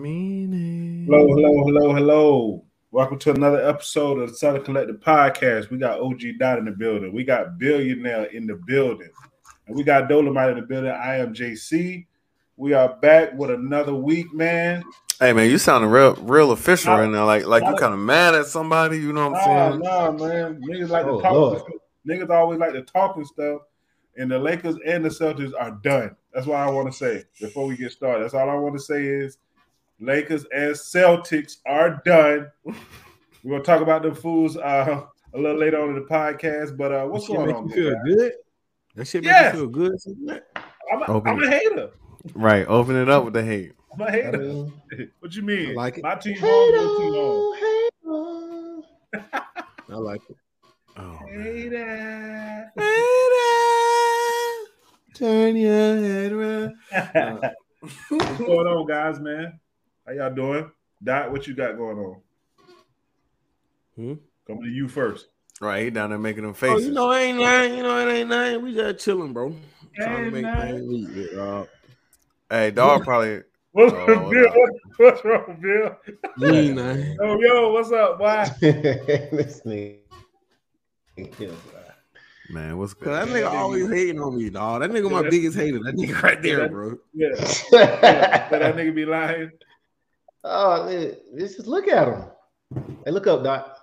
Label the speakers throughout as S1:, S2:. S1: meaning.
S2: Hello, hello, hello, hello. Welcome to another episode of the Southern Collective Podcast. We got OG Dot in the building. We got Billionaire in the building. And we got Dolomite in the building. I am JC. We are back with another week, man.
S1: Hey man, you sounding real, real official
S2: Nah,
S1: right now. Like, like you
S2: nah.
S1: kind of mad at somebody. You know what I'm
S2: Nah,
S1: saying?
S2: nah, man. Niggas like
S3: Oh,
S2: to talk.
S3: Lord.
S2: Niggas always like to talk and stuff. And the Lakers and the Celtics are done. That's what I want to say before we get started. That's all I want to say is Lakers and Celtics are done. We're gonna talk about them fools uh, a little later on in the podcast. But uh, what's
S3: That shit
S2: going
S3: make
S2: on?
S3: You feel
S2: man?
S3: good? That shit make
S2: Yes.
S3: you feel good. isn't it?
S2: I'm, a,
S1: Open
S2: I'm a hater.
S1: Right. Open it up with the hate.
S2: I'm a
S3: Oh, I
S2: hater.
S3: mean,
S2: What you mean?
S3: I like it.
S2: My team home, your team home.
S3: I like it.
S1: Oh, man.
S2: Hater.
S1: Turn your head around. Uh,
S2: What's going on, guys, man? How y'all doing? Dot, what you got going on?
S3: Hmm?
S2: Coming to you first.
S1: Right, he down there making them
S3: Oh,
S1: faces.
S3: you know, it ain't nothing. You know, it ain't nothing. We just chilling, bro. Trying to
S2: Ain't
S3: make
S2: nothing.
S3: things neat, yeah, dog.
S1: hey, dog probably.
S2: What's
S1: Oh,
S2: up, Bill?
S1: what
S2: What's wrong, Bill?
S3: Ain't nothing.
S2: Oh, yo, what's up? Why?
S4: this nigga. Yeah,
S1: Man, what's good?
S3: Cause that nigga always hating on me, dog. That nigga my
S2: Yeah.
S3: biggest hater. That nigga right
S2: Yeah.
S3: there, bro.
S2: Yeah. yeah. Let that
S4: bro.
S2: nigga be lying.
S4: oh, man, this is look at him. Hey, look up, Doc.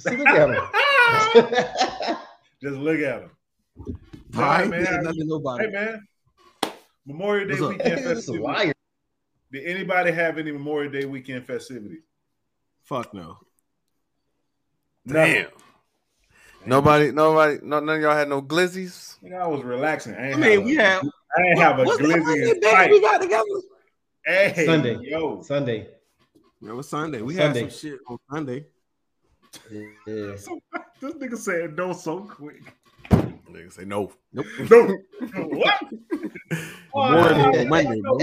S4: See, look at him.
S2: Ah! Just look at him. Nah,
S3: I ain't
S2: man.
S3: saying nothing to nobody.
S2: Hey, man. Memorial Day
S3: What's up?
S2: weekend
S4: this is a
S2: festivities.
S4: liar.
S2: Did anybody have any Memorial Day weekend festivities?
S3: Fuck no.
S1: Damn. Nobody, nobody, no, none of y'all had no glizzies.
S2: Nigga, I was relaxing. I,
S3: I
S2: ain't
S3: mean,
S2: have
S3: we
S2: a-
S3: had
S2: I ain't have a
S3: what's the
S2: glizzy
S3: fucking
S2: in
S3: day we
S2: sight.
S3: got together?
S2: Hey,
S4: Sunday.
S2: yo,
S4: Sunday.
S3: It was Sunday. We
S4: Sunday.
S3: had some shit on Sunday.
S4: Yeah.
S2: this nigga said no so quick.
S1: Nigga say no.
S3: Nope.
S2: No, what?
S3: More than
S2: Why?
S3: Monday, bro.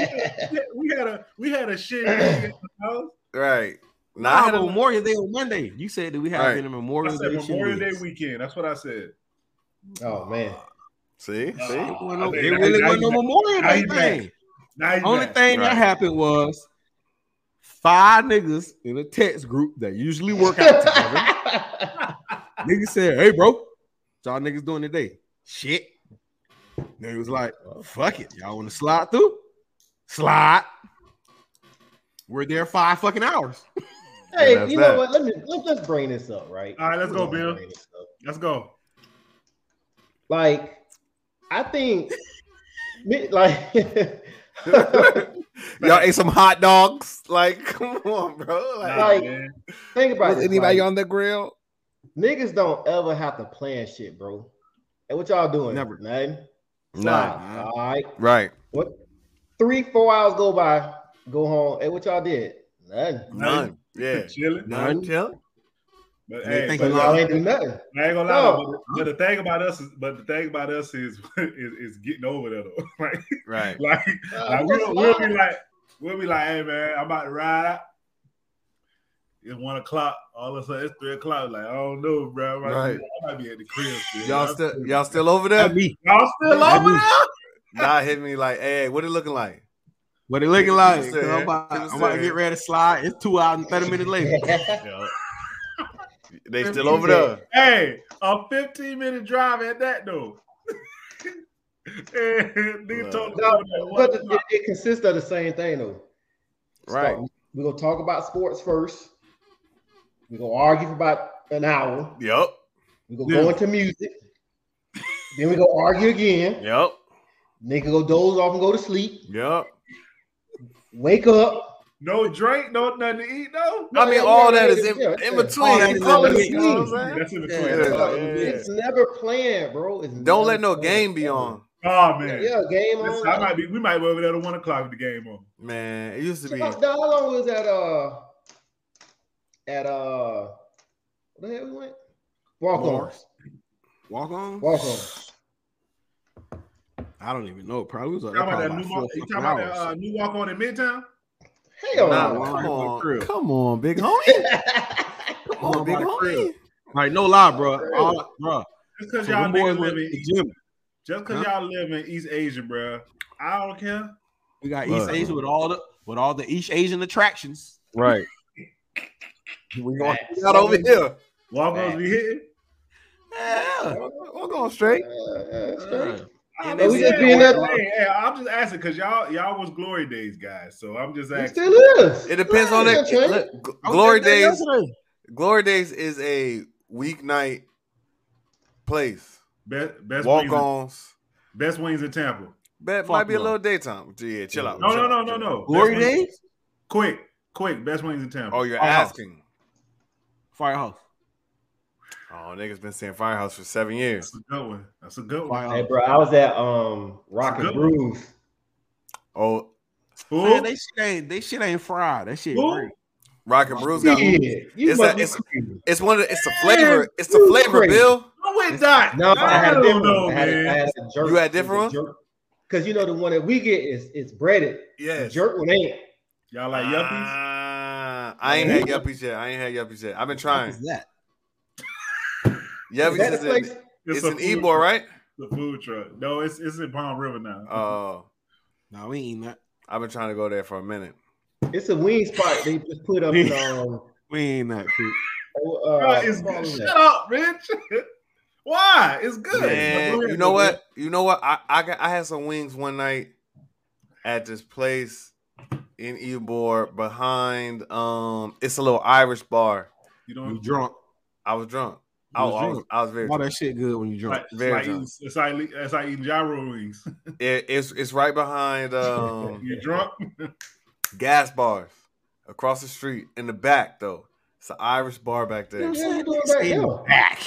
S2: we had a we had a shit. at the house.
S1: Right. Nah, I
S3: Nah,
S1: had
S3: but
S1: a-
S3: Memorial Day on Monday. You said that we have
S1: Right.
S3: been a
S2: I
S3: Memorial
S2: said
S3: Day.
S2: Memorial Day
S3: shindigs.
S2: weekend. That's what I said.
S4: Oh man.
S1: See,
S2: Nah.
S1: see.
S3: It wasn't no-
S2: I
S3: it
S2: mean,
S3: really
S2: I-
S3: wasn't no
S2: I-
S3: Memorial
S2: I-
S3: Day
S2: I-
S3: thing.
S2: Now you
S3: Only
S2: mad.
S3: thing
S1: Right.
S3: that happened was five niggas in a text group that usually work out together. niggas said, "Hey, bro, what y'all niggas doing today?" Shit. Nigga was like, "Fuck it, y'all want to slide through? Slide." We're there five fucking hours.
S4: hey,
S1: that's
S4: you know
S1: that.
S4: what? Let me let, let's bring this up, right?
S2: All right, let's go, Bill.
S4: bring this up.
S2: Let's go.
S4: Like, I think, me- like,
S1: y'all ate some hot dogs. Like, come on, bro. Like,
S2: Nah,
S4: Like-
S2: man.
S4: think about
S1: was
S4: this,
S1: anybody
S4: like,
S1: on the grill?
S4: Niggas don't ever have to plan shit, bro. Hey, what y'all doing?
S3: Never.
S4: Nothing.
S1: Nah.
S4: Nah, All right.
S1: Right.
S4: What? Three, four hours go by. Go home. Hey, what y'all did? Nothing.
S1: None. Yeah.
S2: Chilling.
S3: None.
S1: Chill.
S2: But
S3: They
S2: hey,
S3: think
S2: but
S3: you
S4: But y'all ain't do nothing.
S2: I ain't gonna lie.
S4: No.
S2: But, but the thing about us is, but the thing about us is, is, is getting over that though. like,
S1: Right.
S2: like, like we'll, we'll be like, we'll be like, hey man, I'm about to ride out. It's one o'clock. All of a sudden, it's three o'clock. Like, I don't know, bro. I might,
S1: Right.
S2: be, I might be at the crib. still.
S1: Y'all
S2: I'm
S1: still y'all still over
S3: That
S1: there?
S3: me.
S2: y'all still
S3: That
S2: over?
S3: me.
S1: Nah, hit me like, hey, what it looking like?
S3: What it looking like?
S1: Give us
S3: 'Cause
S1: that.
S3: I'm about,
S1: Give us
S3: I'm about to
S1: that.
S3: get ready to slide. It's two hours and 30 minutes later.
S1: They still over there.
S2: Hey, a 15 minute drive at that though. And Nigga
S1: Look.
S2: told me
S4: No,
S2: about one
S4: but it,
S2: o'clock.
S4: it consists of the same thing though.
S1: Right.
S4: We're gonna talk about sports first. We're gonna argue for about an hour.
S1: Yup.
S4: We're gonna go
S2: Yeah.
S4: into music. then we go argue again.
S1: Yup.
S4: Nigga go doze off and go to sleep.
S1: Yup.
S4: Wake up.
S2: no drink, no nothing to eat though.
S1: I mean,
S4: Yeah,
S1: all
S4: yeah,
S1: that is in,
S4: yeah, yeah.
S1: in
S3: All
S1: between.
S3: that
S1: You
S3: is
S1: know what I'm
S4: in between.
S1: saying?
S2: That's in the
S3: Yeah.
S2: crib.
S1: Yeah.
S4: It's never planned, bro. It's
S1: Don't
S4: never
S1: let no
S4: planned.
S1: game be on.
S2: Oh man,
S4: Yeah, game on.
S2: Listen, I might be. We might be over there at one o'clock with the game on.
S1: Man, it used to
S4: Shit,
S1: be
S4: How how long was at uh at uh what the hell we went? Walk on.
S3: Mars. Walk on?
S4: Walk on.
S3: I don't even know. Probably was like,
S2: You talking about
S3: probably
S2: that new, walk,
S3: about four
S2: you
S3: fucking
S2: talking about that,
S3: hours.
S2: uh, new walk on in Midtown?
S4: Hell
S1: Nah,
S4: no.
S3: Walk
S1: come
S3: on.
S1: on, come on, big homie. Come
S3: Come
S1: on,
S3: on,
S1: big
S3: by the crib.
S1: homie.
S2: uh,
S3: Like, no lie, bro. All, bro.
S2: Just because
S3: So
S2: y'all
S3: them boys
S2: niggas
S3: went
S2: live
S3: to
S2: in
S3: the gym.
S2: just because y'all live in East Asia, bro. I don't care.
S3: We got
S1: Look.
S3: East Asia with all the with all the East Asian attractions.
S1: Right. we going
S4: Facts.
S1: out over here.
S2: Walkos be hitting.
S3: Yeah.
S1: We're we're going straight.
S4: Uh,
S2: I'm
S3: And we
S2: just
S3: just
S2: saying,
S4: being that-
S2: hey, hey, I'm just asking because y'all y'all was glory days guys, so I'm just
S4: it
S2: asking.
S4: still is.
S1: It depends on
S4: Yeah,
S1: that.
S4: Trey.
S1: Look, gl-
S3: I was
S1: glory
S3: just there
S1: days.
S3: yesterday.
S1: Glory days is a weeknight place.
S2: Best best
S1: Walk
S2: wings,
S1: ons.
S2: best wings in Tampa.
S1: Bet
S3: Fuck
S1: might be a
S3: no.
S1: little daytime. Yeah, chill out.
S2: No,
S1: chill
S2: no,
S1: out,
S2: no,
S1: chill
S2: no,
S1: out.
S2: no.
S3: Glory
S2: Best wings-
S3: days?
S2: Quick, quick. Best wings in Tampa.
S1: Oh, you're
S3: Firehouse.
S1: asking.
S3: Firehouse.
S1: Oh, niggas been saying firehouse for seven years.
S2: that's a good one. That's a good one.
S3: Firehouse.
S4: Hey, bro, I was at um Rock
S2: It's a
S4: and
S2: good one.
S4: Groove.
S1: Oh,
S2: Who?
S3: Man, they shit ain't they shit ain't fried. That shit
S2: Who?
S3: great.
S1: Rock and Brew's got.
S4: Yeah, you
S1: It's
S4: must
S1: a-
S4: be
S1: it's a-
S4: crazy.
S1: It's one. Of the, it's the
S2: Man,
S1: flavor. It's the
S4: you
S1: flavor,
S4: crazy.
S1: Bill.
S2: No, it's not.
S4: No, but I had a
S2: don't
S4: different
S2: know,
S4: one. I had, a- I
S2: man.
S4: had a jerk.
S1: You had different one?
S4: Because you know the one that we get is it's breaded. The
S1: Yes.
S4: jerk one ain't.
S2: Y'all like yuppies?
S1: Ah, I ain't had yuppies yet. I ain't had yuppies yet. I've been
S3: What
S1: trying.
S3: is that?
S4: Is that
S1: Yuppies
S4: the
S1: is in,
S4: place?
S1: it's
S2: a
S1: in
S2: food-
S1: Ebor, right?
S2: The food truck. No, it's it's in Palm River now.
S1: Oh,
S3: No, we ain't eating that.
S1: I've been trying to go there for a minute.
S4: It's a wing spot they just put up in um
S3: We ain't that cool.
S4: uh,
S1: Oh,
S2: Bro, it's
S4: what
S2: good.
S4: was
S2: Shut
S4: that?
S2: up, Rich. Why? It's good.
S1: Man,
S2: Go
S1: you
S2: ahead,
S1: know
S2: go ahead.
S1: what? You know what? I I, got, I had some wings one night at this place in Ebor behind. Um, it's a little Irish bar.
S2: You
S3: You
S2: don't.
S3: drunk.
S1: I was drunk.
S3: You
S1: I,
S3: was
S1: I was,
S3: drunk.
S1: I was very.
S3: All
S1: Drunk.
S3: that shit good when you drunk.
S2: It's
S1: Very
S2: like,
S1: drunk.
S2: eating- it's like it's like eating gyro wings.
S1: It, it's it's right behind um,
S2: You drunk?
S1: gas bars across the street in the back though. It's an Irish bar back
S4: What
S1: there.
S4: the hell you doing
S3: Stay
S4: back there?
S3: back.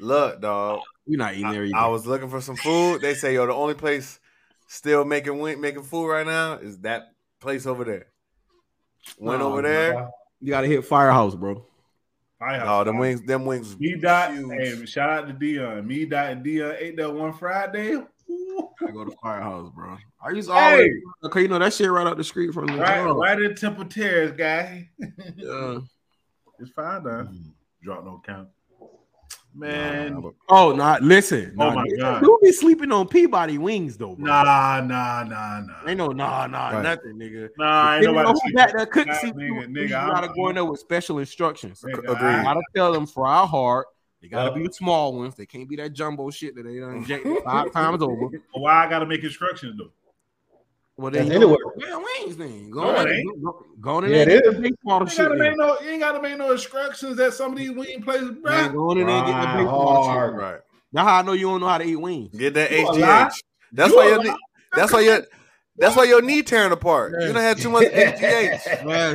S1: Look, dog.
S3: We not eating there
S1: I,
S3: either.
S1: I was looking for some food. They say, yo, the only place still making wing, making food right now is that place over there. Went
S3: Oh,
S1: over there.
S3: you gotta hit firehouse, bro.
S2: Firehouse.
S1: Oh, them wings, them wings.
S2: Me dot.
S1: huge.
S2: Hey, shout out to Dion. Me dot and Dion ate that one Friday.
S1: Oh,
S2: Ooh.
S3: I go to firehouse, bro. I used to always
S2: Hey,
S3: Okay, you know that shit right up the street from the
S2: right,
S3: Oh,
S2: right in Temple Terrace, guy.
S3: yeah.
S2: It's fine now.
S3: Mm-hmm.
S2: Drop no count. Man,
S1: Nah, but-
S3: Oh, nah, listen.
S2: Oh
S3: Nah,
S2: my
S3: niggas
S2: God.
S3: Do be sleeping on Peabody wings though, bro.
S2: nah, nah, nah, nah.
S3: Ain't no nah nah
S1: Right.
S3: nothing, nigga.
S2: Nah, ain't
S3: Depending on
S2: nobody.
S3: who back there cook
S2: Nah,
S3: see
S2: nigga,
S3: you,
S2: nigga,
S3: you
S2: I'm-
S3: gotta go in there with special instructions.
S2: sleeping.
S1: Agreed.
S3: You
S2: I-
S3: gotta tell them fry hard. They gotta
S4: Yeah.
S3: be the small ones. They can't be that jumbo shit that they done injected five times over.
S2: Why I gotta make instructions though?
S3: Well,
S4: That's
S3: then you
S4: anywhere.
S3: go man, wings then. Go
S2: No,
S3: on,
S2: it
S3: in-
S2: ain't.
S3: go, go- go on in
S4: Yeah,
S3: there. and
S4: it
S3: get
S4: is.
S3: the big small
S2: You ain't
S3: shit.
S2: gotta make
S3: then.
S2: no. You ain't gotta make no instructions at some of these wing places,
S3: Man,
S2: bro.
S3: Go on in there and get the big small shit.
S4: Hard.
S1: right.
S3: That's how I know you don't know how to eat wings.
S1: Get that
S2: You a lie.
S1: HGH. That's
S2: You
S1: why
S2: a
S1: your
S2: lie.
S1: knee, that's why your that's why your knee tearing apart. You don't have too much HGH.
S3: Yes,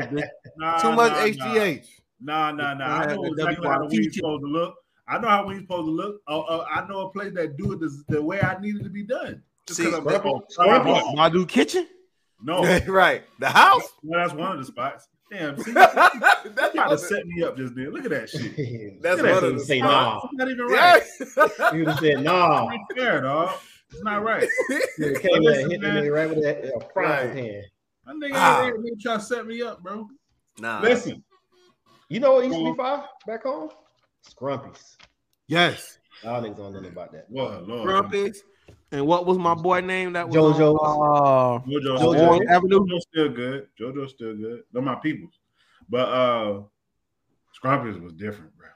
S3: bitch.
S2: Nah,
S1: Too much
S2: nah,
S1: HGH.
S2: Nah, nah, nah. nah. I
S3: They
S2: know
S3: had the
S2: exactly how the
S3: WRT
S2: wings
S3: shit.
S2: supposed to look. I know how wings supposed to look. Uh, uh, I know a place that do it the, the way I need it to be done. Just
S1: See,
S2: 'cause I'm
S1: but-
S2: working
S4: Scorpion.
S2: hard.
S3: Why do kitchen?
S2: No,
S1: right. The house.
S2: well, that's one of the spots. Damn, see, you
S1: that's
S2: trying to set me up just then. Look at that shit.
S1: That's
S2: Look at
S1: one
S2: that
S1: of the
S2: shit.
S4: Say
S2: Nah,
S4: nah.
S2: it's not even right.
S1: Yes.
S4: You would have said nah.
S2: It's not fair, dog. It's not right.
S4: You came in and hit the
S2: Listen, man.
S4: nigga right with that uh, frying
S1: Right.
S4: pan.
S2: That nigga
S1: Ah.
S2: ain't even trying to set me up, bro.
S1: Nah.
S2: Listen,
S4: You know what used to be fire back home? Scrumpies.
S3: Yes.
S4: Y'all niggas don't know nothing about that.
S2: well, Lord,
S3: Grumpets. And what was my boy name that was
S4: Jojo.
S3: on, uh,
S2: Jojo,
S4: Jojo.
S2: Jojo,
S3: Orange Avenue?
S2: Jojo's still good. Jojo's still good. They're my peoples, but uh, Scrumpers was different, bro.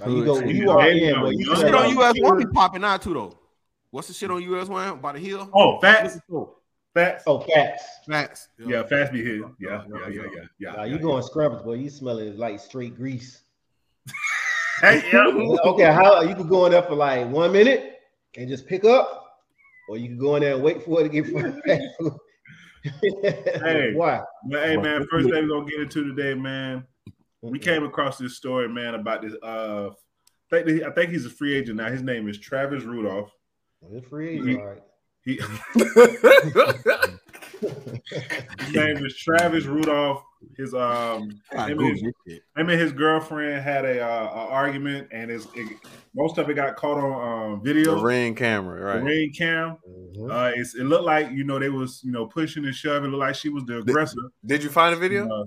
S4: Now, you go,
S3: Good.
S4: you are
S2: They
S4: in,
S2: know
S4: boy. You
S2: nothing
S3: What's the shit
S4: smell
S2: about
S3: on
S4: like
S3: US one be
S4: pure-
S3: popping out too though? What's the shit on US one by the hill?
S2: Oh,
S3: What's
S2: fast,
S3: the show?
S2: fast.
S4: Oh, facts.
S3: Facts.
S2: Yeah, fast be hit. Yeah, yeah, yeah, yeah, yeah.
S4: Nah,
S2: yeah,
S4: you going scrumpies, boy. You smelling it like straight grease.
S2: yeah. Hey, yeah.
S4: okay, how you could go in there for like one minute and just pick up, or you could go in there and wait for it to get
S2: Hey.
S4: full. Why?
S2: But hey, man, first thing we're gonna get into today, man. We came across this story, man, about this. Uh, I think I think he's a free agent now. His name is Travis Rudolph.
S4: Well, it's free, all right.
S2: He,
S1: Listen.
S2: his name is Travis Rudolph. His um,
S3: I
S2: Him
S3: Google
S2: and-
S3: this shit.
S2: him and his girlfriend had a, uh, a argument, and it's, it, most of it got caught on um, video,
S1: the ring camera,
S2: the
S1: right?
S2: ring cam.
S4: Mhm.
S2: Uh, it's, it looked like you know they was you know pushing and shoving. Looked like she was the aggressor.
S1: Did you find a video?
S2: Uh,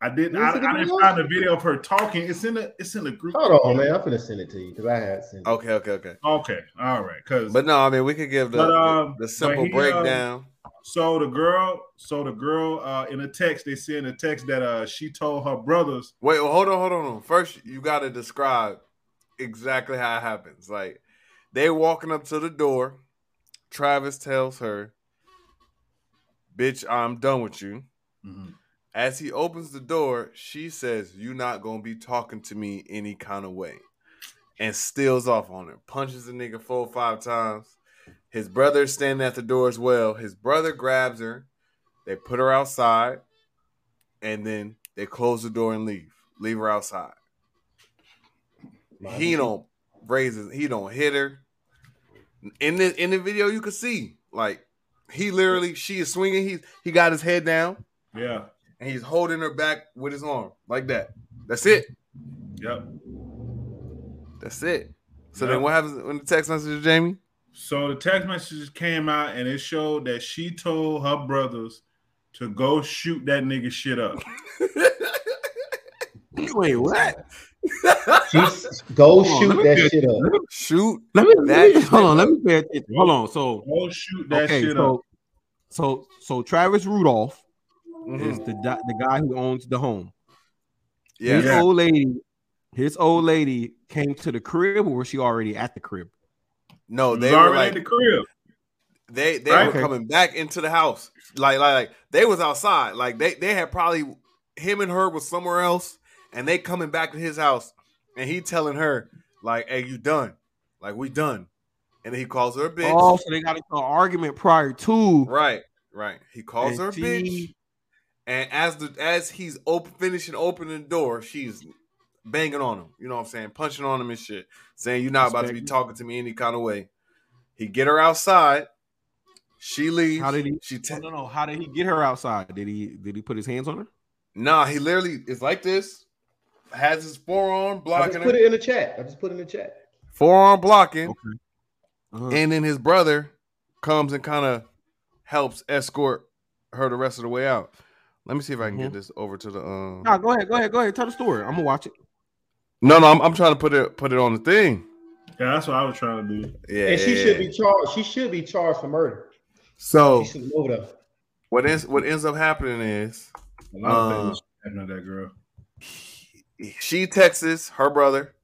S2: I didn't.
S4: Did you
S2: I,
S4: see the
S2: I didn't
S4: video?
S2: find the video of her talking. It's in the. It's in the group.
S4: Hold on, man. I'm gonna send it to you because I had
S3: Oh,
S4: sent. It.
S1: Okay, okay, okay.
S2: Okay. All right. Because
S1: But no, I mean we could give the
S2: But, um,
S1: the
S2: but
S1: simple
S2: he, uh,
S1: breakdown.
S2: So the girl, so the girl uh, in a text, they send a text that uh, she told her brothers.
S1: Wait, well, hold on, hold on, hold on. First, you gotta describe exactly how it happens. Like they walking up to the door. Travis tells her, "Bitch, I'm done with you."
S2: Mm-hmm.
S1: As he opens the door, she says, "You not gonna be talking to me any kind of way," and steals off on her. Punches the nigga four or five times. His brother's standing at the door as well. His brother grabs her. They put her outside, and then they close the door and leave. Leave her outside. He don't raise his. He don't hit her. In the in the video, you can see like he literally she is swinging. He he got his head down
S2: Yeah.
S1: and he's holding her back with his arm like that. That's it.
S2: Yep.
S1: That's it. So
S2: Yeah.
S1: then, what happens when the text message, Jamie?
S2: So the text messages came out and it showed that she told her brothers to go shoot that nigga shit up.
S3: Wait, what?
S4: Just go
S3: Hold on,
S4: shoot
S3: let me
S4: that
S3: get-
S4: shit up.
S1: Shoot.
S3: Let me, let me
S1: That-
S3: hold on. Let me pay attention. Hold on. So
S2: Go shoot that
S3: okay,
S2: shit up.
S3: so, so so Travis Rudolph is
S2: Mm-hmm.
S1: Mhm.
S3: the di- the guy who owns the home.
S1: Yeah.
S3: His
S2: Yeah.
S3: old lady, his old lady came to the crib, or was she already at the crib?
S1: No,
S2: It was
S1: they were
S2: already
S1: like
S2: at the crib.
S1: they they
S2: Right.
S1: were coming back into the house. Like, like like they was outside. Like they they had probably him and her was somewhere else, and they coming back to his house, and he telling her like, "Hey, you done? Like we done?" And then he calls her a bitch.
S3: Oh, so they got into an argument prior to.
S1: Right, right. He calls
S3: And
S1: her a
S3: she-
S1: bitch, and as the as he's open finishing opening the door, she's banging on him. You know what I'm saying? Punching on him and shit, saying you're not about to be
S3: Respect.
S1: talking to me any kind of way. He get her outside. She leaves.
S3: How did he-
S1: She t-
S3: No, no, no. How did he get her outside? Did he did he put his hands on her?
S1: Nah, he literally is like this. Has his forearm
S4: I
S1: blocking
S4: just
S1: her.
S4: put it in the chat. I just put it in the chat.
S1: forearm blocking.
S3: Okay. Uh-huh.
S1: And then his brother comes and kind of helps escort her the rest of the way out. Let me see if I can get
S3: Mhm.
S1: this over to the um
S3: Nah, go ahead, go ahead, go ahead. Tell the story. I'm gonna watch it.
S1: No, no, I'm, I'm trying to put it put it on the thing.
S2: Yeah, that's what I was trying to do.
S1: Yeah.
S4: And she
S1: yeah,
S4: should
S1: yeah.
S4: be charged. She should be charged for murder.
S3: Oh.
S1: So
S4: She should be over there.
S1: what ends what ends up happening is
S2: A lot of
S1: Uh.
S2: things happened to that girl.
S1: she texts her brother,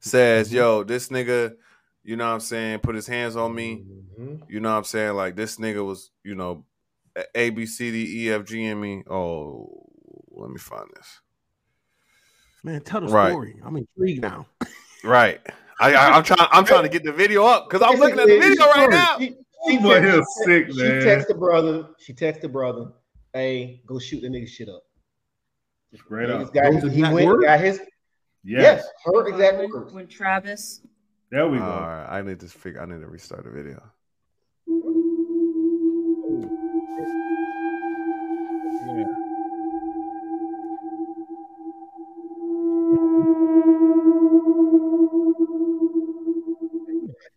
S1: says, "Yo, this nigga, you know what I'm saying, put his hands on me.
S4: Mhm.
S1: You know what I'm saying? Like this nigga was, you know, A- A B C D E F G and me. Oh, let me find this.
S3: Man, tell the
S1: Right.
S3: story. I'm intrigued now.
S1: Right. I, I I'm trying I'm trying to get the video up because I'm looking at the
S4: Basically,
S1: video right
S4: she-
S1: now.
S4: She,
S2: She was here sick,
S4: she
S2: man.
S4: texts the brother. She texts the brother. Hey, go shoot the nigga shit up.
S2: Straight
S4: Niggas
S2: up.
S4: got-
S3: Those
S4: he
S3: exact
S4: went,
S3: words?
S4: got his
S2: Yes.
S4: yes, her exact
S5: when,
S4: words.
S5: when Travis
S2: There we
S1: All
S2: go.
S1: right, I need to figure. I need to restart the video.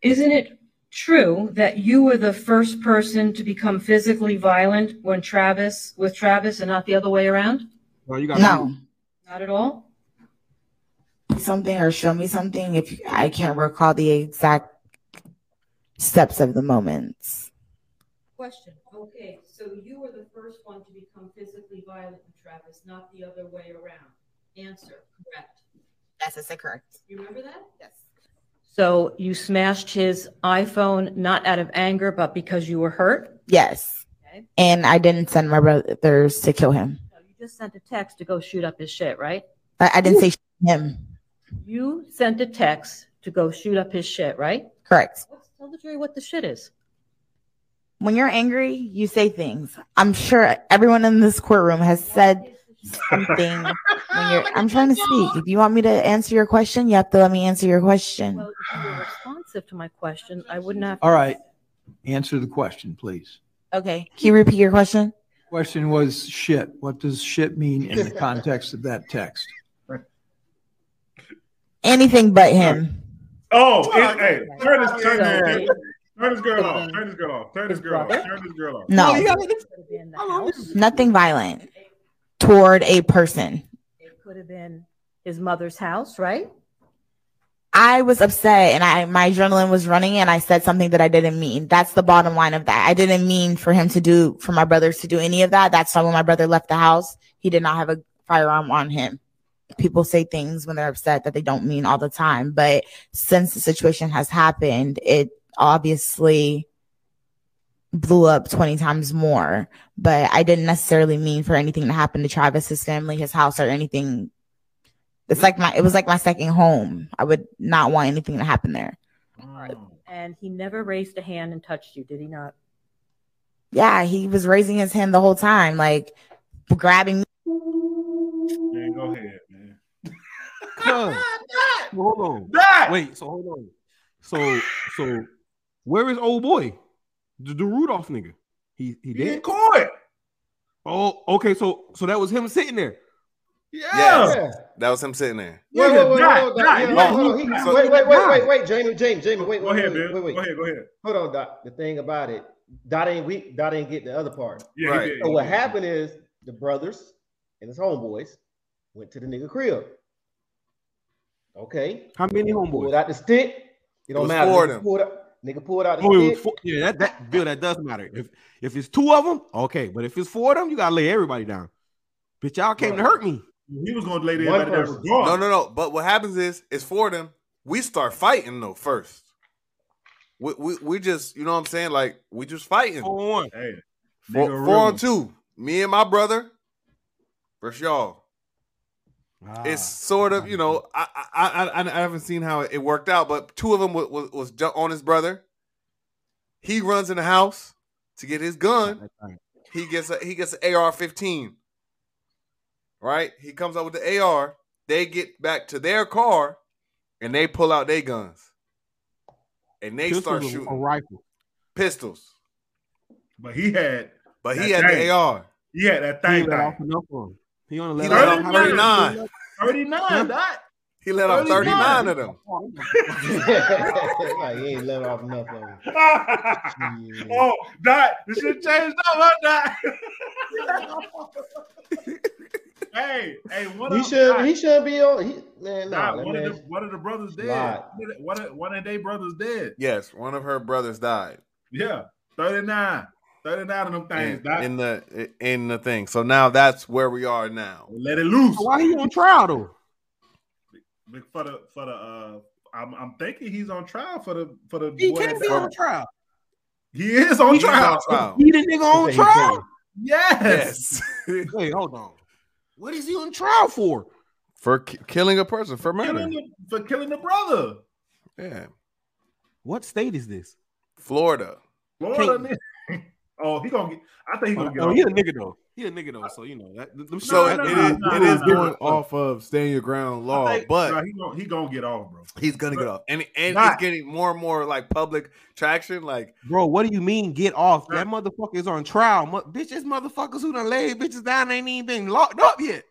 S5: Isn't it true that you were the first person to become physically violent when Travis with Travis and not the other way around?
S3: No, you got
S6: No,
S5: Not at all.
S6: something or show me something if you- I can't recall the exact steps of the moments.
S5: Question. Okay, so you were the first one to become physically violent with Travis, not the other way around. Answer. Correct.
S6: Yes, is it correct?
S5: You remember that?
S6: Yes.
S5: So you smashed his iPhone not out of anger, but because you were hurt.
S6: Yes.
S5: Okay.
S6: And I didn't send my brothers to kill him.
S5: No, you just sent a text to go shoot up his shit, right?
S6: I, I didn't say him.
S5: You sent a text to go shoot up his shit, right?
S6: Correct.
S5: Let's tell the jury what the shit is.
S6: When you're angry, you say things. I'm sure everyone in this courtroom has said something. when you're, I'm trying to speak. If you want me to answer your question, you have to let me answer your question.
S5: Well, if you were responsive to my question, I would not.
S7: All right, answer the question, please.
S6: Okay. Can you repeat your question?
S7: Question was shit. What does shit mean in the context of that text?
S6: Anything but him.
S2: Oh, it, hey, turn this, turn
S5: Sorry.
S2: this, turn this girl off. Turn this girl off. Turn this girl off. Turn this girl off.
S6: No.
S3: you got
S5: It could have been the house.
S6: Nothing violent toward a person.
S5: It could have been his mother's house, right?
S6: I was upset and I my adrenaline was running and I said something that I didn't mean. That's the bottom line of that. I didn't mean for him to do for my brothers to do any of that. That's why when my brother left the house, he did not have a firearm on him. People say things when they're upset that they don't mean all the time, but since the situation has happened, it obviously blew up 20 times more. But I didn't necessarily mean for anything to happen to Travis, his family, his house, or anything. It's like my it was like my second home. I would not want anything to happen there.
S5: And he never raised a hand and touched you, did he not?
S6: Yeah, he was raising his hand the whole time, like grabbing me.
S2: Man, go ahead, man.
S3: Cuz, hold on.
S2: That!
S3: Wait, so hold on. So so where is old boy? The, the Rudolph nigga. He he
S2: He didn't
S3: did.
S2: call it.
S3: Oh, okay. So so that was him sitting there.
S2: Yeah.
S4: Yeah.
S1: That was him sitting there.
S4: Wait, wait,
S2: Nigga,
S4: wait,
S2: Doc,
S4: hold on,
S2: Doc,
S4: Doc. Yeah,
S2: you
S4: wait,
S2: know
S4: hold on.
S2: who-
S4: He-
S2: so-
S4: Wait, wait, wait, wait, wait, Jamie, Jamie, Jamie, wait,
S2: Go
S4: wait,
S2: ahead,
S4: wait,
S2: man.
S4: wait, wait.
S2: Go ahead, go ahead.
S4: Hold on, Doc. The thing about it, Dot ain't we Dot ain't get the other part.
S2: Yeah,
S1: Right.
S2: he did.
S4: So Oh, what happened is the brothers and his homeboys went to the nigga crib. Okay.
S3: How many homeboys?
S4: Pulled out the stick. It
S1: It
S4: don't
S1: was
S4: matter.
S1: four
S4: Nigga
S1: of them.
S4: pulled, out, nigga pulled out the
S3: Oh, it was
S4: stick.
S3: four- yeah, that, that Bill, that does matter. If if it's two of them, okay. But if it's four of them, you gotta lay everybody down. Bitch, y'all came to hurt me.
S2: He was going to lay there.
S4: One
S2: One person.
S4: person.
S1: No, no, no. But what happens is, it's for them. We start fighting though first. We, we, we just, you know what I'm saying? Like, we just fighting.
S3: Four on one.
S2: Hey,
S1: Four,
S2: nigga
S1: four on
S2: rude.
S1: two. Me and my brother versus y'all.
S3: Ah,
S1: It's sort of, you know, I I, I I I haven't seen how it worked out, but two of them was, was, was ju- on his brother. He runs in the house to get his gun. He gets a he gets an AR-15. Right? He comes out with the AR. They get back to their car and they pull out their guns. And they
S3: Pistols
S1: start
S3: or-
S1: shooting
S3: or rifle.
S1: pistols.
S2: But he had
S1: But he
S2: That
S1: had
S2: thing.
S1: the AR.
S2: he had that
S3: He
S2: thing.
S3: let off
S2: thing.
S3: enough on. He only
S1: He
S3: let
S1: let
S3: off
S1: off 39.
S2: 39, Doc.
S1: He let off
S2: 39.
S1: 39 of them.
S4: like, he ain't let off enough of them. Yeah.
S2: oh, Dot, this shit changed up, huh, Dot? hey, hey, what
S4: He
S2: up,
S4: should
S2: Dot?
S4: he should be on he, man, nah,
S2: Dot,
S4: that
S2: one, of the,
S4: man-
S2: one of the brothers dead.
S4: Lot.
S2: One of, one of their brothers dead.
S1: Yes, one of her brothers died.
S2: Yeah, 39. 39 of them things,
S1: in,
S2: Dot.
S1: in the in the thing. So now that's where we are now.
S2: Let it loose.
S3: Why he on trial though?
S2: For the, for the, uh, I'm, I'm thinking he's on trial for the, for the,
S3: He
S2: boy
S3: can't
S2: that
S3: be
S2: died.
S3: on trial.
S2: He is on
S1: He's
S2: trial.
S1: on trial.
S3: He the nigga on
S4: He said he
S3: trial.
S2: Yes.
S1: Yes,
S3: Wait, hold on. What is he on trial for?
S1: for ki- killing a person for
S2: Killing
S1: murder.
S2: the, for killing the brother.
S1: Yeah,
S3: What state is this?
S1: Florida.
S2: Florida. nigga. oh, he gonna get. I think he
S3: Oh,
S2: gonna get.
S3: oh,
S2: off.
S3: he a nigga though. He a nigga though. So you know that. them-
S1: So
S2: no,
S1: it is
S2: no, no,
S1: it
S2: no,
S1: is
S2: no.
S1: going off of stand your ground law,
S2: I think-
S1: but
S2: nah, he gonna he gonna get off, bro.
S1: he's gonna get off, and and
S2: Nah.
S1: it's getting more and more like public traction. Like
S3: Bro, what do you mean get off? That motherfucker is on trial. Mo- bitch, it's motherfuckers who done laid bitches down ain't even been locked up yet.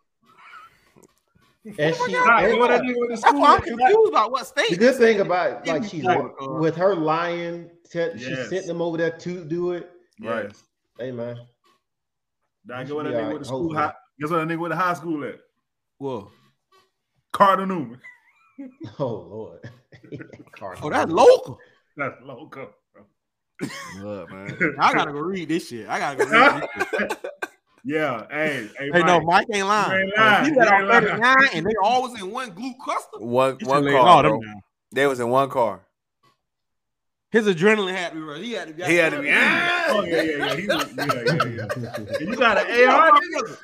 S4: and she,
S2: Nah, you
S4: and-
S2: know what I did with the
S3: That's
S2: school?
S3: why I'm confused about what
S4: the
S3: state.
S4: good thing about
S3: Give
S4: like
S3: me
S4: she's
S3: that,
S4: with-
S3: uh,
S4: with her lying, te- she
S2: Yes.
S4: sent them over there to do it.
S2: Right.
S4: Hey man,
S2: Nah, get what I
S4: Yeah,
S2: nigga with the school.
S4: hopefully.
S2: High, guess what I nigga with the high school at?
S3: Whoa.
S2: Carter Newman.
S4: oh lord, Carter.
S3: Oh, that's local.
S2: That's loco. bro.
S1: look, man.
S3: I gotta go read this shit. I gotta go read this shit.
S2: Yeah. Hey. Hey.
S3: Hey, no,
S2: Mike.
S3: Mike ain't lying.
S2: You ain't lying.
S3: He let
S2: You
S3: out
S2: ain't lying.
S3: 39 and they always in one glue custom.
S1: one
S3: It's
S1: one
S3: too late.
S1: car,
S3: No,
S1: bro.
S3: them-
S1: They was in one car.
S3: His adrenaline had to be right. He had to be.
S1: He had to be. "Ah!"
S2: Oh yeah, yeah, yeah. He was, yeah, yeah, yeah. And you got an AR. nigga?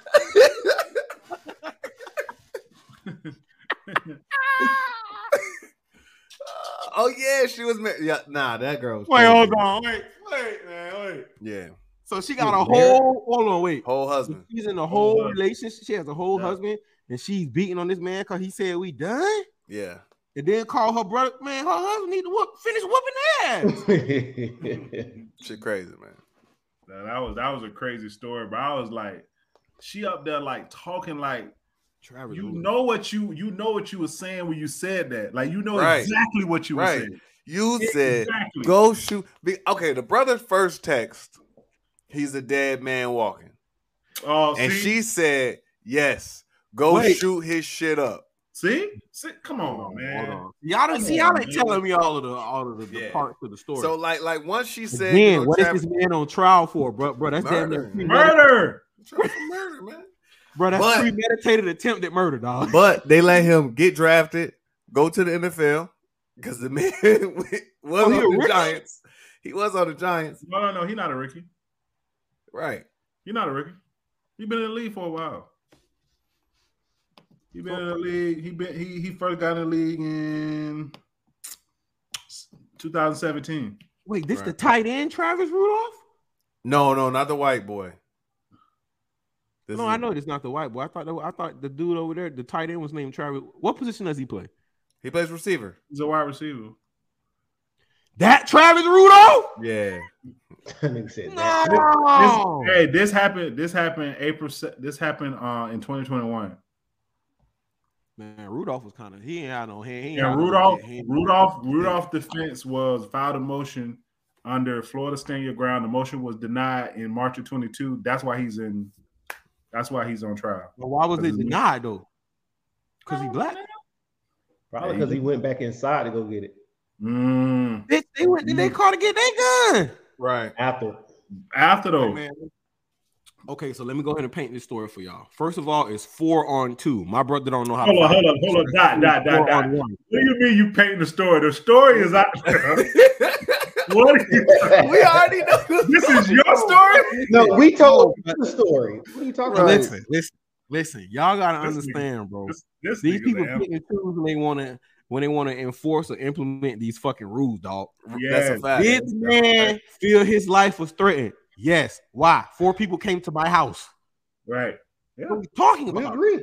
S1: Oh yeah, she was. mar- Yeah, nah, that girl. Was
S3: Wait,
S1: crazy.
S3: hold on. Wait, wait, man, wait.
S1: Yeah,
S3: So she got a whole. Hold on, wait.
S1: whole husband.
S3: She's in a whole
S2: husband.
S3: relationship. She has a whole
S2: Yeah.
S3: husband, and she's beating on this man because he said we done.
S1: Yeah,
S3: And then call her brother, man. Her husband need to whoop, finish whooping ass.
S1: shit crazy, man.
S2: Now, that was that was a crazy story, but I was like, she up there like talking like
S3: Travis,
S2: you know what you you know what you were saying when you said that. Like you know
S1: Right.
S2: exactly what you
S1: Right.
S2: were saying.
S1: You said
S2: Exactly.
S1: Go shoot. Be, okay, the brother's first text, he's a dead man walking.
S2: Oh,
S1: And
S2: see?
S1: she said, yes, go
S3: Wait.
S1: shoot his shit up.
S2: See? See? Come on,
S3: Hold
S2: man.
S3: on. Y'all don't see y'all ain't
S2: Yeah.
S3: telling me all of the all of the, the
S1: Yeah.
S3: parts of the story.
S1: So like like once she said you
S3: Again,
S1: know,
S3: what is
S1: Travis-
S3: this man on trial for, bro? Bro, that's damn near
S1: Murder.
S3: premeditated-
S2: Murder.
S1: Travis murder, man.
S3: bro, that's
S1: But-
S3: premeditated attempt at murder, dog.
S1: But they let him get drafted, go to the NFL because the man was
S3: Oh,
S1: on
S3: he a
S1: the
S3: rookie?
S1: Giants. He was on the Giants,
S2: No, no, no. He's not a rookie.
S1: right?
S2: He's not a rookie. He's been in the league for a while. He been in the league. He been he he first got in the league in 2017.
S3: Wait, this the
S1: Right.
S3: tight end, Travis Rudolph?
S1: No, no, not the white boy. This
S3: no,
S1: is-
S3: I know it's not the white boy. I thought that, I thought the dude over there, the tight end, was named Travis. What position does he play?
S1: he plays receiver.
S2: He's a wide receiver.
S3: That Travis Rudolph?
S1: Yeah,
S4: Nigga said that.
S3: No.
S2: Hey, this happened. This happened April. se- This happened uh, in 2021.
S3: Man, Rudolph was kind of he ain't had no hand. He ain't had
S2: And
S3: no
S2: Rudolph,
S3: hand- hand-
S2: Rudolph, Rudolph defense was filed a motion under Florida Stand Your Ground. The motion was denied in March of 22. That's why he's in. That's why he's on trial.
S3: But why was it denied though? Because he black.
S4: Probably because he went back inside to go get it
S2: Mm.
S3: Bitch, they went. Did they call to get their gun?
S1: right.
S4: after.
S2: After though,
S3: Man. Okay, so let me go ahead and paint this story for y'all. First of all, it's four on two. My brother don't know how.
S2: hold
S3: to
S2: on,
S3: fight.
S2: hold on, hold on. Dot, dot, dot,
S3: Four
S2: dot.
S3: on one.
S2: What do you mean you painting the story? The story is out there. What? are you-
S1: we already know.
S2: this is your story.
S4: no, we
S1: Oh,
S4: told the story. What are you talking about?
S3: Listen, listen, listen. Y'all gotta
S2: This nigga-
S3: understand, bro.
S2: This, this
S3: These
S2: nigga's
S3: people
S2: an
S3: pick and choose when they want to when they want to enforce or implement these fucking rules, dog.
S1: That's a
S2: Yes.
S1: fact.
S3: This man feel his life was threatened. Yes. Why? Four people came to my house.
S2: Right.
S3: What are we talking
S4: We
S3: about?
S4: agree.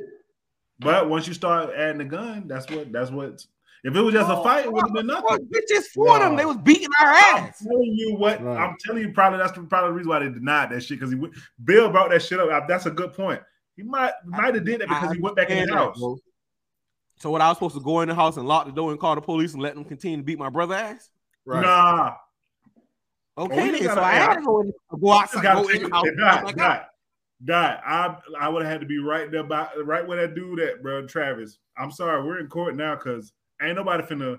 S2: But once you start adding the gun, that's what that's what if it was just a
S3: Oh,
S2: fight, it would have been
S3: Fuck,
S2: nothing.
S3: bitches, four of them.
S4: Nah.
S3: They was beating our
S2: I'm
S3: ass.
S2: telling you what
S1: Right.
S2: I'm telling you, probably that's the probably the reason why they denied that shit because he went, Bill brought that shit up. Uh, That's a good point. He might might have did that because
S3: I
S2: he went back in the
S3: understand that,
S2: house.
S3: bro. So what I was supposed to go in the house and lock the door and call the police and let them continue to beat my brother ass?
S1: Right.
S2: Nah,
S3: Okay,
S2: Oh, you
S3: then.
S2: gotta-
S3: So I had to go, in, go
S2: just
S3: outside,
S2: gotta
S3: go in
S2: take
S3: the
S2: it.
S3: house.
S2: God,
S3: Oh my God.
S2: God, God, I I would have had to be right there by right where that dude at, bro. Travis, I'm sorry, we're in court now because ain't nobody finna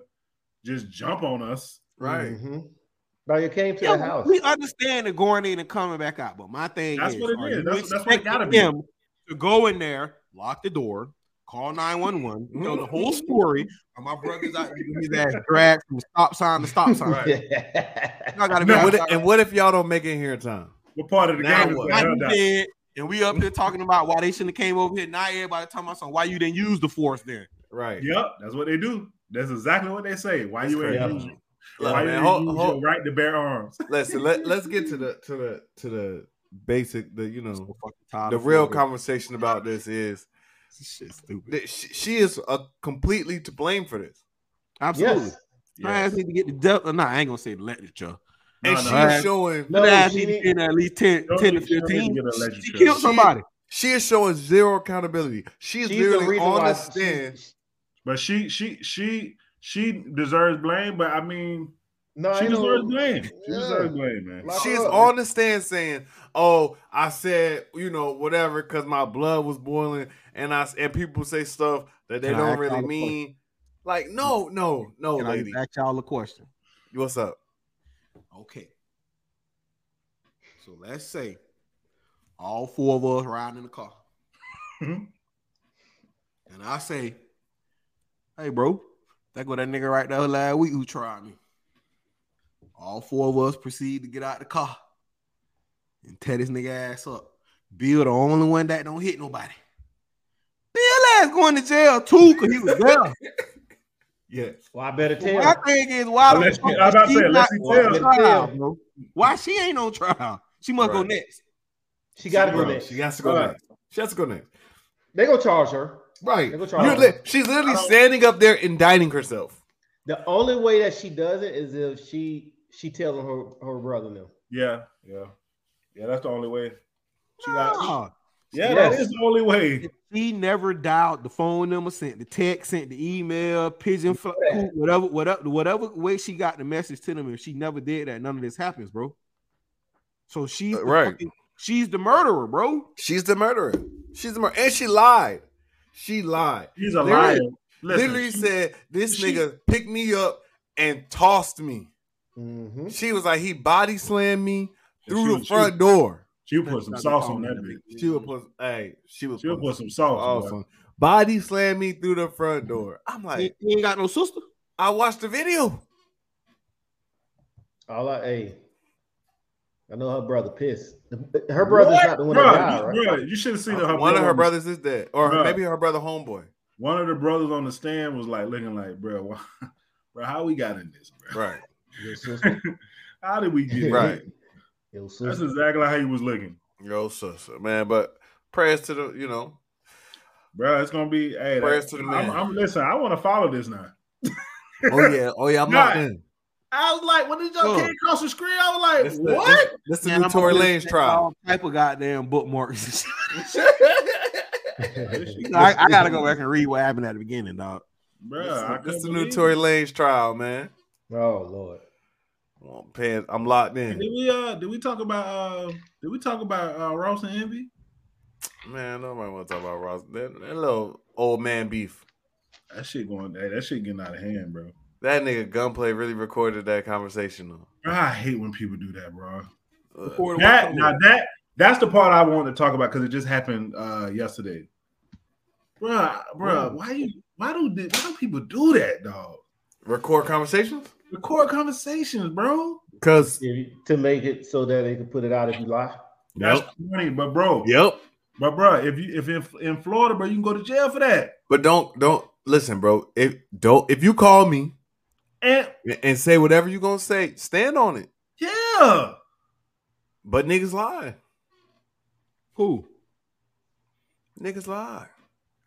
S2: just jump on us.
S1: Right.
S4: Mhm. Now you came to
S3: Yeah,
S4: the house.
S3: We understand the going in and coming back out, but my thing
S2: That's
S3: is,
S2: what it
S3: are
S2: is.
S3: you
S2: That's- that's what it gotta be.
S3: expecting them To go in there, lock the door, call nine one one, tell the whole
S2: Mm.
S3: story. Of my brother's out getting his ass dragged from stop sign to stop sign.
S1: Right.
S3: Y'all gotta be
S2: No,
S1: What
S3: outside.
S1: if- and what if y'all don't make it here in time?
S2: What part of the
S1: Now
S2: game? is
S1: what?
S2: that,
S3: Now
S2: huh,
S3: you
S2: Doc?
S3: dead, and we up here talking about why they shouldn't have came over here. Now everybody talking about something. Why you didn't use the force then?
S1: Right.
S2: Yep, that's what they do. That's exactly what they say. Why you
S1: crazy.
S2: ain't use,
S1: Look,
S2: why
S1: man,
S2: you
S1: hold-
S2: ain't use
S1: hold-
S2: your right to bear arms?
S1: Listen, let, let's get to the to the to the basic the you know
S3: fucking tired
S1: the
S3: of
S1: real
S3: Florida.
S1: conversation about this is
S3: This shit's stupid.
S1: that she, she is uh completely to blame for this.
S3: Absolutely.
S4: yes.
S3: My ass need to get the death. No, I ain't gonna say the literature.
S1: And
S2: No,
S1: she
S2: no.
S1: is showing
S4: No,
S3: My ass
S4: she
S3: need to
S4: need-
S3: be in at least 10,
S2: Don't
S3: 10 to
S2: need- she don't need to
S3: 15.
S2: get a lecture.
S3: She killed somebody.
S1: she is showing zero accountability. She is
S4: She's the
S1: literally
S4: reason
S1: on
S4: why
S1: the stand.
S4: she's-
S2: But she she she she deserves blame, but I mean
S4: No,
S2: she
S4: you
S2: deserves
S4: know,
S2: blame. She
S4: yeah.
S2: deserves blame, man.
S4: Lock
S1: She
S4: her
S1: is
S4: up.
S1: on the stand saying, "Oh, I said you know whatever because my blood was boiling, and I s- and people say stuff that they
S3: Can I
S1: don't
S3: ask y'all
S1: really
S3: a question?
S1: mean." Like, no, no, no,
S3: Can I just
S1: lady,
S3: ask y'all a question?
S1: what's up?
S3: Okay. So let's say all four of us riding in the car.
S2: Mhm.
S3: And I say, hey, bro, that go that nigga right there last week who tried me. All four of us proceed to get out the car and tear this nigga ass up. Bill, the only one that don't hit nobody. Bill ass going to jail too, because he was there.
S1: Yes,
S4: Well, I better tell.
S3: My thing is, why the
S2: Unless
S3: fuck
S2: she- I was about to
S3: she
S2: say, unless
S3: not
S2: she
S3: on
S2: tells.
S3: trial, bro? Why she ain't on trial? She must go
S1: Right.
S3: next.
S4: she got to go
S1: Bro,
S4: next.
S1: She has to go
S2: Right.
S1: next. She has to go next.
S4: They gonna charge her.
S1: Right.
S4: They gonna charge
S1: You're
S4: her.
S1: li- she's literally standing up there indicting herself.
S4: The only way that she does it is if she she tells on her her brother now.
S2: Yeah, yeah. Yeah, that's the only way. She got
S3: Nah.
S2: yeah,
S4: Yes.
S2: that is the only way.
S3: If She never dialed the phone number, sent the text, sent the email, pigeon, fl-
S4: Yeah.
S3: whatever, whatever, whatever way she got the message to them. If she never did that, none of this happens, bro. So
S2: Uh,
S3: she's the
S1: Right.
S3: fucking- she's the murderer, bro.
S1: She's the murderer. She's the murderer. And she lied. She lied.
S2: She's a
S1: There
S2: liar.
S1: is- Literally said, "This nigga picked me up and tossed me."
S4: Mm-hmm.
S1: She was like, "He body slammed me
S2: Hmm? she
S1: through the
S2: was-
S1: front door."
S2: She put some sauce on that bitch.
S1: She would put, hey, she would
S2: She
S1: put,
S2: put some sauce.
S1: awesome.
S2: boy.
S1: Body slammed me through the front door. I'm
S3: You
S1: like,
S3: you ain't got no sister.
S1: I watched the video.
S4: All I hey, I know her brother pissed. Her brother's
S2: What?
S4: not the one
S2: Bruh,
S4: that died, right?
S2: you- bruh, you should have seen her.
S1: One of her
S2: brother-
S1: brothers is dead, or
S2: Bruh.
S1: maybe her brother homeboy.
S2: One of the brothers on the stand was like looking like, bro, why, bro, how we got in this, bro?
S1: Right.
S4: Your sister.
S2: How did we get
S1: Right.
S2: right?
S4: Your sister.
S2: That's exactly how he was looking,
S1: Yo, sister, man. But prayers to the, you know,
S2: bro. It's gonna be. Hey,
S1: Prayers
S2: that-
S1: to the
S2: I'm,
S1: man.
S2: I'm listen. I want to follow this now.
S1: oh yeah, oh yeah, I'm not
S2: Nah.
S1: in.
S2: I was like, when this young
S3: Look.
S2: kid crossed the screen, I was
S1: This
S2: like,
S1: the-
S2: what?
S1: This is the
S3: Man,
S1: new
S3: I'm
S1: Tory
S3: gonna
S1: Lanez
S3: take
S1: trial.
S3: all Type of goddamn bookmarks.
S2: This-
S3: I, I gotta go back and read what happened at the beginning, dog.
S2: Bro,
S1: This
S2: I
S1: is- This is the
S2: couldn't
S1: new
S2: believe
S1: Tory
S2: it.
S1: Lanez trial, man.
S4: oh Lord.
S1: Well, I'm, paying, I'm locked
S2: Did
S1: in,
S2: we uh did we talk about uh did we talk about uh Ross and Envy?
S1: man. Nobody want to talk about Ross. That, that little old man beef.
S2: That shit going hey, that shit getting out of hand, bro.
S1: That nigga Gunplay really recorded that conversation though.
S2: Bro, I hate when people do that, bro.
S1: Uh,
S2: That now that that's the part I wanted to talk about because it just happened uh yesterday. Bruh, bruh, why you why do the- why do people do that, dog?
S1: record conversations
S2: Record conversations, bro.
S1: because
S4: If you- to make it so that they can put it out if you lie.
S2: That's funny, but bro,
S1: yep.
S2: but bro, if you if in, in Florida, bro, you can go to jail for that.
S1: But don't don't listen, bro. If don't if you call me
S2: And
S1: and say whatever you gonna say, stand on it.
S2: yeah,
S1: But niggas lie.
S3: Who?
S1: Niggas lie.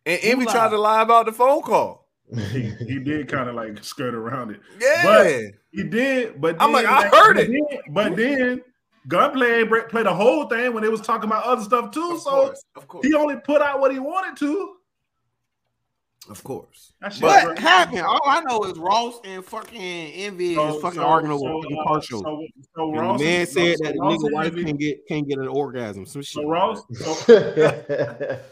S1: And
S3: Who
S1: Envy
S3: lied?
S1: tried to lie about the phone call.
S2: he, he did kind of like skirt around it.
S1: Yeah.
S2: He did, but
S1: I'm
S2: then-
S1: like, I heard
S2: but
S1: it.
S2: then- but then Gunplay ain't break- play the whole thing when they was talking about other stuff too.
S1: of
S2: so
S1: course. Of course.
S2: he only put out what he wanted to.
S1: Of course.
S2: That shit
S3: What
S2: crazy.
S3: happened? All I know is Ross and fucking Envy is
S2: So-
S3: fucking
S2: so-
S3: arguing
S2: so,
S3: over
S2: uh,
S3: fucking car shows.
S2: So, so
S3: And
S2: Ross
S3: the man
S2: and-
S3: said
S2: so
S3: that the
S2: Ross
S3: nigga
S2: and
S3: wife
S2: Envy-
S3: can get can't get an orgasm. Some shit.
S2: So
S3: like
S2: Ross,
S3: that.
S2: so,
S4: That's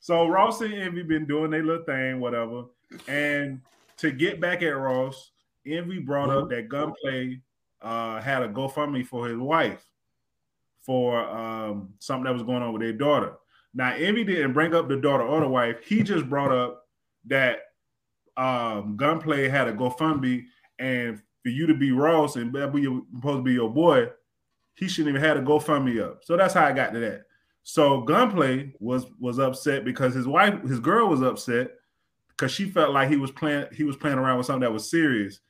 S2: so Ross and Envy been doing their little thing, whatever. And to get back at Ross, Envy brought up
S3: Mm-hmm.
S2: that Gunplay uh, had a GoFundMe for his wife for um, something that was going on with their daughter. Now Envy didn't bring up the daughter or the wife. He just brought up that um, Gunplay had a GoFundMe, and for you to be Ross and that be your- supposed to be your boy, he shouldn't even had a GoFundMe up. So that's how I got to that. So Gunplay was was upset because his wife, his girl, was upset because she felt like he was playing he was playing around with something that was serious.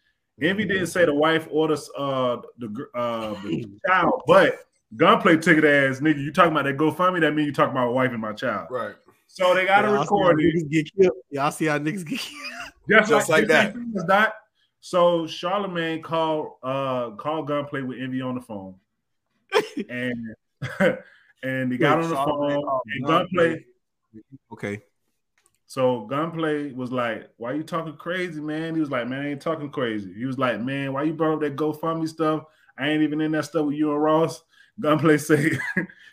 S2: Envy didn't say the wife or the uh the gr- uh the child, but Gunplay took it as nigga. You talking about that GoFundMe? That mean you talking about my wife and my child.
S1: Right.
S2: So they got to
S3: Y'all see how
S2: record it.
S3: niggas get killed. Y'all see how niggas get killed.
S2: Just,
S1: Just like that.
S2: famous, Doc. So Charlemagne called uh called Gunplay with Envy on the phone. And and he got on the
S3: Charlamagne
S2: phone
S3: called
S2: and
S3: Gunplay.
S2: Gunplay.
S3: Okay.
S2: So Gunplay was like, Why you talking crazy, man? He was like, Man, I ain't talking crazy. He was like, Man, why you brought up that GoFundMe stuff? I ain't even in that stuff with you and Ross. Gunplay say,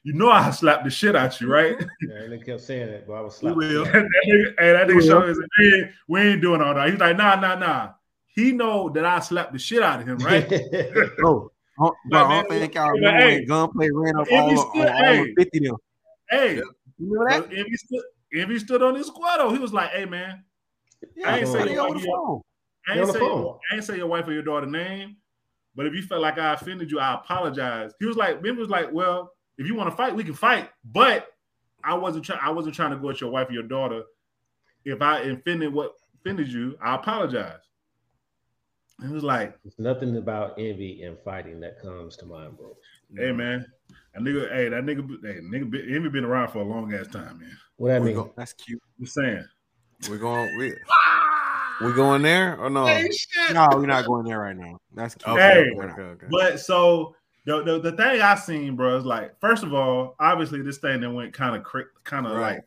S2: You know I slapped the shit out you, right?
S4: Yeah, and they kept saying that, but I was
S2: We
S4: slapping.
S2: will. that nigga, hey, that nigga showed his head. We ain't doing all that. He's like, nah, nah, nah. He know that I slapped the shit out of him, right?
S3: Oh. Bro,
S2: But
S3: I
S2: man,
S3: don't think y'all
S2: but
S3: remember
S2: hey,
S3: when Gunplay ran up
S2: if
S3: all,
S2: he
S3: of-
S2: still-
S3: all of
S2: hey.
S3: 50 of them.
S2: hey,
S3: You know that?
S2: but if he stood, if he stood on his squad, though, he was like, hey, man,
S3: Yeah,
S2: I ain't
S4: say
S3: they
S2: no
S3: over the
S2: idea.
S3: phone.
S2: I
S4: He on
S2: ain't,
S4: the
S2: say,
S4: phone.
S2: I ain't say your wife or your daughter name, but if you felt like I offended you, I apologize. He was like, Ben was like, well, if you want to fight, we can fight, but I wasn't trying. I wasn't trying to go at your wife or your daughter. If I offended what offended you, I apologize. He was like,
S4: There's nothing about envy and fighting that comes to mind, bro.
S2: Hey man, a nigga, hey that nigga, hey nigga, be- Envy been around for a long ass time, man.
S4: What I mean?
S1: go-
S3: That's cute.
S2: Just saying.
S1: We're going we we going there or no?
S3: No, we're not going there right now. That's cute.
S2: Hey.
S3: We're not.
S1: okay.
S2: But so the, the the thing I seen, bro, is like first of all, obviously this thing that went kind of kind of
S1: Right.
S2: like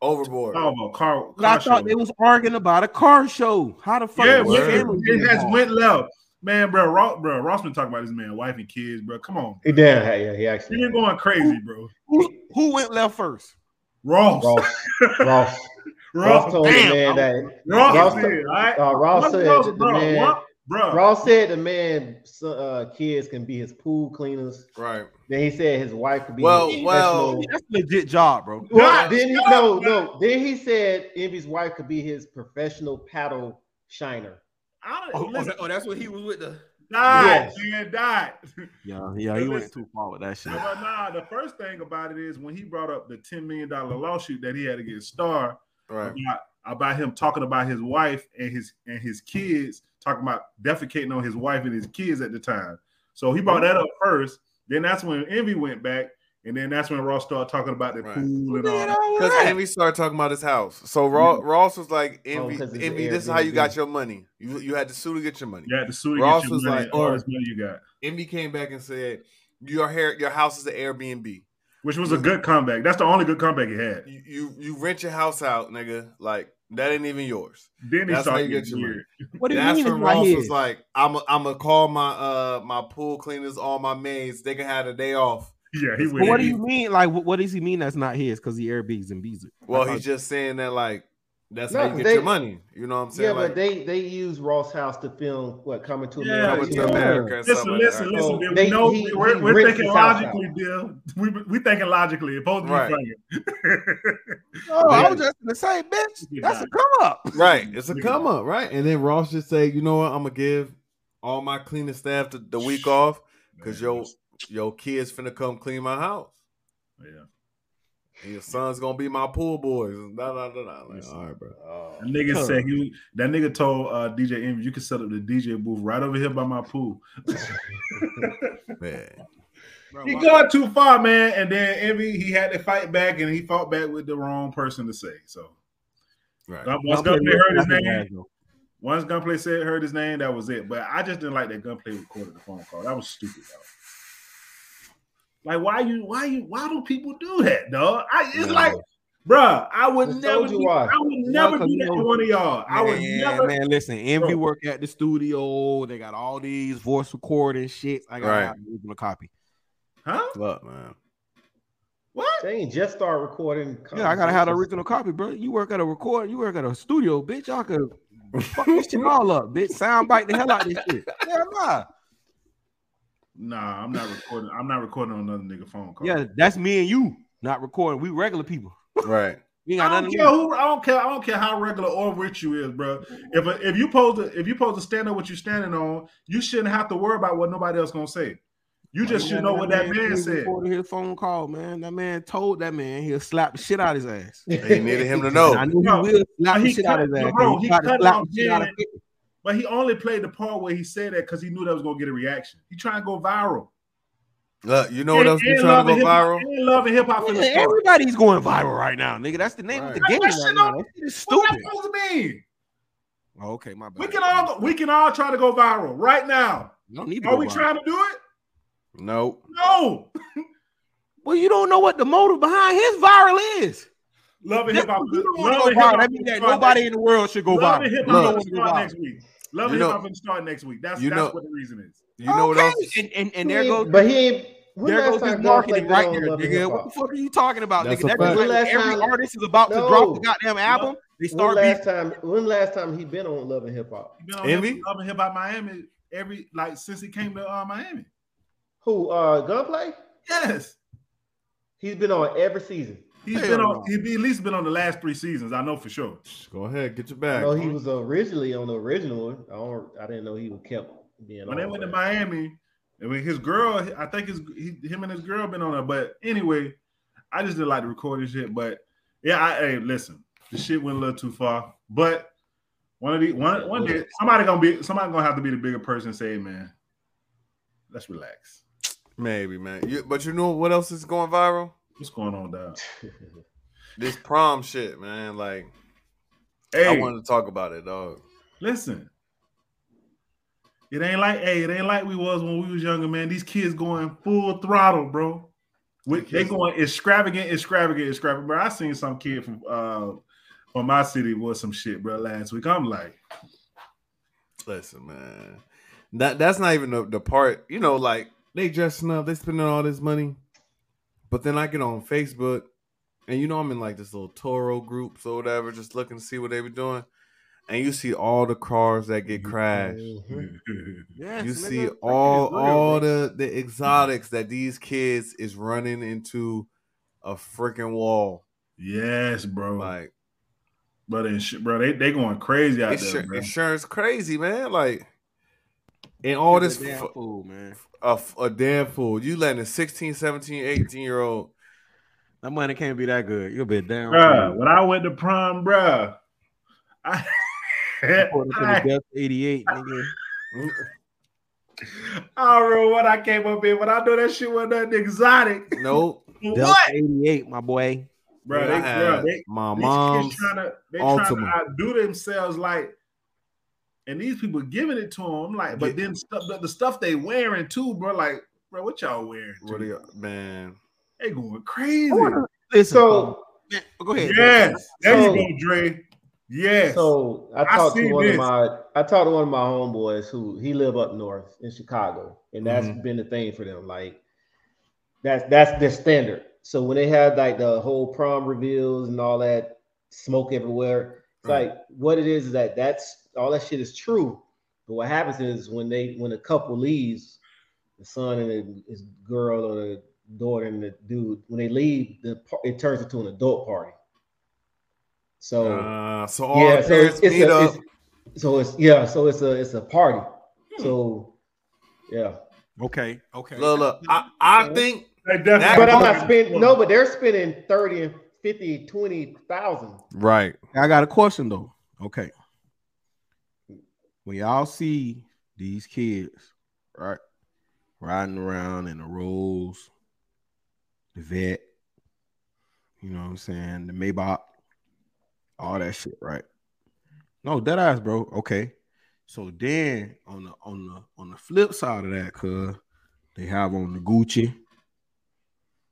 S1: Overboard.
S2: oh, car,
S3: But I
S2: car
S3: thought
S2: show.
S3: they was arguing about a car show. How the fuck?
S2: yeah,
S3: is
S1: word.
S2: it,
S3: family
S2: it has
S3: involved?
S2: went left, man, bro. Ross, bro, Ross been talking about this man, wife and kids, bro. Come on,
S4: He damn, yeah, he
S2: you
S4: actually.
S2: been going crazy, bro.
S3: Who, who went left first?
S2: Ross, Ross,
S4: Ross, Ross, Ross told
S2: Damn,
S4: the man
S2: I-
S4: that.
S2: Ross,
S4: Ross-
S2: said, all right?
S4: Uh, Ross
S2: What's
S4: said
S2: up,
S4: that the
S2: bro?
S4: man.
S2: What? Bro,
S4: Ross said the man so- uh, kids can be his pool cleaners.
S1: Right.
S4: Then he said his wife could be
S1: Well,
S4: his
S1: well,
S4: professional.
S3: That's a legit job, bro.
S4: Well, then he, no, no. Then he said Envy's wife could be his professional paddle shiner.
S2: I
S8: Oh,
S2: don't,
S8: oh,
S2: listen,
S8: that- oh, that's what he was with the.
S2: died,
S4: Yes.
S2: man, died.
S3: Yeah, yeah, he went too far with that shit.
S2: But nah, the first thing about it is when he brought up the $10 million lawsuit that he had against Star,
S1: Right.
S2: about, about him talking about his wife and his and his kids, talking about defecating on his wife and his kids at the time. So he brought that up first. Then that's when Envy went back, and then that's when Ross started talking about the
S1: Right.
S2: pool and all. That.
S1: Because Envy started talking about his house. So Ross, Ross was like,
S7: Oh,
S1: Envy,
S4: 'cause it's
S1: Envy, this is how you
S4: Airbnb.
S1: got your money. You you had to sue to get your money.
S2: You had to sue to
S1: Ross
S2: get your
S1: was
S2: money,
S1: like, oh.
S2: all
S1: or-
S2: this money you got,
S1: Envy came back and said, Your hair, your house is an Airbnb.
S2: which was a good comeback. That's the only good comeback he had.
S1: You, you you rent your house out, nigga. Like that ain't even yours.
S2: Then he
S1: That's how
S2: started
S1: you get
S2: getting
S1: your
S2: weird.
S7: What do you
S1: That's
S7: mean?
S1: when
S7: it's not
S1: Ross was
S7: his?
S1: like, I'm i I'm gonna call my uh my pool cleaners, all my maids. They can have a day off.
S2: Yeah, he
S1: But
S3: But
S2: went.
S3: what do you mean? Like, what, what does he mean that's not his? Because he Airbnbs and B's.
S1: Well, he's just saying that like that's
S4: No,
S1: how you
S4: 'cause
S1: get
S4: they-
S1: your money. You know what I'm
S4: Yeah,
S1: saying? like,
S4: but they they use Ross House to film what coming to
S2: Yeah,
S4: America.
S1: Coming to
S2: yeah.
S1: America. or something
S2: Listen,
S1: like that.
S2: listen, listen.
S4: Oh,
S2: Bill.
S4: they-
S2: we know
S4: he-
S2: we're,
S4: he
S2: we're
S4: ripped
S2: thinking
S4: his house out.
S2: logically, Bill. We we thinking logically. It's supposed to
S1: Right.
S2: be funny.
S3: No, "Oh, I was just gonna say, bitch, that's a come up.
S1: Right. It's a
S2: Nigga.
S1: come up, right? And then Ross just say, you know what? I'm gonna give all my cleaning staff the, the week off because your your kids finna come clean my house.
S2: yeah.
S1: And your son's gonna be my pool boys. Da, da, da, da. Like,
S2: Listen.
S1: all right, bro.
S2: That nigga
S3: Huh.
S2: said he that nigga told uh, DJ Envy, you can set up the DJ booth right over here by my pool.
S1: Man.
S2: he got too far, man. And then Envy, he had to fight back and he fought back with the wrong person to say. So
S1: Right.
S2: Gun- once Gunplay heard his name, once Gunplay said heard his name, that was it. But I just didn't like that Gunplay recorded the phone call. That was stupid, though. Like, why you why you why do people do that, dog? I it's
S1: Yeah.
S2: like Bruh, I would
S4: Just
S2: never
S4: told you
S2: do,
S4: why.
S2: I would never
S3: 'cause
S2: do
S3: you
S2: that to
S3: know-
S2: one of y'all. I would
S3: Man,
S2: never
S3: man, listen, Envy
S2: Bro.
S3: work at the studio. They got all these voice recording shit. I got
S1: Right.
S3: right. a copy.
S2: huh?
S1: Fuck, man.
S2: What?
S4: They ain't just start recording.
S3: Yeah, I gotta have the
S4: conversations.
S3: original copy, bro. You work at a record, you work at a studio, bitch. I could fuck this shit all up, bitch. Sound bite the hell out of this shit. Hell nah.
S2: Nah, I'm not recording. I'm not recording on another nigga phone call.
S3: Yeah, that's me and you not recording. We regular people.
S1: Right.
S3: We ain't got
S2: I don't
S3: nothing. to
S2: care
S3: lose.
S2: who. I don't care. I don't care how regular or rich you is, bro. If if you pose to if you pose to stand on what you're standing on, you shouldn't have to worry about what nobody else gonna say. You just should know what that man said.
S3: Recorded his phone call, man. That man told that man he'll slap the shit out of his ass.
S1: They needed him to know.
S3: I knew
S2: No.
S3: he will
S2: But
S3: slap the
S2: he
S3: shit out of
S2: cut-
S3: his ass.
S2: bro,
S3: and
S2: he
S3: tried to
S2: cut
S3: slap
S2: off
S3: the shit out of
S2: Jen. But he only played the part where he said that because he knew that was gonna get a reaction. He trying to go viral.
S1: Look, you know what else we
S2: And- and
S1: trying to go
S2: Love
S1: viral?
S2: and Hip- and love and hip hop.
S3: Yeah,
S2: finna start.
S3: Everybody's going viral right now, nigga. That's the name of the
S1: Right.
S3: game.
S2: That
S3: Right
S2: shit
S3: now.
S2: don't-
S3: That shit is
S2: What that
S3: stupid.
S2: supposed to mean?
S3: Oh, okay, my bad.
S2: We can all go, we can all try to go viral right now.
S3: You don't need to
S2: Are
S3: go
S2: we
S3: viral.
S2: trying to do it?
S1: Nope.
S2: No.
S3: Well, you don't know what the motive behind his viral is.
S2: Love and
S3: Just
S2: hip hop.
S3: because you don't
S2: Love
S3: want to
S2: and
S3: go
S2: hip
S3: viral.
S2: hop.
S3: That means that nobody in the world should go
S2: Love
S3: viral.
S2: and
S3: You
S2: hip
S3: don't
S2: hop
S3: want
S2: will
S3: to go
S2: start
S3: viral.
S2: next week. Love
S1: You
S2: and
S1: know-
S2: hip hop will start next week. That's
S1: you
S2: that's
S1: know-
S2: what the reason is.
S1: You know what else?
S3: Okay, And and, and there
S4: He-
S3: goes
S4: But he ain't. When
S3: there
S4: last
S3: goes his
S4: time Gunplay
S3: marketing
S4: been
S3: right
S4: on
S3: there,
S4: Love and
S3: nigga.
S4: Hip
S3: What
S4: Hop?
S3: the fuck are you talking about,
S1: That's
S3: nigga?
S1: a
S3: That goes
S4: fact.
S3: like
S4: Last
S3: every
S4: time-
S3: artist is about to
S4: No.
S3: drop the goddamn album. They
S4: When
S3: start
S4: last
S3: beefing.
S4: time? When last time he been on Love and Hip Hop?
S2: He been on
S1: Envy?
S2: every- Love and hip hop Miami every like since he came to uh, Miami.
S4: Who? Uh, Gunplay?
S2: Yes.
S4: He's been on every season.
S2: He's
S3: Hell
S1: uh,
S2: been
S3: no.
S2: on he's been- at least been on the last three seasons, I know for sure.
S1: Go ahead, get your
S4: I
S1: bag.
S4: know he was originally on the original one. I don't. I didn't know he was kept being on.
S2: When they went to
S4: that.
S2: Miami, I mean his girl, I think his he, him and his girl been on it. But anyway, I just didn't like the recording shit. But yeah, I hey, listen, the shit went a little too far. But one of the one one day somebody gonna be somebody gonna have to be the bigger person and say, man, let's relax.
S1: Maybe, man. You, but you know what else is going viral?
S2: What's going on down?
S1: This prom shit, man. Like I
S2: Hey,
S1: wanted to talk about it, dog.
S2: listen. It ain't like hey, it ain't like we was when we was younger, man. These kids going full throttle, bro. With, they going extravagant, extravagant, extravagant. Bro, I seen some kid from uh from my city was some shit, bro, last week. I'm like,
S1: Listen, man. That that's not even the, the part, you know, like they dressing up, they spending all this money. But then I get on Facebook and you know I'm in like this little Toro groups or whatever, just looking to see what they were doing, and you see all the cars that get
S4: Mm-hmm.
S1: crashed.
S3: Yes,
S1: you
S3: nigga,
S1: see
S3: freaking
S1: all
S3: real,
S1: all
S3: nigga.
S1: the the exotics that these kids is running into a freaking wall.
S2: Yes, bro.
S1: Like
S2: but insu- bro, they they going crazy out there,
S1: insur-
S2: bro.
S1: insurance crazy, man. Like and all this
S3: He's a damn
S1: fu-
S3: fool, man.
S1: a, f- a damn fool. You letting a 16, 17, 18 year old
S3: That money can't be that good. You'll be down.
S2: Bruh, when I went to prom, bruh, I, I,
S3: Eighty-eight, nigga.
S2: I don't know what I came up in, but I know that shit wasn't nothing exotic.
S1: nope.
S3: Delta
S2: What?
S3: eighty-eight, my boy.
S2: Bro,
S1: I
S2: they,
S1: had
S2: bro, they,
S1: my
S2: These
S1: mom's
S2: kids trying to they trying
S1: Ultima.
S2: to outdo themselves like and these people giving it to them like but then stuff the, the stuff they wearing too bro like bro what y'all wearing
S1: what do you, man.
S2: they going crazy
S3: Listen,
S4: So,
S3: man, go ahead.
S2: yes there
S4: So-
S2: you go Dre yes
S4: so I
S2: I
S4: talked to
S2: seen
S4: one
S2: this.
S4: of my I talked to one of my homeboys who he live up north in Chicago, and that's
S2: Mm-hmm.
S4: been the thing for them. Like that's that's their standard. So when they had like the whole prom reveals and all that smoke everywhere, it's
S1: Mhm.
S4: like what it is is that that's all that shit is true. But what happens is when they when a couple leaves, the son and the, his girl or the daughter and the dude when they leave, the par- it turns into an adult party. So
S1: Uh, so all
S4: Oh. yeah,
S1: the
S4: so
S1: parents
S4: it's, it's
S1: meet
S4: a,
S1: up.
S4: it's, so it's yeah, so it's a it's a party.
S3: Hmm.
S4: So yeah,
S3: Okay, okay.
S1: Look, look, I, I think
S2: Like, that's-
S1: That-
S4: but I'm not spending no, but they're spending 30 and 50, 20,000.
S1: right.
S3: I got a question though. Okay. When y'all see these kids, right, riding around in the Rolls, the Vet, you know what I'm saying, the Maybach, all that shit, right? No, dead eyes, bro. Okay. So then on the on the on the flip side of that, cuz they have on the Gucci.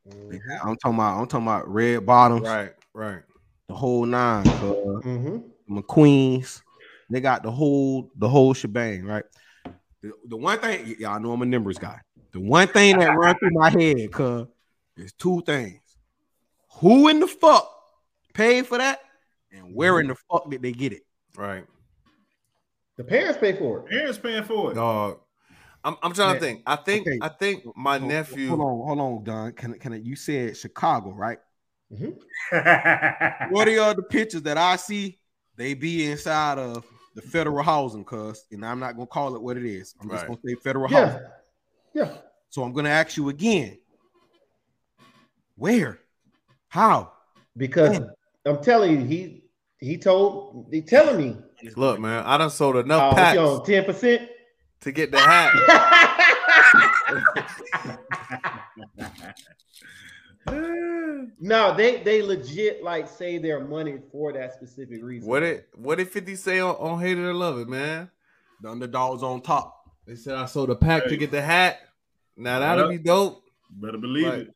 S3: They have- I'm talking about I'm talking about red bottoms,
S1: Right, right.
S3: the whole nine, cuz.
S4: Mm-hmm.
S3: McQueens. They got the whole the whole shebang, right? The, the one thing y- y'all know I'm a numbers guy. The one thing that run through my head, cuz, is two things. Who in the fuck paid for that? And where in the fuck did they get it?
S1: Right.
S4: The parents pay for it.
S2: parents paying for it
S1: Dog. I'm, I'm trying to
S3: Yeah.
S1: think. I think
S3: Okay.
S1: I think my
S3: Hold-
S1: nephew
S3: Hold on, hold on, Don. Can can I, you said Chicago, right?
S2: yeah
S3: What are all the pictures that I see? They be inside of the federal housing, cuz, and I'm not gonna call it what it is. I'm just
S1: Right.
S3: gonna say federal housing.
S4: Yeah. Yeah.
S3: So I'm gonna ask you again. Where? How? Hmm.
S4: Because I'm telling you, he he told he telling me
S1: Look, man, I done sold enough
S4: oh, what
S1: packs
S4: you on 10%.
S1: to get the hat.
S4: no, they they legit like save their money for that specific reason.
S1: What did what did 50 say on, on Hate It or Love It, man?
S3: The underdogs on top.
S1: They said I sold a pack to
S2: Hey.
S1: get the hat. Now that'll
S2: Yep.
S1: be dope.
S2: better believe
S1: Right.
S2: it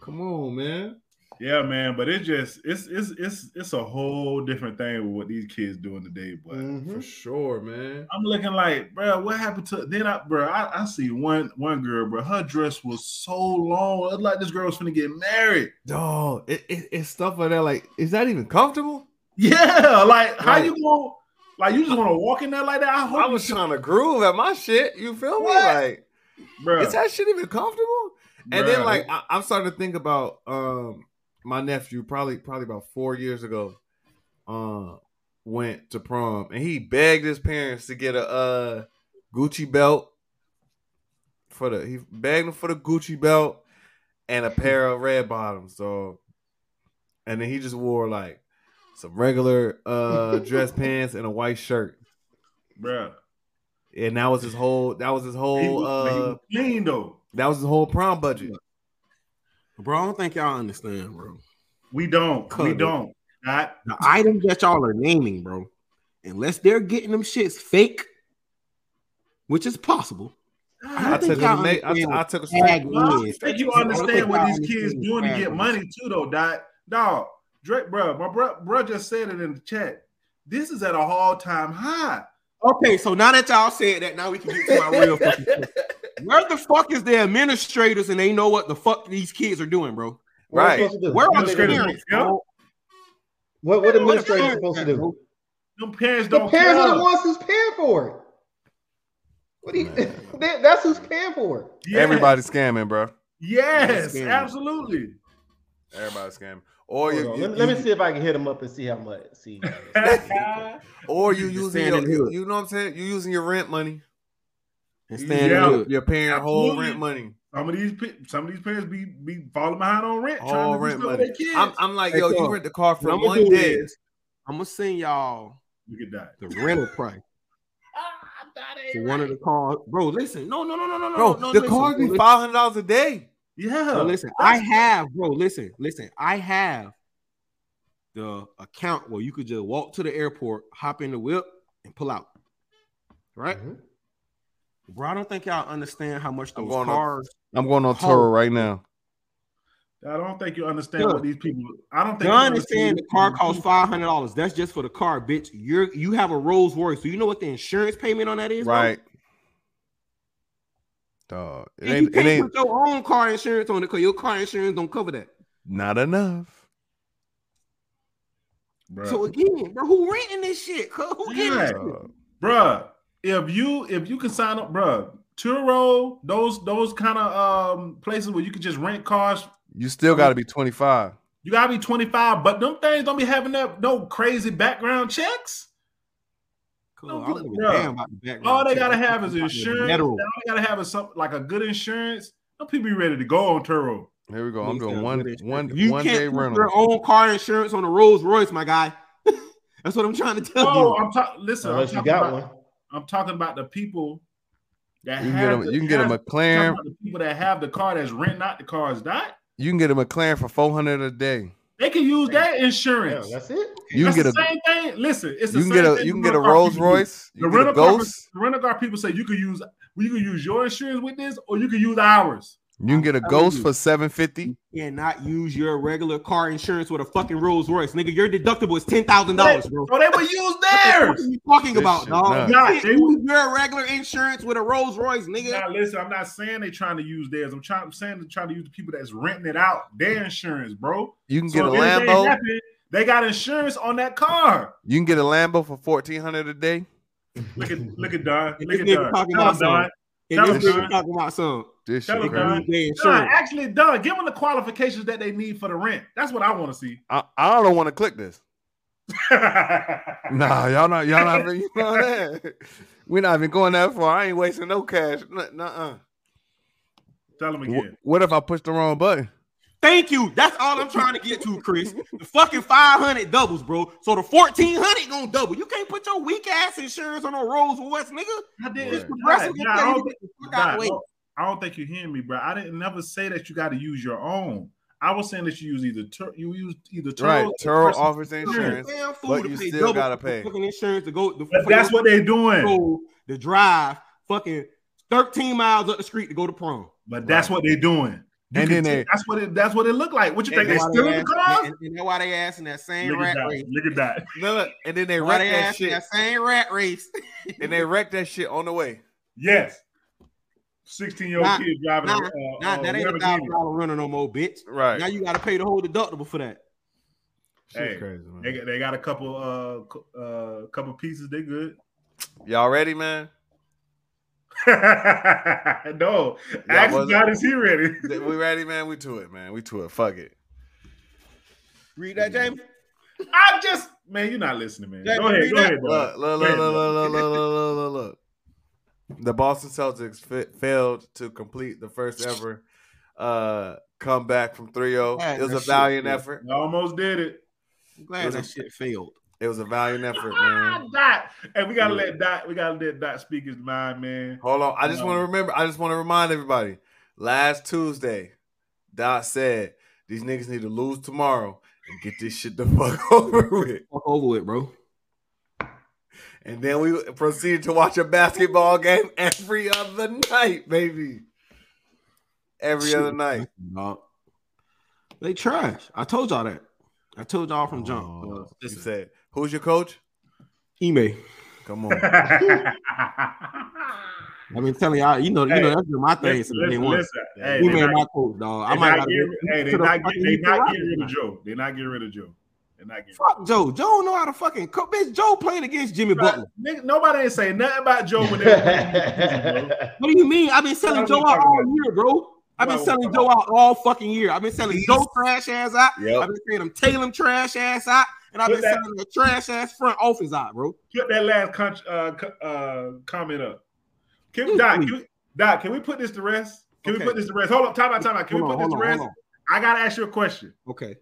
S1: Come on, man.
S2: yeah man but it just it's it's it's it's a whole different thing with what these kids doing today but
S4: Mhm.
S1: For sure, man.
S2: I'm looking like, bro, what happened to then? I, bro, I, I see one one girl, bro. Her dress was so long. It's like this girl's finna get married.
S1: Dog, it, it, it's stuff like that. Like, is that even comfortable?
S2: Yeah, like how
S1: Right.
S2: you going? Like you just want to walk in there like that? I hope,
S1: I was trying to groove at my shit. You feel me?
S2: What?
S1: Like,
S2: bro.
S1: is that shit even comfortable? And then like I, I'm starting to think about um my nephew probably probably about four years ago, uh, went to prom and he begged his parents to get a uh Gucci belt for the he begged them for the Gucci belt and a pair of red bottoms. So and then he just wore like some regular uh dress pants and a white shirt.
S2: bro.
S1: And that was his whole that was his
S2: He
S1: whole
S2: was, he
S1: uh
S2: was clean though.
S1: that was his whole prom budget.
S3: Bro, I don't think y'all understand, bro.
S2: We don't. We
S3: Cut it.
S2: don't. Not
S3: The items that y'all are naming, bro, unless they're getting them shits fake, which is possible.
S1: I took a
S3: y'all
S1: ma- I, t-
S3: understand
S1: I took a
S3: Tag
S2: Well, I don't
S3: is.
S2: think you
S3: I don't think
S2: understand what
S3: y'all
S2: these kids
S3: understand
S2: doing to
S3: tag
S2: get
S3: is.
S2: money too, though. Dot dog, Drake, bro. My bro, bro just said it in the chat. This is at a all time high.
S3: Okay, so now that y'all said that, now we can get to our real fucking question. Where the fuck is the administrators and they know what the fuck these kids are doing, bro?
S4: What
S1: Right.
S4: are we supposed to do?
S3: Where are the
S2: Administrative
S3: parents?
S2: help?
S3: bro?
S4: What what
S3: What
S4: administrators
S3: parents
S4: supposed to
S3: at,
S4: do?
S2: Them parents
S4: The
S2: don't
S4: parents are
S2: care.
S4: the ones who's paying for it. What do you? that- that's who's paying for it.
S2: Yes.
S1: Everybody's scamming, bro.
S2: Yes,
S3: Scam.
S2: absolutely.
S1: Everybody's scamming. Or
S4: Hold
S1: Oh, you,
S4: on.
S1: you-
S4: Let, me, let me
S1: you-
S4: see if I can hit them up and see how much. See,
S1: or you
S3: Just
S1: using
S3: stand
S1: your,
S3: in the
S1: you,
S3: hood.
S1: you know what I'm saying? You using your rent money.
S3: And
S1: You
S3: stand
S2: Yeah.
S1: using
S3: up.
S1: Your parent whole
S2: Absolutely.
S1: rent money.
S2: some of these pe- some of these parents be be falling behind on rent.
S1: Whole
S2: Trying
S1: rent
S2: to do stuff with
S1: money.
S2: their kids.
S1: I'm, I'm like,
S3: Hey,
S1: yo, you
S3: Carl,
S1: rent the car for
S3: What I'm
S1: one
S3: gonna do
S1: day.
S3: is I'm gonna send y'all
S2: Look at that.
S3: the rental price for one of the cars, bro. Listen, no, no, no, no, no, no,
S1: Bro,
S3: no,
S1: the
S3: listen,
S1: car
S3: bro,
S1: be
S3: listen.
S1: five hundred dollars a day.
S2: Yeah.
S3: No, listen, I have, bro. Listen, listen, I have the account where you could just walk to the airport, hop in the whip, and pull out. Right,
S4: Mhm.
S3: bro. I don't think y'all understand how much
S1: I'm
S3: those
S1: going up.
S3: cars.
S1: I'm going on
S3: Hold-
S1: tour right now.
S2: I don't think you understand
S3: Look.
S2: what these people. I don't think you
S3: Gun is saying
S2: understand
S3: the car costs five hundred dollars. That's just for the car, bitch. You're you have a Rolls Royce, so you know what the insurance payment on that is, bro?
S1: Right. Dog, it
S3: And you
S1: ain't, it
S3: can't
S1: ain't
S3: put your own car insurance on it because your car insurance don't cover that.
S1: not enough.
S2: Bruh.
S3: So again, bro, who renting this shit? cuz? Who getting
S2: Yeah.
S3: this shit?
S1: Dog.
S2: bruh. If you if you can sign up, bruh, Turo, those those kind of um places where you can just rent cars,
S1: you still got to be twenty five.
S2: you gotta be 25, but them things don't be having that no crazy background checks.
S3: Cuz,
S2: No,
S3: I don't give a
S2: bruh.
S3: damn about the background
S2: All they
S3: check.
S2: gotta
S3: I'm
S2: have is
S3: talking about the
S2: insurance. and All
S3: federal.
S2: they gotta have is some like a good insurance. Them people be ready to go on Turo.
S1: Here we go. I'm
S3: Those
S1: doing
S3: sound
S1: one
S3: good as
S1: one
S3: You
S1: one
S3: can't
S1: day
S3: put
S1: rental.
S3: your own car insurance on a Rolls Royce, my guy. That's what I'm trying to tell
S2: Oh,
S3: you.
S2: I'm talking. Listen, I'm
S4: Unless you
S2: talking,
S4: got
S2: about,
S4: one.
S2: I'm talking about the people that
S1: You can get
S2: have
S1: a,
S2: the-
S1: you can get a
S2: have- I'm talking
S1: McLaren.
S2: about the people that have the car that's renting out the cars. That
S1: You can get a McLaren for four hundred a day.
S2: they can use that
S4: Yeah,
S2: insurance.
S4: that's it.
S1: You can
S2: That's
S1: get a
S2: the same thing. Listen, it's the
S1: you can
S2: same
S1: get a
S2: thing
S1: you can
S2: the
S1: get a
S2: rental car
S1: Rolls
S2: people do.
S1: Royce. You
S2: The
S1: can get a
S2: rental car,
S1: Ghost.
S2: the rental car people say you can use you can use your insurance with this, or you can use ours.
S1: You can get a
S3: telling
S1: Ghost
S3: you.
S1: for seven fifty.
S3: You cannot use your regular car insurance with a fucking Rolls Royce, nigga. Your deductible is ten thousand dollars, bro.
S2: So Oh, they will use
S3: What
S2: theirs.
S3: are you talking
S1: This
S3: about,
S1: shit nuts.
S3: dog? You can't
S2: Nah, they-
S3: use your regular insurance with a Rolls Royce, nigga.
S2: Now listen, I'm not saying they trying to use theirs. I'm trying. I'm saying they're trying to use the people that's renting it out their insurance, bro.
S1: You can
S2: So
S1: get a
S2: if anything
S1: Lambo.
S2: happen, they got insurance on that car.
S1: You can get a Lambo for fourteen hundred a day.
S2: Look at look at Don.
S3: This
S2: Look at
S3: nigga
S2: Don.
S3: talking
S2: Tell
S3: about
S2: him, Don.
S3: And this
S1: Tell
S3: nigga
S2: him.
S3: talking about some
S1: This
S2: Tell
S1: shit
S2: him,
S1: crazy.
S2: Don.
S3: everyday
S2: Don,
S3: insurance.
S2: actually, Don, give them the qualifications that they need for the rent. That's what I want to see.
S1: I, I don't want to click this. Nah, y'all not y'all not even- you know that. We're not even going that far. I ain't wasting no cash. Nuh-uh.
S2: Tell them again.
S1: What if I push the wrong button?
S3: Thank you. That's all I'm trying to get to, Chris. The fucking 500 doubles, bro. So the 1400 gonna double. You can't put your weak ass insurance on a Rolls Royce, nigga.
S2: I did.
S1: Word.
S2: Nah,
S3: Progressive
S2: nah,
S3: gonna
S2: I
S3: tell you
S2: don't
S3: to get the fuck out of the way.
S2: Nah, I don't think you hear me, bro. I didn't never say that you got to use your own. I was saying that you use either tur- you use either Turo
S1: Right.
S2: or
S1: Turo
S2: personal
S1: offers insurance.
S3: Damn fool
S1: but
S3: to
S1: you
S3: pay
S1: still
S3: double
S1: gotta
S3: for the
S1: pay.
S3: Fucking insurance to go. The,
S2: But that's what they're doing.
S3: The drive, fucking 13 miles up the street to go to prom.
S2: But that's what they're doing. You
S1: And
S2: can
S1: then
S2: see-
S1: they-
S2: that's what it that's what it looked like. What you think? They
S3: why
S2: still in the
S3: ass-
S2: car?
S3: and- and that's why they ass in that same
S2: Look at
S3: rat
S2: that.
S3: race.
S2: Look at that.
S1: No, look, and then they
S3: Why
S1: wreck
S3: they
S1: that
S3: ass in
S1: shit.
S3: that same rat race.
S1: And they wreck that shit on the way.
S2: Yes. 16 year
S3: Nah,
S2: old kid driving
S3: nah,
S2: a, uh,
S3: Nah,
S2: uh,
S3: that ain't a
S2: Lamborghini.
S3: thousand dollar runner no more, bitch.
S1: Right.
S3: Now you gotta pay the whole deductible for that.
S1: Shit's
S2: Hey,
S1: crazy, man.
S2: They, got- they got a couple uh co- uh couple pieces, they good.
S1: Y'all ready, man?
S2: no, actually
S1: wasn't-
S2: God is here ready.
S1: Th- we ready, man? We to it, man. We to it. Fuck it.
S3: Read that, James.
S2: I'm just man, you're not listening, man.
S3: Yeah,
S2: Go ahead,
S3: read
S2: go
S3: that.
S2: ahead, bro.
S1: Look, look, look, look, look, look, look, look, look, look, look. The Boston Celtics fa- failed to complete the first ever uh, comeback from 3 0.
S3: Man,
S1: It was
S3: that
S1: a
S3: shit
S1: valiant
S3: sucks.
S1: effort.
S2: I almost did it.
S3: I'm glad that shit failed.
S1: It was a valiant effort,
S2: Ah,
S1: man.
S2: Dot. And we gotta let Dot, we gotta let Dot speak his mind, man.
S1: Hold on. I just want to remember, I just want to remind everybody last Tuesday, Dot said these niggas need to lose tomorrow and get this shit the fuck over with.
S3: Fuck over with, bro.
S1: And then we proceeded to watch a basketball game every other night, baby. Every
S3: Shit.
S1: other night.
S3: Dog. They trash. I told y'all that. I told y'all from jump. Uh,
S1: Oh, you
S3: listen,
S1: said, "Who's your coach?"
S3: Ime.
S1: Come on,
S2: Dot
S3: I've been telling y'all, you know, you know,
S2: Hey,
S3: that's been my thing since day
S2: listen,
S3: one.
S2: listen. Hey,
S3: Who
S2: they
S3: made
S2: not-
S3: my quote, dog? I
S2: they
S3: might
S2: not
S3: not
S2: get- Hey, they
S3: to the
S2: not get-
S3: fucking
S2: they not
S3: Nicaragua
S2: getting rid of
S3: tonight.
S2: Joe. They not getting rid of Joe. They not getting.
S3: Fuck Joe. Joe don't know how to fucking cook. Bitch, Joe playing against Jimmy Butler.
S2: Nigga, nobody ain't saying nothing about Joe when they were playing defense, bro.
S3: What do you mean? I've been selling
S2: Why
S3: Joe
S2: we
S3: out
S2: talking
S3: all
S2: about-
S3: year, bro. I've
S2: Why
S3: been
S2: we
S3: selling
S2: talking
S3: Joe out all fucking year. I've been selling Joe trash ass out.
S1: Yep.
S3: I've been saying him Tatum trash ass out, and I've
S2: Put
S3: been
S2: that-
S3: selling the trash ass front office out, bro.
S2: Put that last con- uh, co- uh, comment up. Can
S3: Mm,
S2: Doc,
S3: please.
S2: can we, Doc, can we put this to rest? Can
S3: Okay.
S2: we put this to rest? Hold up, time out, time out. Can
S3: Hold
S2: we
S3: on,
S2: put this
S3: hold
S2: to
S3: on,
S2: rest?
S3: hold
S2: I gotta ask you a question.
S3: on. Okay.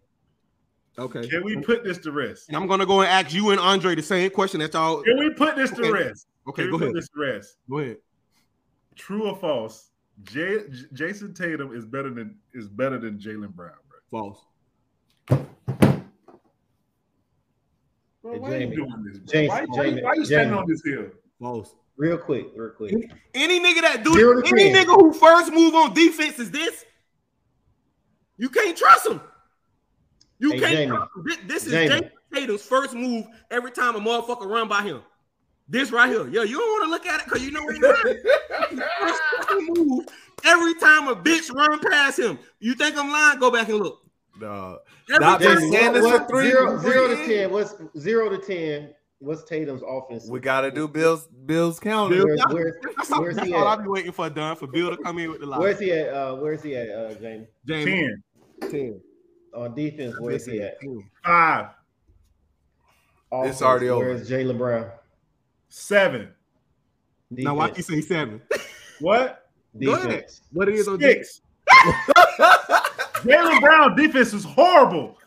S3: Okay.
S2: Can we put this to rest?
S3: And I'm gonna go and ask you and Andre the same question that y'all.
S2: Can we put this
S3: Okay.
S2: to rest?
S3: Okay,
S2: Can
S3: go
S2: we put
S3: ahead.
S2: This to rest.
S3: Go ahead.
S2: True or false? J- J- Jason Tatum is better than is better than Jalen Brown, bro.
S3: False.
S2: Bro,
S4: Hey,
S2: why are you
S4: Jamie.
S2: doing this, bro?
S4: Jamie,
S2: why, why,
S4: Jamie,
S2: why you standing
S4: Jamie.
S2: on this hill?
S3: False.
S4: Real quick, real quick.
S3: Any nigga that do
S4: Zero to
S3: any
S4: ten.
S3: nigga who first move on defense is this, you can't trust him. You
S4: Hey,
S3: can't
S4: Jamie.
S3: trust him. Thi- This, is
S4: Jamie.
S3: Jason Tatum's first move every time a motherfucker run by him. This right here. Yeah, you don't want to look at it because you know it's not. First fucking move every time a bitch run past him. You think I'm lying? Go back and look.
S1: Dog.
S3: Every
S1: Nah,
S3: time-
S1: Jamie,
S4: Jason,
S1: saying this
S4: what-
S1: for three-
S4: zero- zero to
S1: three
S4: ten. What's zero to ten? What's Tatum's offense?
S1: We gotta do Bills Bills County.
S3: Bill-
S4: Where's, where's,
S3: that's all,
S4: where's
S3: that's
S4: he
S3: all I
S4: at?
S3: be waiting for done for Bill to come in with the lie.
S4: Where's he at? Uh, where's he at, uh, Jamie?
S3: James
S2: 10,
S3: ten.
S4: On defense, where's he at?
S2: 5,
S1: It's already over.
S4: Where's Jalen Brown?
S2: 7,
S3: Now why you
S4: Defense.
S3: say seven?
S2: what?
S3: Go ahead.
S4: defense.
S3: What it is on defense?
S2: 6. Jalen Brown defense is horrible.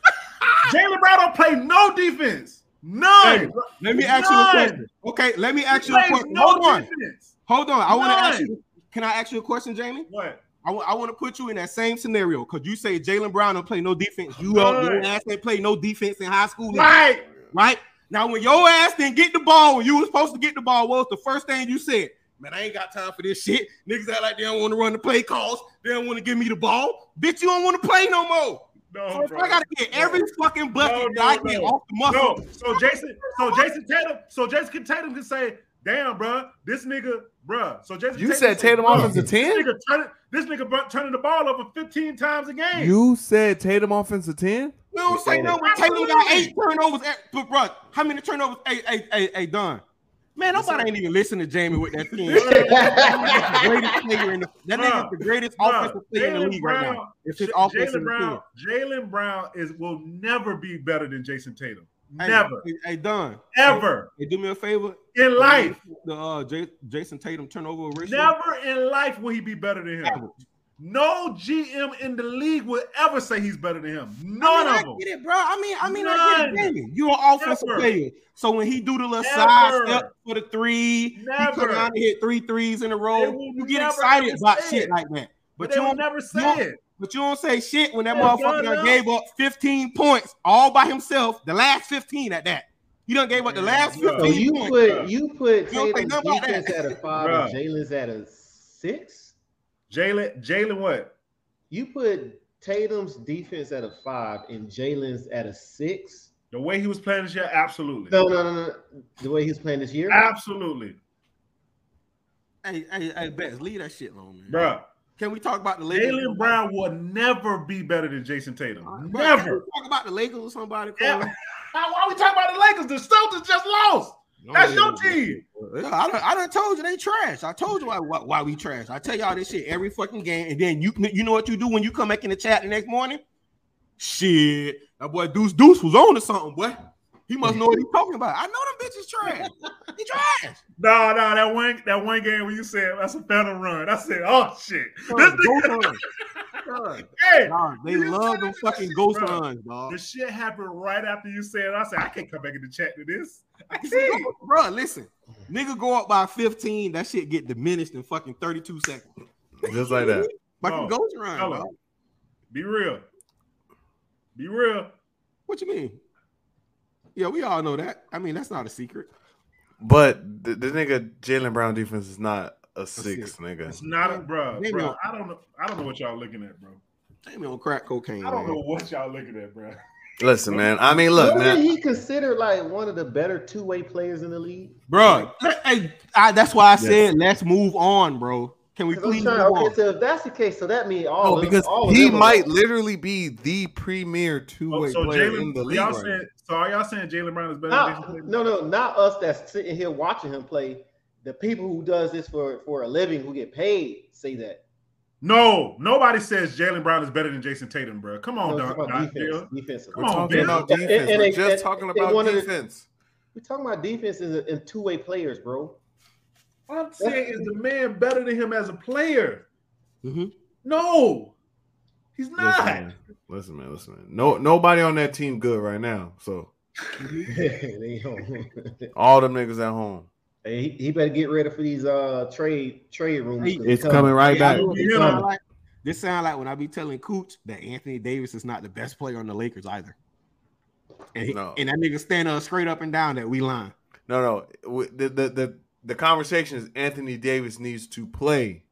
S2: Jalen Brown don't play no defense.
S3: Hey,
S2: None.
S3: Let me ask you a
S2: None.
S3: question. Okay, let me ask
S2: He
S3: you a
S2: plays
S3: question.
S2: no
S3: Hold on.
S2: defense.
S3: Hold on. I want to
S2: None.
S3: ask you. Can I ask you a question, Jamie?
S2: What?
S3: I want to put you in that same scenario because you say Jalen Brown don't play no defense. You don't your
S2: None.
S3: ass ain't play no defense in high school, either,
S2: Right.
S3: right? Now, when your ass didn't get the ball, when you was supposed to get the ball, what was the first thing you said? Man, I ain't got time for this shit. Niggas act like they don't want to run the play calls. They don't want to give me the ball. Bitch, you don't want to play no more. So
S2: No,
S3: if
S2: bro.
S3: I gotta get every fucking bucket
S2: No,
S3: that
S2: no,
S3: I get
S2: no.
S3: off the muscle.
S2: no. So Jason, so Jason Tatum, so Jason Tatum can say, "Damn, bruh, this nigga, bruh." So Jason,
S1: You
S2: Tatum
S1: said
S2: can say,
S1: Tatum
S2: "Bruh,
S1: offense of
S2: This
S1: 10?
S2: nigga, turn, this nigga bro, turning the ball over 15 times a game.
S1: You said Tatum offense of 10?
S3: We don't say
S4: Tatum.
S3: no when Tatum got eight turnovers. eh, But bro, how many turnovers? Hey, hey, hey, hey, Don. Man, nobody ain't even listening to Jamie with that thing. That nigga's the greatest player in the- that nigga's the greatest
S2: Bruh,
S3: offensive player in the
S2: Jalen
S3: league right now. It's his
S2: J-
S3: offense
S2: Jalen
S3: and
S2: Brown, Jalen Brown is will never be better than Jason Tatum.
S3: Hey,
S2: Never,
S3: Hey, hey, Don.
S2: ever
S3: Hey, do me a favor.
S2: in life,
S3: The uh, J- Jason Tatum turnover ratio.
S2: never in life will he be better than him.
S3: Average.
S2: No GM in the league will ever say he's better than him.
S3: I
S2: None
S3: mean, I
S2: of them.
S3: get it, bro. I mean, I mean, I get it.
S2: None.
S3: Jamie. You're an offensive
S2: Never.
S3: player, so when he do the little
S2: Never.
S3: side step for the three, he come
S2: Never.
S3: around and hit three threes in a
S2: They
S3: row.
S2: will
S3: You get
S2: never
S3: excited
S2: ever
S3: about
S2: say
S3: shit
S2: it.
S3: like that,
S2: But
S3: but
S2: they
S3: you
S2: will
S3: don't.
S2: never say
S3: don't-
S2: it.
S3: But you don't say shit when that
S2: Yeah,
S3: motherfucker
S2: done
S3: done
S2: up.
S3: gave up 15 points all by himself, the last 15 at that. He done gave up the last
S2: Yeah.
S3: 15
S4: So you
S3: points.
S2: bruh.
S4: put you put
S3: You don't think
S4: Tatum's
S3: nothing about that.
S4: defense at a five, and Jalen's at a six.
S2: Jalen, Jalen, what?
S4: You put Tatum's defense at a five and Jalen's at a six.
S2: The way he was playing this year, absolutely,
S4: No, no, no, no. The way he's playing this year,
S2: absolutely,
S3: Hey, hey, hey, Bex, leave that shit alone, man.
S2: Bruh.
S3: Can we talk about the Lakers?
S2: Jalen Brown will never be better than Jason Tatum.
S3: Bruh, Can we
S2: Never.
S3: talk about the Lakers with somebody?
S2: Ever. Now, why are we talking about the Lakers? The Celtics just lost. That's your team.
S3: Yeah, I done, I done told you they trash. I told you why, why why we trash. I tell y'all this shit every fucking game, and then you you know what you do when you come back in the chat the next morning? Shit, that boy Deuce Deuce was on to something, boy. He must know what he's talking about. I know them bitches trash. He trash.
S2: No, no, that one that one game where you said that's a phantom run. I said, oh shit. This
S3: Ghost
S2: nigga,
S3: runs. Bruh,
S2: hey,
S3: dog, they
S2: You
S3: love them
S2: trash,
S3: fucking ghost
S2: bruh.
S3: runs, dog.
S2: the shit happened right after you said it. I said, I can't come back in the chat to this. I can't.
S3: Bro, listen, nigga go up by 15, that shit get diminished in fucking 32 seconds.
S1: Just like that.
S3: Fucking
S2: Bro,
S3: ghost run.
S2: fella.
S3: dog.
S2: Be real. Be real.
S3: What you mean? Yeah, we all know that. I mean, that's not a secret.
S1: But the, the nigga Jalen Brown defense is not a six,
S3: six.
S1: nigga.
S2: It's not a bro,
S3: Maybe
S2: bro.
S3: not.
S2: I don't know. I don't know what y'all looking at, bro.
S3: Jamie on crack cocaine.
S2: I don't
S3: man.
S2: know what y'all looking at, bro.
S1: Listen, man. I mean, look,
S4: Wasn't
S1: man.
S4: he considered like one of the better two way players in the league?
S3: bro. Hey, I, that's why I said let's move on, bro. Can we
S4: 'Cause I'm
S3: please move
S4: trying- okay,
S3: on?
S4: so if that's the case, so that means all
S1: No,
S4: of them-
S1: because
S4: all of
S1: he
S4: them are-
S1: might literally be the premier two-way
S2: Oh, so
S1: player in the
S2: Jalen,
S1: league.
S2: y'all
S1: Right now.
S2: saying, so are y'all saying Jalen Brown is better than
S4: Not-
S2: Jason Tatum?
S4: no, no, not us that's sitting here watching him play. The people who does this for for a living, who get paid, say that.
S2: No, nobody says Jalen Brown is better than Jason Tatum, bro. Come on,
S4: No, it's
S2: Doc.
S4: about
S2: Doc,
S4: defense,
S2: Dale.
S4: defensive.
S2: Come
S1: We're
S2: on,
S1: talking
S2: man.
S1: about
S4: And-
S1: defense. We're
S4: and they-
S1: just
S4: and-
S1: talking
S4: and
S1: about
S4: one of the-
S1: defense.
S4: We're talking about defenses and- and two way players, bro.
S2: What I'm saying is the man better than him as a player.
S3: Mhm.
S2: No, he's
S1: Listen,
S2: not.
S1: man. Listen, man. Listen, man. No, nobody on that team good right now. So
S4: They don't-
S1: all them niggas at home.
S4: Hey, he, he better get ready for these uh trade trade rooms.
S3: Hey,
S4: 'cause
S1: It's coming right
S3: Yeah, I
S1: back.
S3: know what this
S2: Yeah.
S3: sound like. This sound like when I be telling Cooch that Anthony Davis is not the best player on the Lakers either. And, he-
S1: No.
S3: and that nigga stand up straight up and down that we line.
S1: No, no. W- The the the, the conversation is Anthony Davis needs to play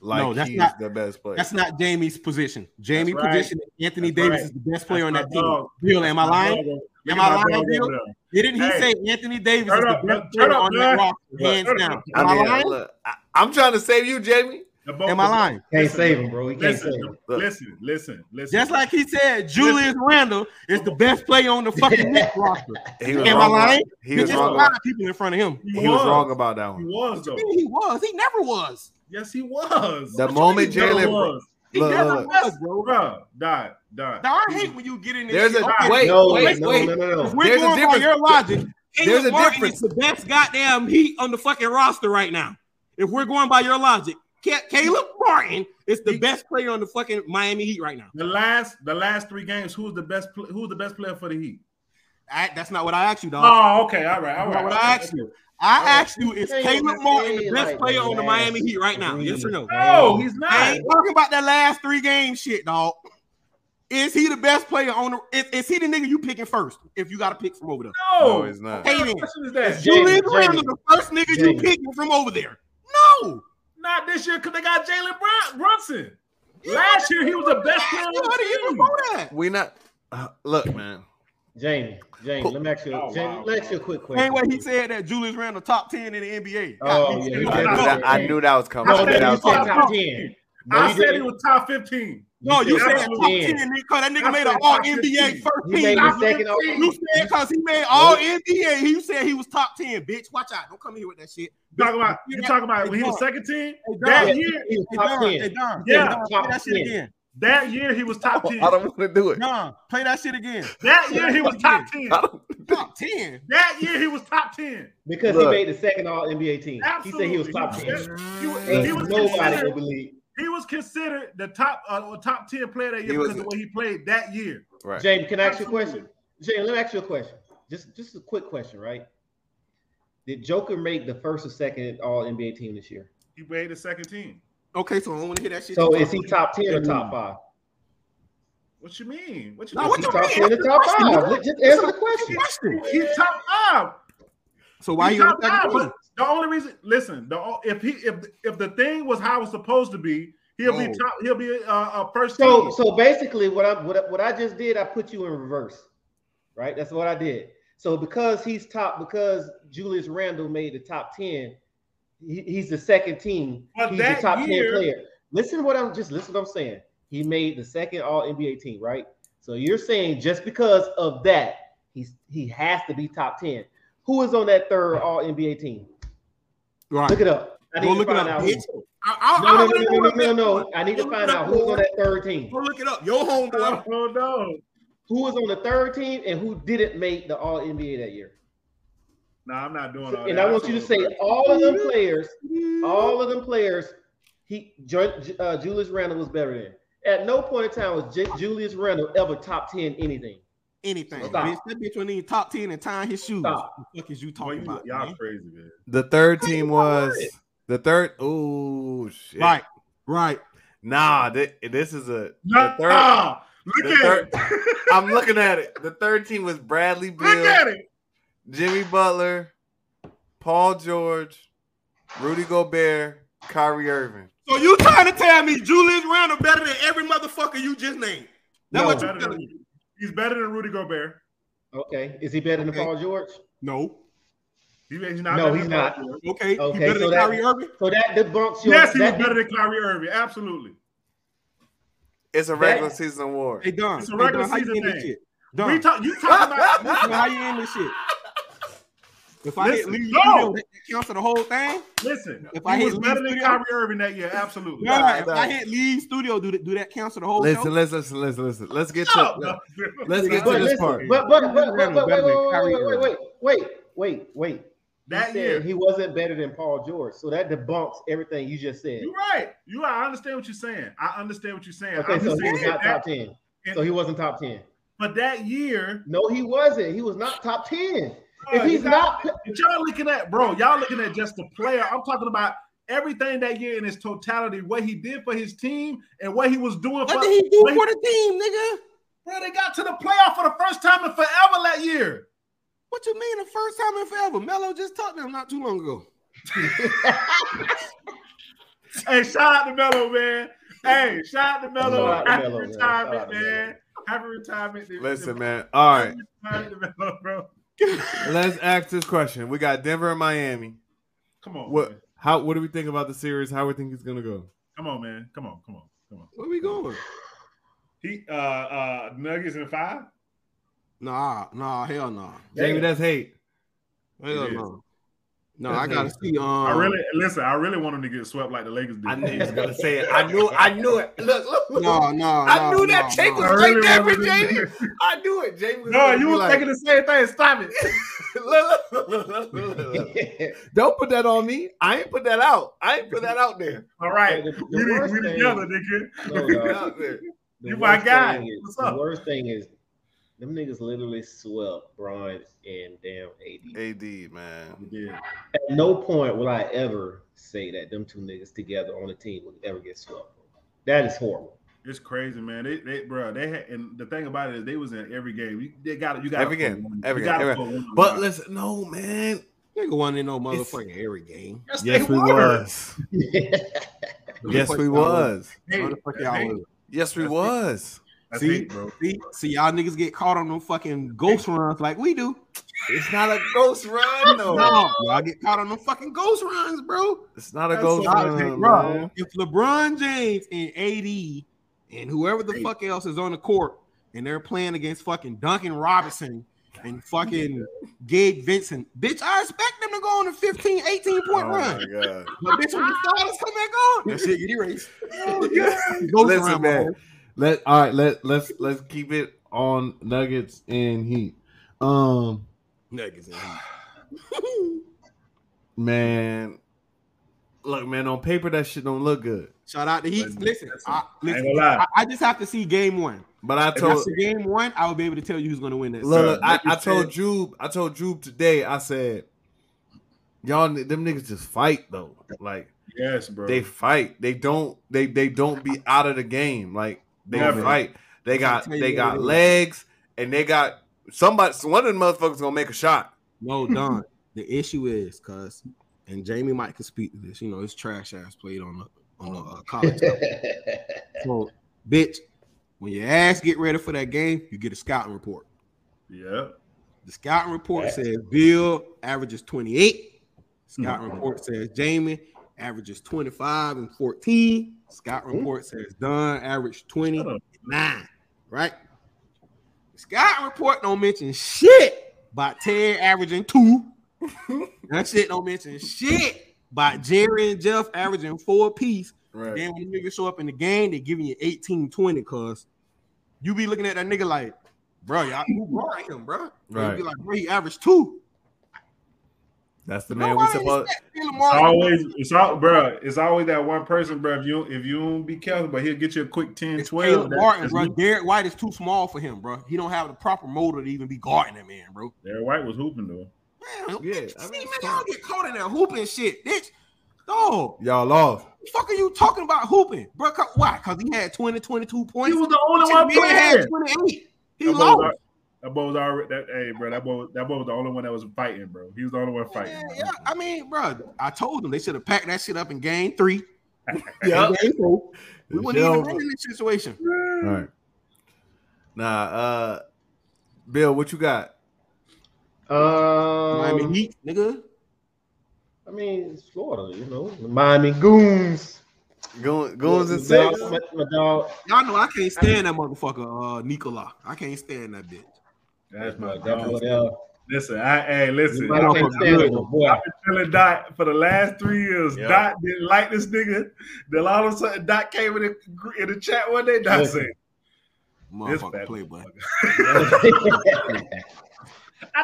S1: like
S3: No, that's
S1: he's
S3: not-
S1: the best player.
S3: That's not Jamie's position. Jamie's
S2: right.
S3: position is Anthony
S2: That's
S3: Davis
S2: right.
S3: is the best player on
S2: That's
S3: that
S2: my
S3: team.
S2: dog.
S3: Bill, am I lying?
S2: Look
S3: Am
S2: at
S3: I
S2: my
S3: lying,
S2: dog over
S3: Bill?
S2: there.
S3: Didn't he
S2: Hey.
S3: say Anthony Davis is
S2: Turn
S3: the
S2: up,
S3: best
S2: turn
S3: player
S2: up,
S3: on
S2: man.
S3: that roster,
S2: Look,
S3: hands
S2: turn up.
S3: down? Am
S1: I
S3: I
S1: mean,
S3: lying?
S1: look, I, I'm trying to save you, Jamie.
S2: The both
S3: Am I
S2: of them.
S3: lying?
S4: Can't save him, bro. He can't
S2: Listen,
S4: save him.
S2: listen, listen, listen.
S3: Just like he said, Julius Randle is the best player on the fucking Knicks roster.
S1: He was
S3: Am I
S1: wrong about-
S3: lying?
S1: He
S3: There's
S1: was
S3: just
S1: wrong.
S3: five
S1: About,
S3: people in front of him.
S1: he was wrong about that
S2: He
S1: one.
S2: was though.
S3: I mean, he was. He never was.
S2: Yes, he was.
S1: The moment
S2: He never
S1: Jalen-
S2: was.
S3: He
S1: Look,
S3: never
S1: look,
S3: was, bro.
S2: Bruh, Dot, Dot.
S3: Now, I hate when you get in this.
S1: There's
S3: shit.
S1: a
S3: Okay,
S1: wait,
S4: no,
S1: wait,
S4: no,
S1: wait.
S4: no, no, no,
S3: if we're
S1: there's a
S3: going by
S1: difference.
S3: your logic.
S1: There's
S3: Caleb
S1: a
S3: Martin
S1: difference.
S3: is the best goddamn heat on the fucking roster right now. If we're going by your logic, Ca- Caleb Martin is the best player on the fucking Miami Heat right now.
S2: The last, the last three games, who's the best? Pl- who's the best player for the Heat?
S3: I, that's not what I asked you, dog.
S2: Oh, okay, all right, all
S3: that's
S2: right.
S3: not what I asked you. I
S4: Oh,
S3: asked you, is
S4: Caleb
S3: Caleb
S4: Martin
S3: Martin the
S4: played
S3: best
S4: like
S3: player
S4: the
S3: on the
S4: last
S3: Miami Heat right now?
S4: three
S3: Yes or no?
S2: Oh, No, he's
S3: I
S2: not.
S3: ain't talking about that last three game shit, dog. Is he the best player on the? Is, is he the nigga you picking first? If you got to pick from over there,
S2: No,
S1: No, he's not.
S2: What
S3: Hey,
S2: kind
S3: man.
S2: of question is that?
S4: Jalen,
S3: Julius
S4: Jalen.
S3: Randle the first nigga you
S4: Jalen.
S3: picking from over there. No,
S2: Not this year because they got Jalen Brun- Brunson. Last year he was the best player on
S3: How do you
S2: the
S3: even
S2: team.
S3: know that?
S1: We not uh, look, man.
S4: Jamie, Jamie, let me ask you,
S2: Oh, wow.
S4: Jamie, let me ask you a quick question.
S3: Anyway, he said that Julius Randle top ten in the NBA.
S4: Oh,
S3: God,
S4: yeah,
S3: he
S4: he
S3: said
S1: I
S4: said
S3: that.
S1: knew that, I knew that was coming.
S4: no,
S1: I knew
S4: you
S1: that
S4: said
S1: was coming.
S4: top ten. No,
S2: I
S4: you
S2: said he
S4: didn't.
S2: was top fifteen.
S3: No, you
S4: said
S3: said
S4: top
S3: top
S4: 10.
S3: ten because that nigga
S2: I
S3: made
S2: said
S3: an All
S2: top 15.
S3: NBA first
S4: He
S3: team.
S4: made
S2: Top
S4: the second.
S2: 15.
S3: You said because he made All NBA. He said he was top ten, bitch. Watch out! Don't come here with that shit.
S2: You talking about you
S3: Yeah.
S2: talking about when he was
S3: Hey,
S2: second team
S3: Don.
S2: that year?
S4: He was
S3: Hey,
S4: top
S3: Don, hey,
S4: ten.
S3: Don,
S2: Yeah,
S3: Don,
S4: top
S3: play that shit
S4: 10.
S3: again.
S2: That year he was top ten.
S1: I don't want to do it.
S3: Don, play that shit again.
S2: That year he was top ten.
S3: Top ten.
S2: That year he was top ten.
S4: Because
S1: Look.
S4: he made the second All NBA team. He said he was top
S2: Absolutely.
S4: ten.
S2: He was,
S4: Ain't
S2: he was
S4: nobody
S2: considered,
S4: will believe.
S2: he was considered the top uh, or top ten player that year
S1: He was-
S2: because of what he played that year.
S1: Right.
S4: Jamie, can I ask you a question? Jamie, let me ask you a question. Just, just a quick question, right? Did Joker make the first or second All NBA team this year?
S2: He played the second team.
S3: Okay, so I want to hear that shit.
S4: So
S3: you
S4: is he
S3: talking
S4: top ten or top five?
S2: What you mean? What you
S3: No,
S2: mean?
S3: what
S4: He
S3: you
S4: top
S3: mean?
S4: ten or
S3: That's the
S4: top
S3: question,
S4: five?
S3: nigga.
S4: Let- Just
S3: That's
S4: answer the question.
S3: about? Question.
S2: He top five.
S3: So why
S2: He
S3: he on
S2: top
S3: the
S2: five,
S3: second
S2: but
S3: team?
S2: The only reason, listen, the o- if he if if the thing was how it was supposed to be, he'll be
S3: No.
S2: top. He'll be uh, uh first
S4: So,
S2: team.
S4: so basically, what I what I, what I just did, I put you in reverse, right? That's what I did. So because he's top, because Julius Randle made the top ten, he- he's the second team.
S2: But
S4: he's
S2: that
S4: the top
S2: year-
S4: ten player. Listen to what I'm just listen. to What I'm saying. He made the second All NBA team, right? So you're saying just because of that, he's he has to be top ten. Who is on that third All NBA team?
S3: Right.
S4: Look it up. I need
S3: Go
S4: to
S3: look it
S4: find
S3: up,
S4: out. who.
S3: bitch. I, I, I
S4: No, no,
S3: don't
S4: no,
S3: even
S4: no, no,
S3: know
S4: no, no,
S3: what
S4: no. I need to
S3: Go
S4: find
S3: look it
S4: out
S3: up,
S4: who's
S3: boy.
S4: on that third team.
S3: that- Go look it up. Your homeboy.
S2: oh no,
S4: who was on the third team and who didn't make the All NBA that year.
S2: no, I'm not doing all that.
S4: and I want you to say all of them players,
S2: Oh.
S4: all of them players, he Ju- uh, Julius Randle was better than. At no point in time was J- Julius Randle ever top ten anything.
S3: Anything.
S4: Stop.
S3: Bitch, that bitch wasn't even top ten and tying his shoes.
S4: Stop.
S3: What the fuck is you
S2: Boy,
S3: talking
S2: you,
S3: about?
S2: y'all
S3: man?
S2: crazy, man.
S1: The third team was the third. Oh shit!
S3: Right. Right.
S1: Nah, thi- this is a the
S2: Nah,
S1: third.
S2: look
S1: the
S2: at
S1: third-
S2: it.
S1: I'm looking at it. The third team was Bradley
S2: look
S1: Bill,
S2: at it.
S1: Jimmy Butler, Paul George, Rudy Gobert, Kyrie Irving.
S3: So you trying to tell me Julius Randle better than every motherfucker you just named? That's
S4: No.
S3: what
S2: Better
S3: you
S2: than-
S3: telling me.
S2: He's better than Rudy Gobert.
S4: Okay. Is he better than Paul George?
S3: No.
S2: He- he's not.
S4: No,
S2: better
S4: he's
S2: than Paul
S4: not.
S2: George.
S3: Okay.
S4: Okay,
S3: you better than
S4: so that-
S3: Kyrie Irving?
S4: So that debunks your.
S2: Yes, he was
S4: that-
S2: better than Kyrie Irving. Absolutely.
S1: It's a regular season award.
S3: Hey Don,
S2: It's a
S3: hey,
S2: regular
S3: Don, how you
S2: season
S3: end this
S2: thing.
S3: shit?
S2: We
S3: Don,
S2: talk. You talk about.
S3: listen, how you end this shit? If I hit
S2: Listen,
S3: leave,
S2: no.
S3: you, that cancel the whole thing.
S2: Listen,
S3: If
S2: he
S3: I hit
S2: was
S3: Lee
S2: better than
S3: Studio-
S2: Kyrie Irving that year. Absolutely.
S3: No,
S1: Nah,
S3: if
S1: nah.
S3: I hit leave studio, do that, do that cancel the whole
S1: Listen,
S3: show?
S1: listen, listen, listen, listen. Let's get
S2: Shut
S1: to
S2: up, bro.
S1: let's get
S4: But
S1: to this
S4: listen,
S1: part.
S4: But but but but but- wait
S3: Better than Kyrie
S4: wait
S3: Irving.
S4: wait wait wait wait wait wait. He
S2: That
S4: said
S2: year.
S4: he wasn't better than Paul George, so that debunks everything you just said.
S2: You're right. You are. I understand what you're saying. I understand what you're saying.
S4: Okay,
S2: I'm
S4: so
S2: just
S4: he
S2: saying
S4: was not
S2: that,
S4: top ten. So he wasn't top ten.
S2: but that year,
S4: No, he wasn't. He was not top ten. If
S2: uh,
S4: he's
S2: you
S4: not,
S2: But y'all looking at bro, y'all looking at just the player. I'm talking about everything that year in its totality, what he did for his team and what he was doing for
S3: What did he do
S2: what
S3: for the team, nigga?
S2: bro, they got to the playoff for the first time in forever that year.
S3: What you mean the first time in forever? Melo just talked to him not too long ago.
S2: Hey, shout out to Melo, man. Hey, shout out to Melo.
S4: Shout out to
S2: Happy
S4: Melo, man. Shout
S2: retirement,
S4: out to
S2: man.
S4: Melo.
S2: Happy retirement.
S1: Listen, man. All right.
S2: Happy retirement to Melo, bro.
S1: Let's ask this question. We got Denver and Miami.
S2: Come on.
S1: What
S2: man.
S1: how what do we think about the series? How we think it's gonna go?
S2: Come on, man. Come on. Come on. Come on.
S3: Where we going?
S2: He uh uh Nuggets in five.
S3: Nah, nah, hell nah.
S1: Jamie, that's hate.
S3: Hell
S2: It is.
S3: no. No, I gotta see. Um,
S2: I really listen. I really want him to get swept like the Lakers did.
S1: I knew he was gonna say it. I knew I knew it. Look, look,
S3: No,
S1: look.
S3: no,
S1: I
S3: no,
S1: knew that
S3: no,
S1: chick
S3: no.
S1: was right there
S2: wanted
S1: for
S2: him
S1: Jamie.
S2: to-
S1: I knew it. Jamie was
S2: No,
S1: gonna
S2: you
S1: be
S2: was
S1: like,
S2: thinking the same thing. Stop it.
S1: look, look, look, look, look, look. Don't put that on me. I ain't put that out. I ain't put that out there.
S2: All right.
S4: The- the
S2: We, we
S4: worst thing-
S2: together, nigga.
S4: no,
S1: Put it out
S4: dog.
S1: there.
S4: The
S2: You my
S4: worst
S2: guy.
S4: thing is-
S2: What's
S4: The
S2: up?
S4: worst thing is, them niggas literally swept Bronze and damn AD.
S1: AD man.
S2: Yeah.
S4: At no point will I ever say that them two niggas together on a team would ever get swept. That is horrible.
S2: It's crazy, man. They, they, bro, they had, and the thing about it is, they was in every game. You, they got it. You got
S1: Every game. Every game. Every- But listen, no man.
S3: Nigga won in no motherfucking every game.
S1: Yes, we was. Yes, we was.
S3: Motherfucker, y'all was.
S1: Yes, we
S2: That's it.
S1: was.
S2: That's
S3: See?
S2: it, bro.
S3: See, see, y'all niggas get caught on them fucking ghost runs like we do.
S1: It's not a ghost run,
S2: Oh.
S1: though.
S3: No, y'all get caught on them fucking ghost runs, bro.
S1: It's not a
S2: That's
S1: ghost
S2: what I
S1: run,
S2: think,
S1: man.
S2: bro.
S3: If LeBron James and AD and whoever the fuck else is on the court and they're playing against fucking Duncan Robinson and fucking Gabe Vincent, bitch, I expect them to go on a 15, 18 point
S1: Oh
S3: run.
S1: my god!
S3: But bitch, when the starters come back on, that shit get erased. Ghost
S1: Listen,
S3: run,
S1: man. Let all right. Let let's let's keep it on Nuggets and Heat. Um,
S3: Nuggets in heat.
S1: man, look, man. On paper, that shit don't look good.
S3: Shout out to Heat. Listen, I,
S2: ain't
S3: listen
S2: gonna lie.
S3: I, I just have to see game one.
S1: But I
S3: If I
S1: told
S3: see game one, I will be able to tell you who's going to win that.
S1: look, look, I,
S2: Like you
S1: I told
S2: said-
S1: Jube. I told Jube today. I said, y'all, ni- them niggas just fight though. Like
S2: Yes, bro.
S1: they fight. They don't. They they don't be out of the game. Like they
S2: Never.
S1: fight. They got
S3: tell you
S1: they
S3: what it
S1: got
S3: is.
S1: legs, and they got somebody. One of the motherfuckers gonna make a shot.
S3: No, Don. the issue is, cuz, and Jamie might could speak to this. You know, it's trash ass played on the on the uh, college. level. so, bitch, when your ass get ready for that game, you get a scouting report.
S2: yeah.
S3: The scouting report says Bill averages 28. Scouting
S2: Mhm.
S3: report says Jamie averages 25 and 14. Scouting report says Don averaged 20
S2: Mm-hmm. Shut
S3: and
S2: up.
S3: 9. Right? The scouting report don't mention shit about Ted averaging two. that shit don't mention shit about Jerry and Jeff averaging four apiece.
S1: Right.
S3: Then when the niggas show up in the game, they giving you 18 20 cuz you be looking at that nigga like, bro, y'all who brought him, bro? You
S1: Right.
S3: be like, bro, he averaged two.
S1: That's the man we
S3: Nobody
S1: supposed.
S3: expect Phil
S2: It's
S3: Lamar-
S2: always, it's all, bro. It's always that one person, bro. If you if you don't be careful, but he'll get you a quick 10,
S3: it's
S2: 12.
S3: Caleb Martin,
S2: That's
S3: bro.
S2: me.
S3: Derek White is too small for him, bro. He don't have the proper motor to even be guarding that man, bro.
S2: Derrick White was hooping though.
S3: Man,
S1: Yeah,
S3: see,
S1: I mean,
S3: man,
S1: it's
S3: y'all get caught in that hooping shit, bitch. Dog,
S1: Y'all lost.
S3: the fuck are you talking about hooping, bro? 'Cause- Why? Because he had 20, 22
S2: He
S3: points.
S2: was the only
S3: Shit,
S2: one
S3: man
S2: playing.
S3: had 28. He
S2: That boy,
S3: lost.
S2: was, al- that boy was already. That, hey, bro, that boy, that boy was the only one that was fighting, bro. He was the only one fighting.
S3: Yeah, yeah. I mean, bro, I told them they should have packed that shit up in game three.
S1: Yeah.
S3: In game four. We
S1: It's
S3: wouldn't even
S1: over.
S3: been in this situation.
S1: All right. Nah, uh, Bill, what you got?
S4: Um,
S3: Miami Heat, nigga.
S4: I mean, it's Florida, you know. The Miami Goons.
S1: Goon, goons and
S4: My
S1: six.
S4: dog- My, my dog,
S3: Y'all know I can't stand that motherfucker, uh, Nicola. I can't stand that bitch.
S2: That's my
S4: definitely
S2: dog.
S4: there.
S2: Listen, I hey, listen.
S4: I
S2: I've been
S4: can't stand him, boy.
S2: telling Dot for the last three years.
S1: Yeah.
S2: Dot didn't like this nigga. Then all of a sudden, Dot came in the, gr- in the chat one day. Dot
S4: Listen.
S2: said,
S3: Motherfucker
S2: bad
S3: playboy.
S2: "I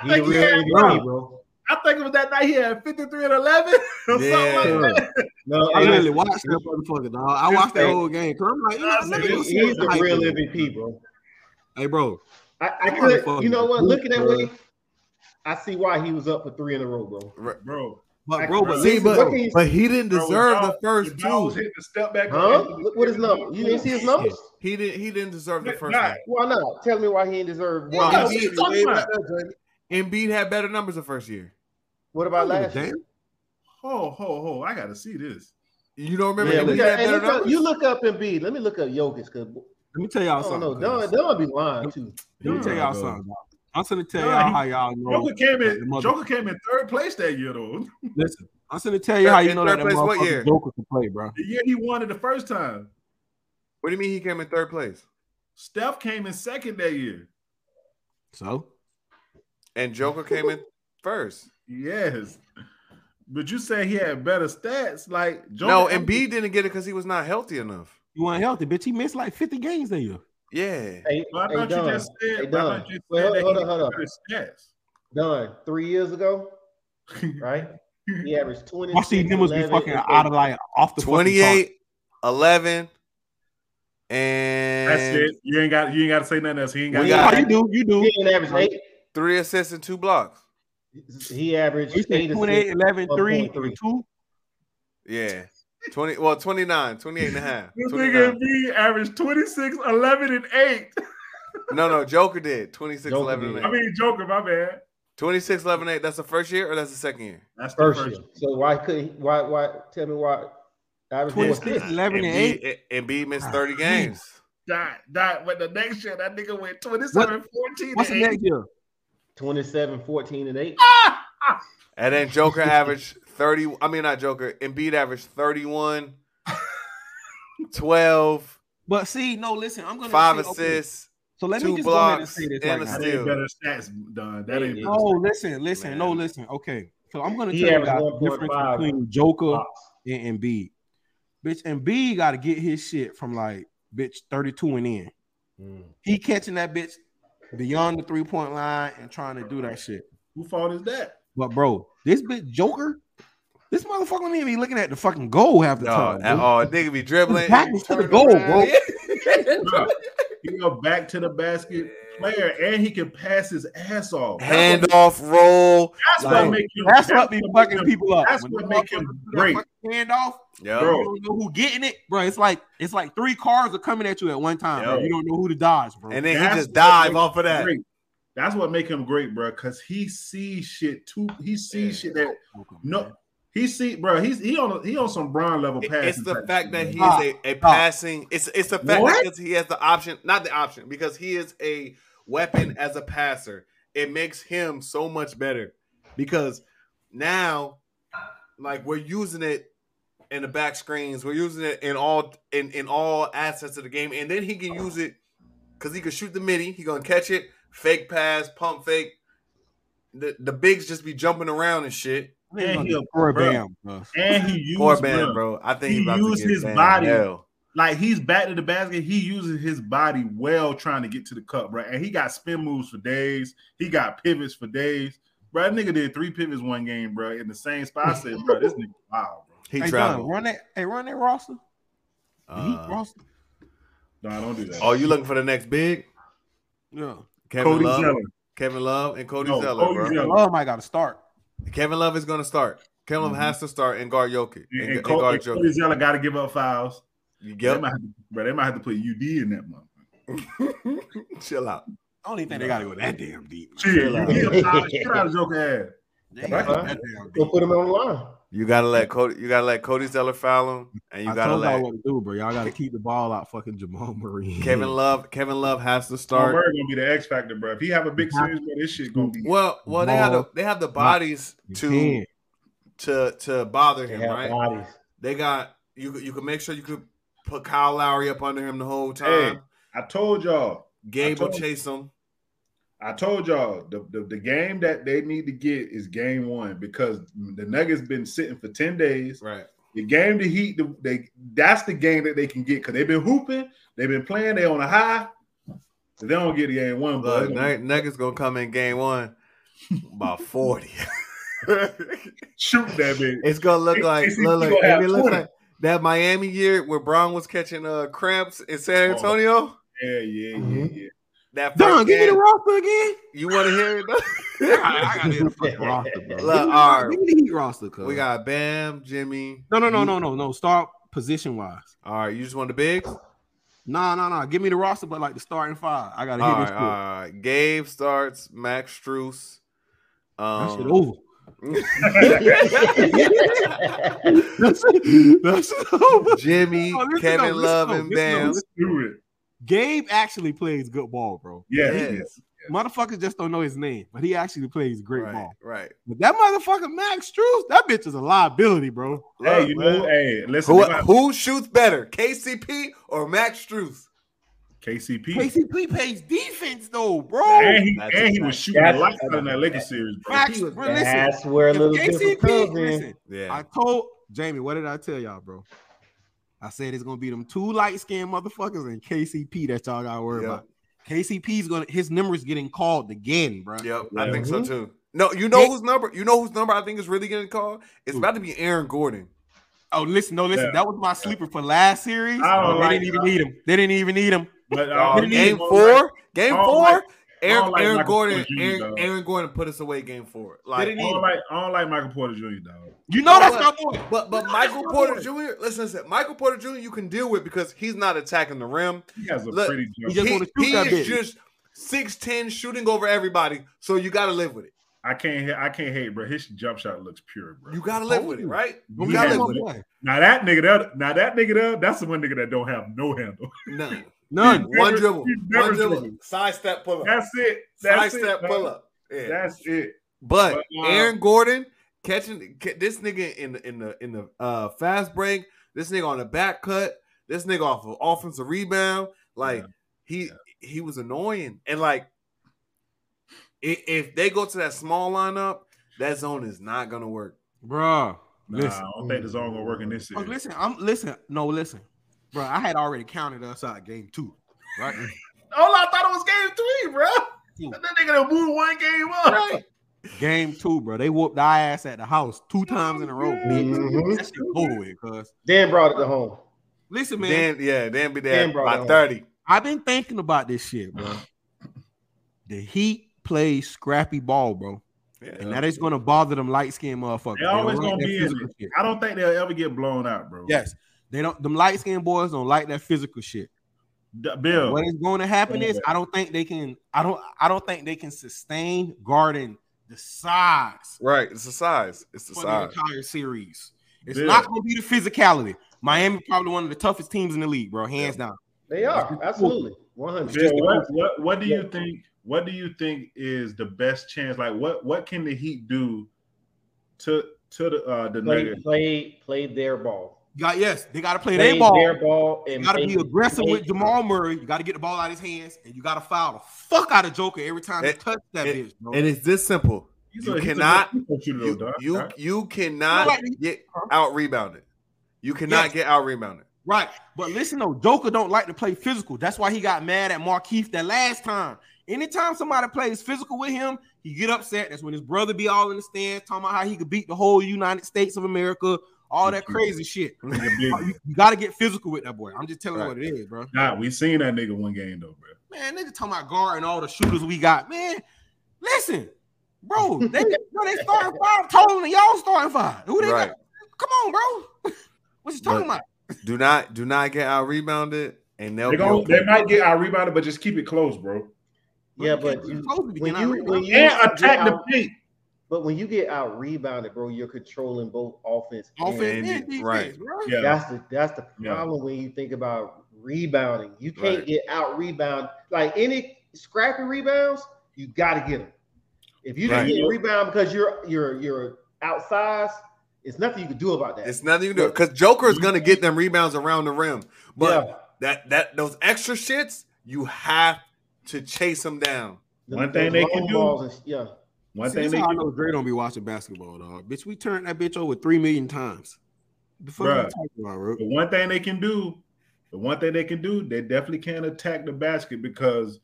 S4: he a
S2: think he
S4: real
S2: had,
S4: MVP, bro.
S2: I think it was that night he had fifty three and eleven or something like
S1: Yeah.
S2: that."
S4: No,
S3: I
S4: and
S3: literally watched that motherfucker, dog. I watched that whole game. 'cause I'm like, you know,
S2: I
S3: I'm
S2: said,
S3: not gonna
S4: he-
S3: see
S4: he's
S3: the
S4: the
S3: hype.
S4: real MVP, bro.
S3: Hey, bro.
S4: I, I
S3: Motherfucker.
S4: could, you know what? Looking at way, I see why he was up for three in a row, bro.
S2: Bro,
S3: But bro, but
S1: See,
S4: Listen, what
S1: but
S4: can you-
S1: but he didn't
S2: Bro,
S1: deserve the
S2: Jones-
S1: first
S2: Jones
S1: two.
S2: hit the step back.
S4: Huh?
S2: and-
S4: Look what his number. You didn't see his numbers?
S1: He didn't he didn't deserve the first
S2: Nah,
S1: one.
S4: Why not? Tell me why he didn't deserve
S2: Nah,
S4: one.
S2: what you
S1: Embiid,
S2: talking
S1: way
S2: about?
S1: better, Jamie. Embiid had better numbers the first year.
S4: What about last year?
S2: Ho, ho, ho! I gotta see this.
S1: You don't remember
S4: Yeah,
S1: Embiid
S4: we got,
S1: had
S4: hey,
S1: better
S4: look up,
S1: numbers.
S4: you look up Embiid. Let me look up Jokic because
S3: Let me tell
S4: I
S3: y'all
S4: don't know.
S3: something.
S4: Don,
S3: cuz.
S4: Don be lying too.
S3: Let me tell y'all
S1: Nah,
S3: something. dog. I'm gonna tell
S2: Nah,
S3: y'all
S2: he-
S3: how y'all know.
S2: Joker came
S3: the
S2: in.
S3: mother-
S2: Joker came in third place that year though.
S3: Listen, I'm gonna tell you how you
S1: In
S3: know
S1: third
S3: that that
S1: place what year?
S3: motherfucker Joker can play, bro.
S2: The year he won it the first time.
S1: What do you mean he came in third place?
S2: Steph came in second that year.
S3: So
S1: And Joker came in first.
S2: Yes, but you say he had better stats. Like
S1: No, Embiid didn't get it because he was not healthy enough.
S3: you weren't healthy, bitch. He missed like 50 games that year.
S1: Yeah.
S4: Hey,
S2: I
S4: hey
S2: thought you
S4: Don,
S2: just said.
S4: Hey,
S2: I
S4: Don.
S2: thought you
S4: Wait,
S2: said
S4: hold-
S2: that
S4: hold
S2: he
S4: up, hold
S2: had
S4: up.
S2: better
S4: Don, three years ago,
S2: stats.
S4: right? He averaged 20.
S3: I see numbers be fucking out of like off the fucking chart.
S1: 28, 11, and
S2: That's it. You ain't got. You ain't got to say nothing else. He ain't got.
S1: We
S3: Yeah, you do, you do.
S4: He didn't average eight.
S1: three assists and two blocks.
S4: He averaged
S3: Oh, You said
S4: eight
S3: 28,
S4: assists.
S3: 11, 3,
S4: 1.3.
S3: and 2.
S1: Yeah. 20, well, 29, 28 and a half.
S2: This
S1: 29.
S2: nigga Embiid averaged 26, 11, and 8.
S1: No, no, Joker did. 26,
S4: Joker
S1: 11,
S4: did.
S1: and
S2: I
S1: 8.
S2: mean, Joker, my bad.
S1: 26, 11, 8. That's the first year or that's the second year?
S2: That's the
S4: First
S2: first.
S4: year. So why couldn't? Why? Why? Tell me why? Average
S3: 26, 11, and 8.
S1: Embiid, Embiid missed 30 games.
S2: Dot, dot. But the next year, that nigga went 27, 14,
S3: What's the
S2: and 8.
S3: next year?
S4: 27, 14, and eight.
S1: And then Joker averaged 30. I mean, not Joker. Embiid averaged 31, 12,
S3: But see, no, listen, I'm gonna
S1: five
S3: say, okay,
S1: assists.
S3: So let
S1: two
S3: me just go ahead and
S1: blocks,
S3: say this
S1: and
S3: right
S1: a
S3: now.
S2: That
S1: Still.
S2: ain't better stats, Don. That ain't better.
S3: No, listen, listen, no,
S1: Man.
S3: listen. Okay, so I'm gonna
S4: He
S3: tell you
S4: averaged
S3: guys the difference
S4: 1.5
S3: between Joker
S4: blocks.
S3: and Embiid. Bitch, Embiid got to get his shit from like bitch 32 and in. He catching that bitch beyond the three point line and trying to do that shit.
S2: Who fault is that?
S3: But bro, this bitch Joker, this motherfucker don't even be looking at the fucking goal half the
S1: No,
S3: time.
S1: at
S3: bro.
S1: all. Nigga be dribbling.
S3: His back was to the
S1: turn
S3: goal,
S1: around.
S3: bro.
S2: Bruh, he go back to the basket player, and he can pass his ass off. That's what-
S1: Handoff roll.
S2: That's
S3: Like,
S2: what make him.
S3: That's what be
S2: what make
S3: fucking
S2: him-
S3: people up.
S2: That's
S3: When
S2: what
S3: the
S2: make him
S3: motherfucker
S2: great.
S3: put that fucking Hand off.
S1: Yep.
S2: Bro.
S3: You don't know who getting it, bro. It's like it's like three cars are coming at you at one time. Bro.
S2: Yo.
S3: You don't know who to dodge, bro.
S1: And then
S2: That's
S1: he just
S2: what
S1: dive
S2: makes
S1: off of that.
S2: Great. That's what make him great, bro. Cause he sees shit too. He sees shit that No, he see, bro. He's he on he on some Brown level
S1: It-
S2: pass.
S1: It's the fact that he
S3: Nah,
S1: is a, a
S3: nah.
S1: passing. It's it's the fact
S3: What?
S1: that he has the option, not the option, because he is a weapon as a passer. It makes him so much better because now, like we're using it in the back screens, we're using it in all in in all assets of the game, and then he can use it because he can shoot the midi. He gonna catch it, fake pass, pump fake. The the bigs just be jumping around and shit.
S2: and he,
S3: Or
S2: bro.
S3: bam, bro.
S2: and he used
S1: Poor man,
S2: bruh,
S1: bro. I think
S2: He
S1: he about to
S2: used
S1: get
S2: his
S1: banned.
S2: body.
S1: Hell.
S2: Like he's back to the basket. He uses his body well trying to get to the cup, bro. And he got spin moves for days. He got pivots for days, bro. That nigga did three pivots one game, bro, in the same spot. I said, bro, this nigga wow, bro.
S1: He
S3: Hey, Don,
S1: traveled.
S3: run that. Hey, run that roster. The Heat
S1: Uh,
S3: roster.
S2: No, don't do that.
S1: oh, you looking for the next big?
S3: Yeah.
S1: Kevin
S2: Cody
S1: Love,
S2: Zeller.
S1: Kevin Love, and Cody
S2: No,
S1: Zeller,
S2: Cody
S1: bro.
S2: Zeller.
S3: Oh my, got to start.
S1: Kevin Love is going to start. Kevin Love
S2: Mhm.
S1: has to start and guard Jokic.
S2: And,
S1: And,
S2: and
S1: and
S2: Cody,
S1: guard
S2: and Cody
S1: Jokic.
S2: Zeller got to give up fouls. They
S1: Yep.
S2: might have to, bro, they might have to put UD in that month.
S1: Chill out.
S3: I don't even think they got to go that damn deep.
S2: Shit,
S1: out.
S2: UD a foul. Get out of Joker ass.
S3: They ain't
S4: Right.
S3: gotta go that damn
S4: Go
S3: deep.
S4: put him on the line.
S1: You gotta let Cody. You gotta let Cody Zeller foul him, and you
S3: I
S1: gotta
S3: told y'all
S1: let
S3: what to do, bro. Y'all gotta keep the ball out, fucking Jamal Murray.
S1: Kevin Love. Kevin Love has to
S2: Jamal
S1: start.
S2: Murray gonna be the X factor, bro. If he have a big series, bro, this shit gonna be.
S1: Well, well, they have the, they have the bodies
S3: You
S1: to
S3: can't.
S1: to to bother
S4: They
S1: him,
S4: have
S1: right?
S4: bodies.
S1: They got you. You can make sure you could put Kyle Lowry up under him the whole
S2: Hey,
S1: time.
S2: I told y'all.
S1: Gabe
S2: I
S1: will
S2: told-
S1: chase him.
S2: I told y'all the, the, the game that they need to get is game one because the Nuggets been sitting for 10 days.
S1: Right.
S2: The game the Heat, the, they that's the game that they can get because they've been hooping, they've been playing, they on a high. If they don't get the game one,
S1: Look,
S2: but
S1: Nug- Nuggets gonna come in game one by forty.
S2: shoot that bitch.
S1: it's gonna look like
S2: ACC
S1: look, look,
S2: gonna have
S1: it looks
S2: 20.
S1: like that Miami year where Braun was catching uh cramps in San
S2: Oh.
S1: Antonio.
S2: Yeah, yeah, yeah, yeah.
S1: That first
S3: Don, give me
S1: game,
S3: the roster again.
S1: you want to hear it?
S3: I gotta hear the fucking roster,
S1: Look,
S3: bro. Give me-
S1: all right.
S3: give me the Heat roster, cuz.
S1: uh, we got Bam, Jimmy.
S3: no, no, no, no, no, no. Start position wise.
S1: All right, you just want the bigs.
S3: No, no, no. Give me the roster, but like the starting five. I gotta
S1: All
S3: hear this.
S1: right,
S3: shit.
S1: all right. Gabe starts. Max Struess.
S3: That shit
S1: Um,
S3: over. That's it. That's it. over.
S1: Jimmy,
S3: No, listen
S1: Oh. Kevin
S3: though, Oh, listen
S1: Love,
S3: though,
S1: and
S3: listen though,
S1: Bam.
S3: listen-
S2: Do it.
S3: Gabe actually plays good ball, bro.
S2: Yeah,
S1: Yes.
S2: yeah.
S3: Motherfuckers just don't know his name, but he actually plays great
S1: Right,
S3: ball.
S1: right.
S3: But that motherfucker Max Struess, that bitch is a liability, bro.
S2: Hey,
S1: Look,
S2: you
S1: man.
S2: know, hey, listen,
S1: who,
S2: they got
S1: who shoots better, KCP or Max Struess?
S2: KCP.
S3: KCP plays defense though, bro.
S2: and he,
S1: That's
S2: and he
S1: a
S2: was
S1: fact.
S2: shooting a
S4: That's-
S2: lot out in that Lakers series, bro.
S3: Max, bro, listen.
S4: That's where a
S3: If
S4: little different
S3: KCP,
S4: comes
S3: listen,
S4: in.
S1: Yeah,
S3: I told Jamie, what did I tell y'all, bro? I said it's gonna be them two light skinned motherfuckers and KCP that y'all gotta worry
S1: Yep.
S3: about. KCP's gonna his number's getting called again, bro.
S1: yep. I
S2: Yeah.
S1: think so too. No, you know whose number? You know whose number? I think is really getting called. It's
S3: Who?
S1: about to be Aaron Gordon.
S3: Oh, listen, no, listen,
S2: Yeah.
S3: that was my sleeper for last series.
S2: I don't
S3: they
S2: like-
S3: didn't even need him. They didn't even need him.
S2: But
S1: Uh,
S2: uh,
S1: game
S2: Michael-
S1: four, game
S2: I don't
S1: four.
S2: like-
S1: Aaron,
S2: like
S1: Aaron
S2: Michael
S1: Gordon,
S2: Porter Jr.,
S1: Aaron,
S2: though.
S1: Aaron Gordon put us away game four.
S2: I
S1: Like,
S2: don't like I don't like Michael Porter Jr. dog.
S3: You know that's my
S1: what?
S3: boy.
S1: but but
S3: No,
S1: Michael
S3: that's
S1: Porter
S3: my
S1: Jr. Listen, listen, Michael Porter Jr. You can deal with because he's not attacking the rim.
S2: He has a
S1: Look,
S2: pretty
S3: He
S2: jump.
S3: just
S1: he
S3: want to shoot
S1: he
S3: that
S1: is
S3: bitch.
S1: just six ten shooting over everybody, so you got to live with it.
S2: I can't hit. I can't hate, bro. His jump shot looks pure, bro.
S1: You got to live with it,
S3: you.
S1: right?
S3: But
S1: You
S3: we
S2: Yeah.
S1: got
S3: got
S1: to
S3: my
S1: live with it.
S3: boy.
S2: now that nigga, that now that nigga, that, that's the one nigga that don't have no handle.
S1: None.
S3: None.
S1: One
S2: never-
S1: dribble,
S2: he's
S1: one
S2: never
S1: dribble,
S2: dribbling.
S1: side step pull up,
S2: That's it.
S1: side
S2: That's
S1: step
S2: it.
S1: pull
S2: Bro.
S1: up. Yeah.
S2: That's it.
S1: But
S2: But, uh,
S1: Aaron Gordon catching ca- this nigga in the in the in the uh, fast break, this nigga on the back cut, this nigga off of offensive rebound, like
S2: Yeah.
S1: he he was annoying. And like i- if they go to that small lineup, that zone is not gonna work.
S3: Bro,
S2: Nah,
S3: listen.
S2: I don't think the zone gonna work in this
S3: Oh,
S2: series.
S3: listen, I'm listen. No, listen, bro. I had already counted us out game two, right?
S2: All I thought was game three, bro.
S3: Two.
S2: That nigga done moved one game up.
S3: game two, bro. They whooped our ass at the house two times in a row.
S4: Mhm.
S3: That shit over with, cuz.
S4: Dan brought it to home.
S3: Listen, man.
S1: Then yeah, then be there
S4: Dan brought it
S1: by
S4: home.
S1: thirty.
S3: I've been thinking about this shit, bro. The Heat plays scrappy ball, bro, and that is gonna bother them light skinned motherfuckers.
S2: They always
S3: don't like
S2: gonna
S3: that
S2: be in
S3: physical shit.
S2: I don't think they'll ever get blown out, bro.
S3: Yes, they don't. Them light skinned boys don't like that physical shit.
S2: D- Bill.
S3: What is going to happen is I don't think they can. I don't. I don't think they can sustain guarding the size
S1: Right, it's the size. It's the
S3: for
S1: size.
S3: the entire series. It's
S2: Bill.
S3: not going to be the physicality. Miami probably one of the toughest teams in the league, bro, hands down.
S4: They are absolutely 100.
S2: Bill, what, what what do you think? What do you think is the best chance? Like, what what can the Heat do to to the uh, the
S4: Play,
S2: Nuggets?
S4: play, play their ball.
S3: You got yes, they got to play
S4: Play
S3: their ball.
S4: their ball and
S3: You got to
S4: make-
S3: be aggressive with
S4: make-
S3: Jamal Murray. You got to get the ball out of his hands, and you got to foul the fuck out of Joker every time he
S1: It-
S3: touch that
S1: it-
S3: bitch, bro.
S1: And it's this simple.
S2: He's
S1: You
S2: a- he's a
S1: cannot-
S2: good free throw shooter, though,
S1: You
S2: dog.
S1: you,
S2: Dog.
S1: you cannot
S3: like these-
S1: get out rebounded. You cannot
S3: Yes.
S1: get out rebounded.
S3: Right. But listen though, Joker don't like to play physical. That's why he got mad at Markeith that last time. Anytime somebody plays physical with him, he get upset. That's when his brother be all in the stands talking about how he could beat the whole United States of America, all
S1: Mm-hmm.
S3: that crazy shit.
S2: He's a big-
S3: You, you gotta get physical with that boy. I'm just telling you
S1: Right.
S3: what it is, bro.
S2: Nah, we seen that nigga one game though, bro.
S3: Man, nigga talking about guard and all the shooters we got. Man, listen, bro. They, bro, they starting five taller than y'all starting five. Who they
S1: Right.
S3: got? Come on, bro. what you talking
S1: But-
S3: about?
S1: Do not do not get out rebounded, and they'll
S2: They,
S1: be
S2: gon-
S1: okay.
S2: they might get out rebounded, but just keep it close, bro.
S3: Bro, you
S4: Yeah, but
S3: can't-
S4: you,
S3: supposed to be
S4: when
S3: getting out
S4: you
S3: rebounded.
S4: when you
S2: And attack the paint.
S4: But when you get out rebounded, bro, you're controlling both offense. and
S3: Offense
S1: Andy,
S3: and defense,
S1: right.
S3: bro.
S2: Yeah.
S4: That's the that's the
S2: Yeah.
S4: problem when you think about rebounding. You can't
S1: Right.
S4: get out rebound like any scrappy rebounds. You got to get them. If you just
S1: Right.
S4: get a rebound because you're you're you're outside, it's nothing you can do about that.
S1: It's nothing you can do because Joker is gonna get them rebounds around the rim, but
S4: Yeah.
S1: that that those extra shits you have to chase them down.
S2: One thing they can
S4: long
S2: do-
S4: balls and- yeah,
S2: One
S3: See,
S2: thing
S3: that's
S2: they
S3: how I
S2: can
S3: know Dre don't be watching basketball, dog. Bitch, we turned that bitch over three million times. The fuck
S2: Bruh.
S3: you talking about, bro?
S2: The one thing they can do, the one thing they can do, they definitely can attack the basket because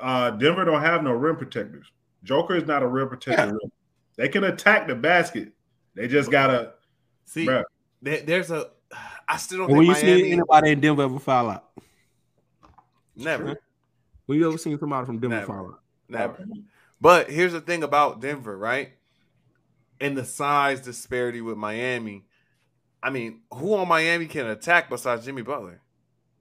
S2: uh, Denver don't have no rim protectors. Joker is not a rim protector. They can attack the basket. They just gotta.
S1: See,
S2: Bruh.
S1: there- there's a. I still don't
S3: And
S1: think
S3: when you
S1: Miami
S3: see anybody in Denver ever foul out,
S1: never,
S3: when you ever seen somebody from Denver
S1: Never.
S3: foul out,
S1: never. But here's the thing about Denver, right? And the size disparity with Miami. I mean, who on Miami can attack besides Jimmy Butler?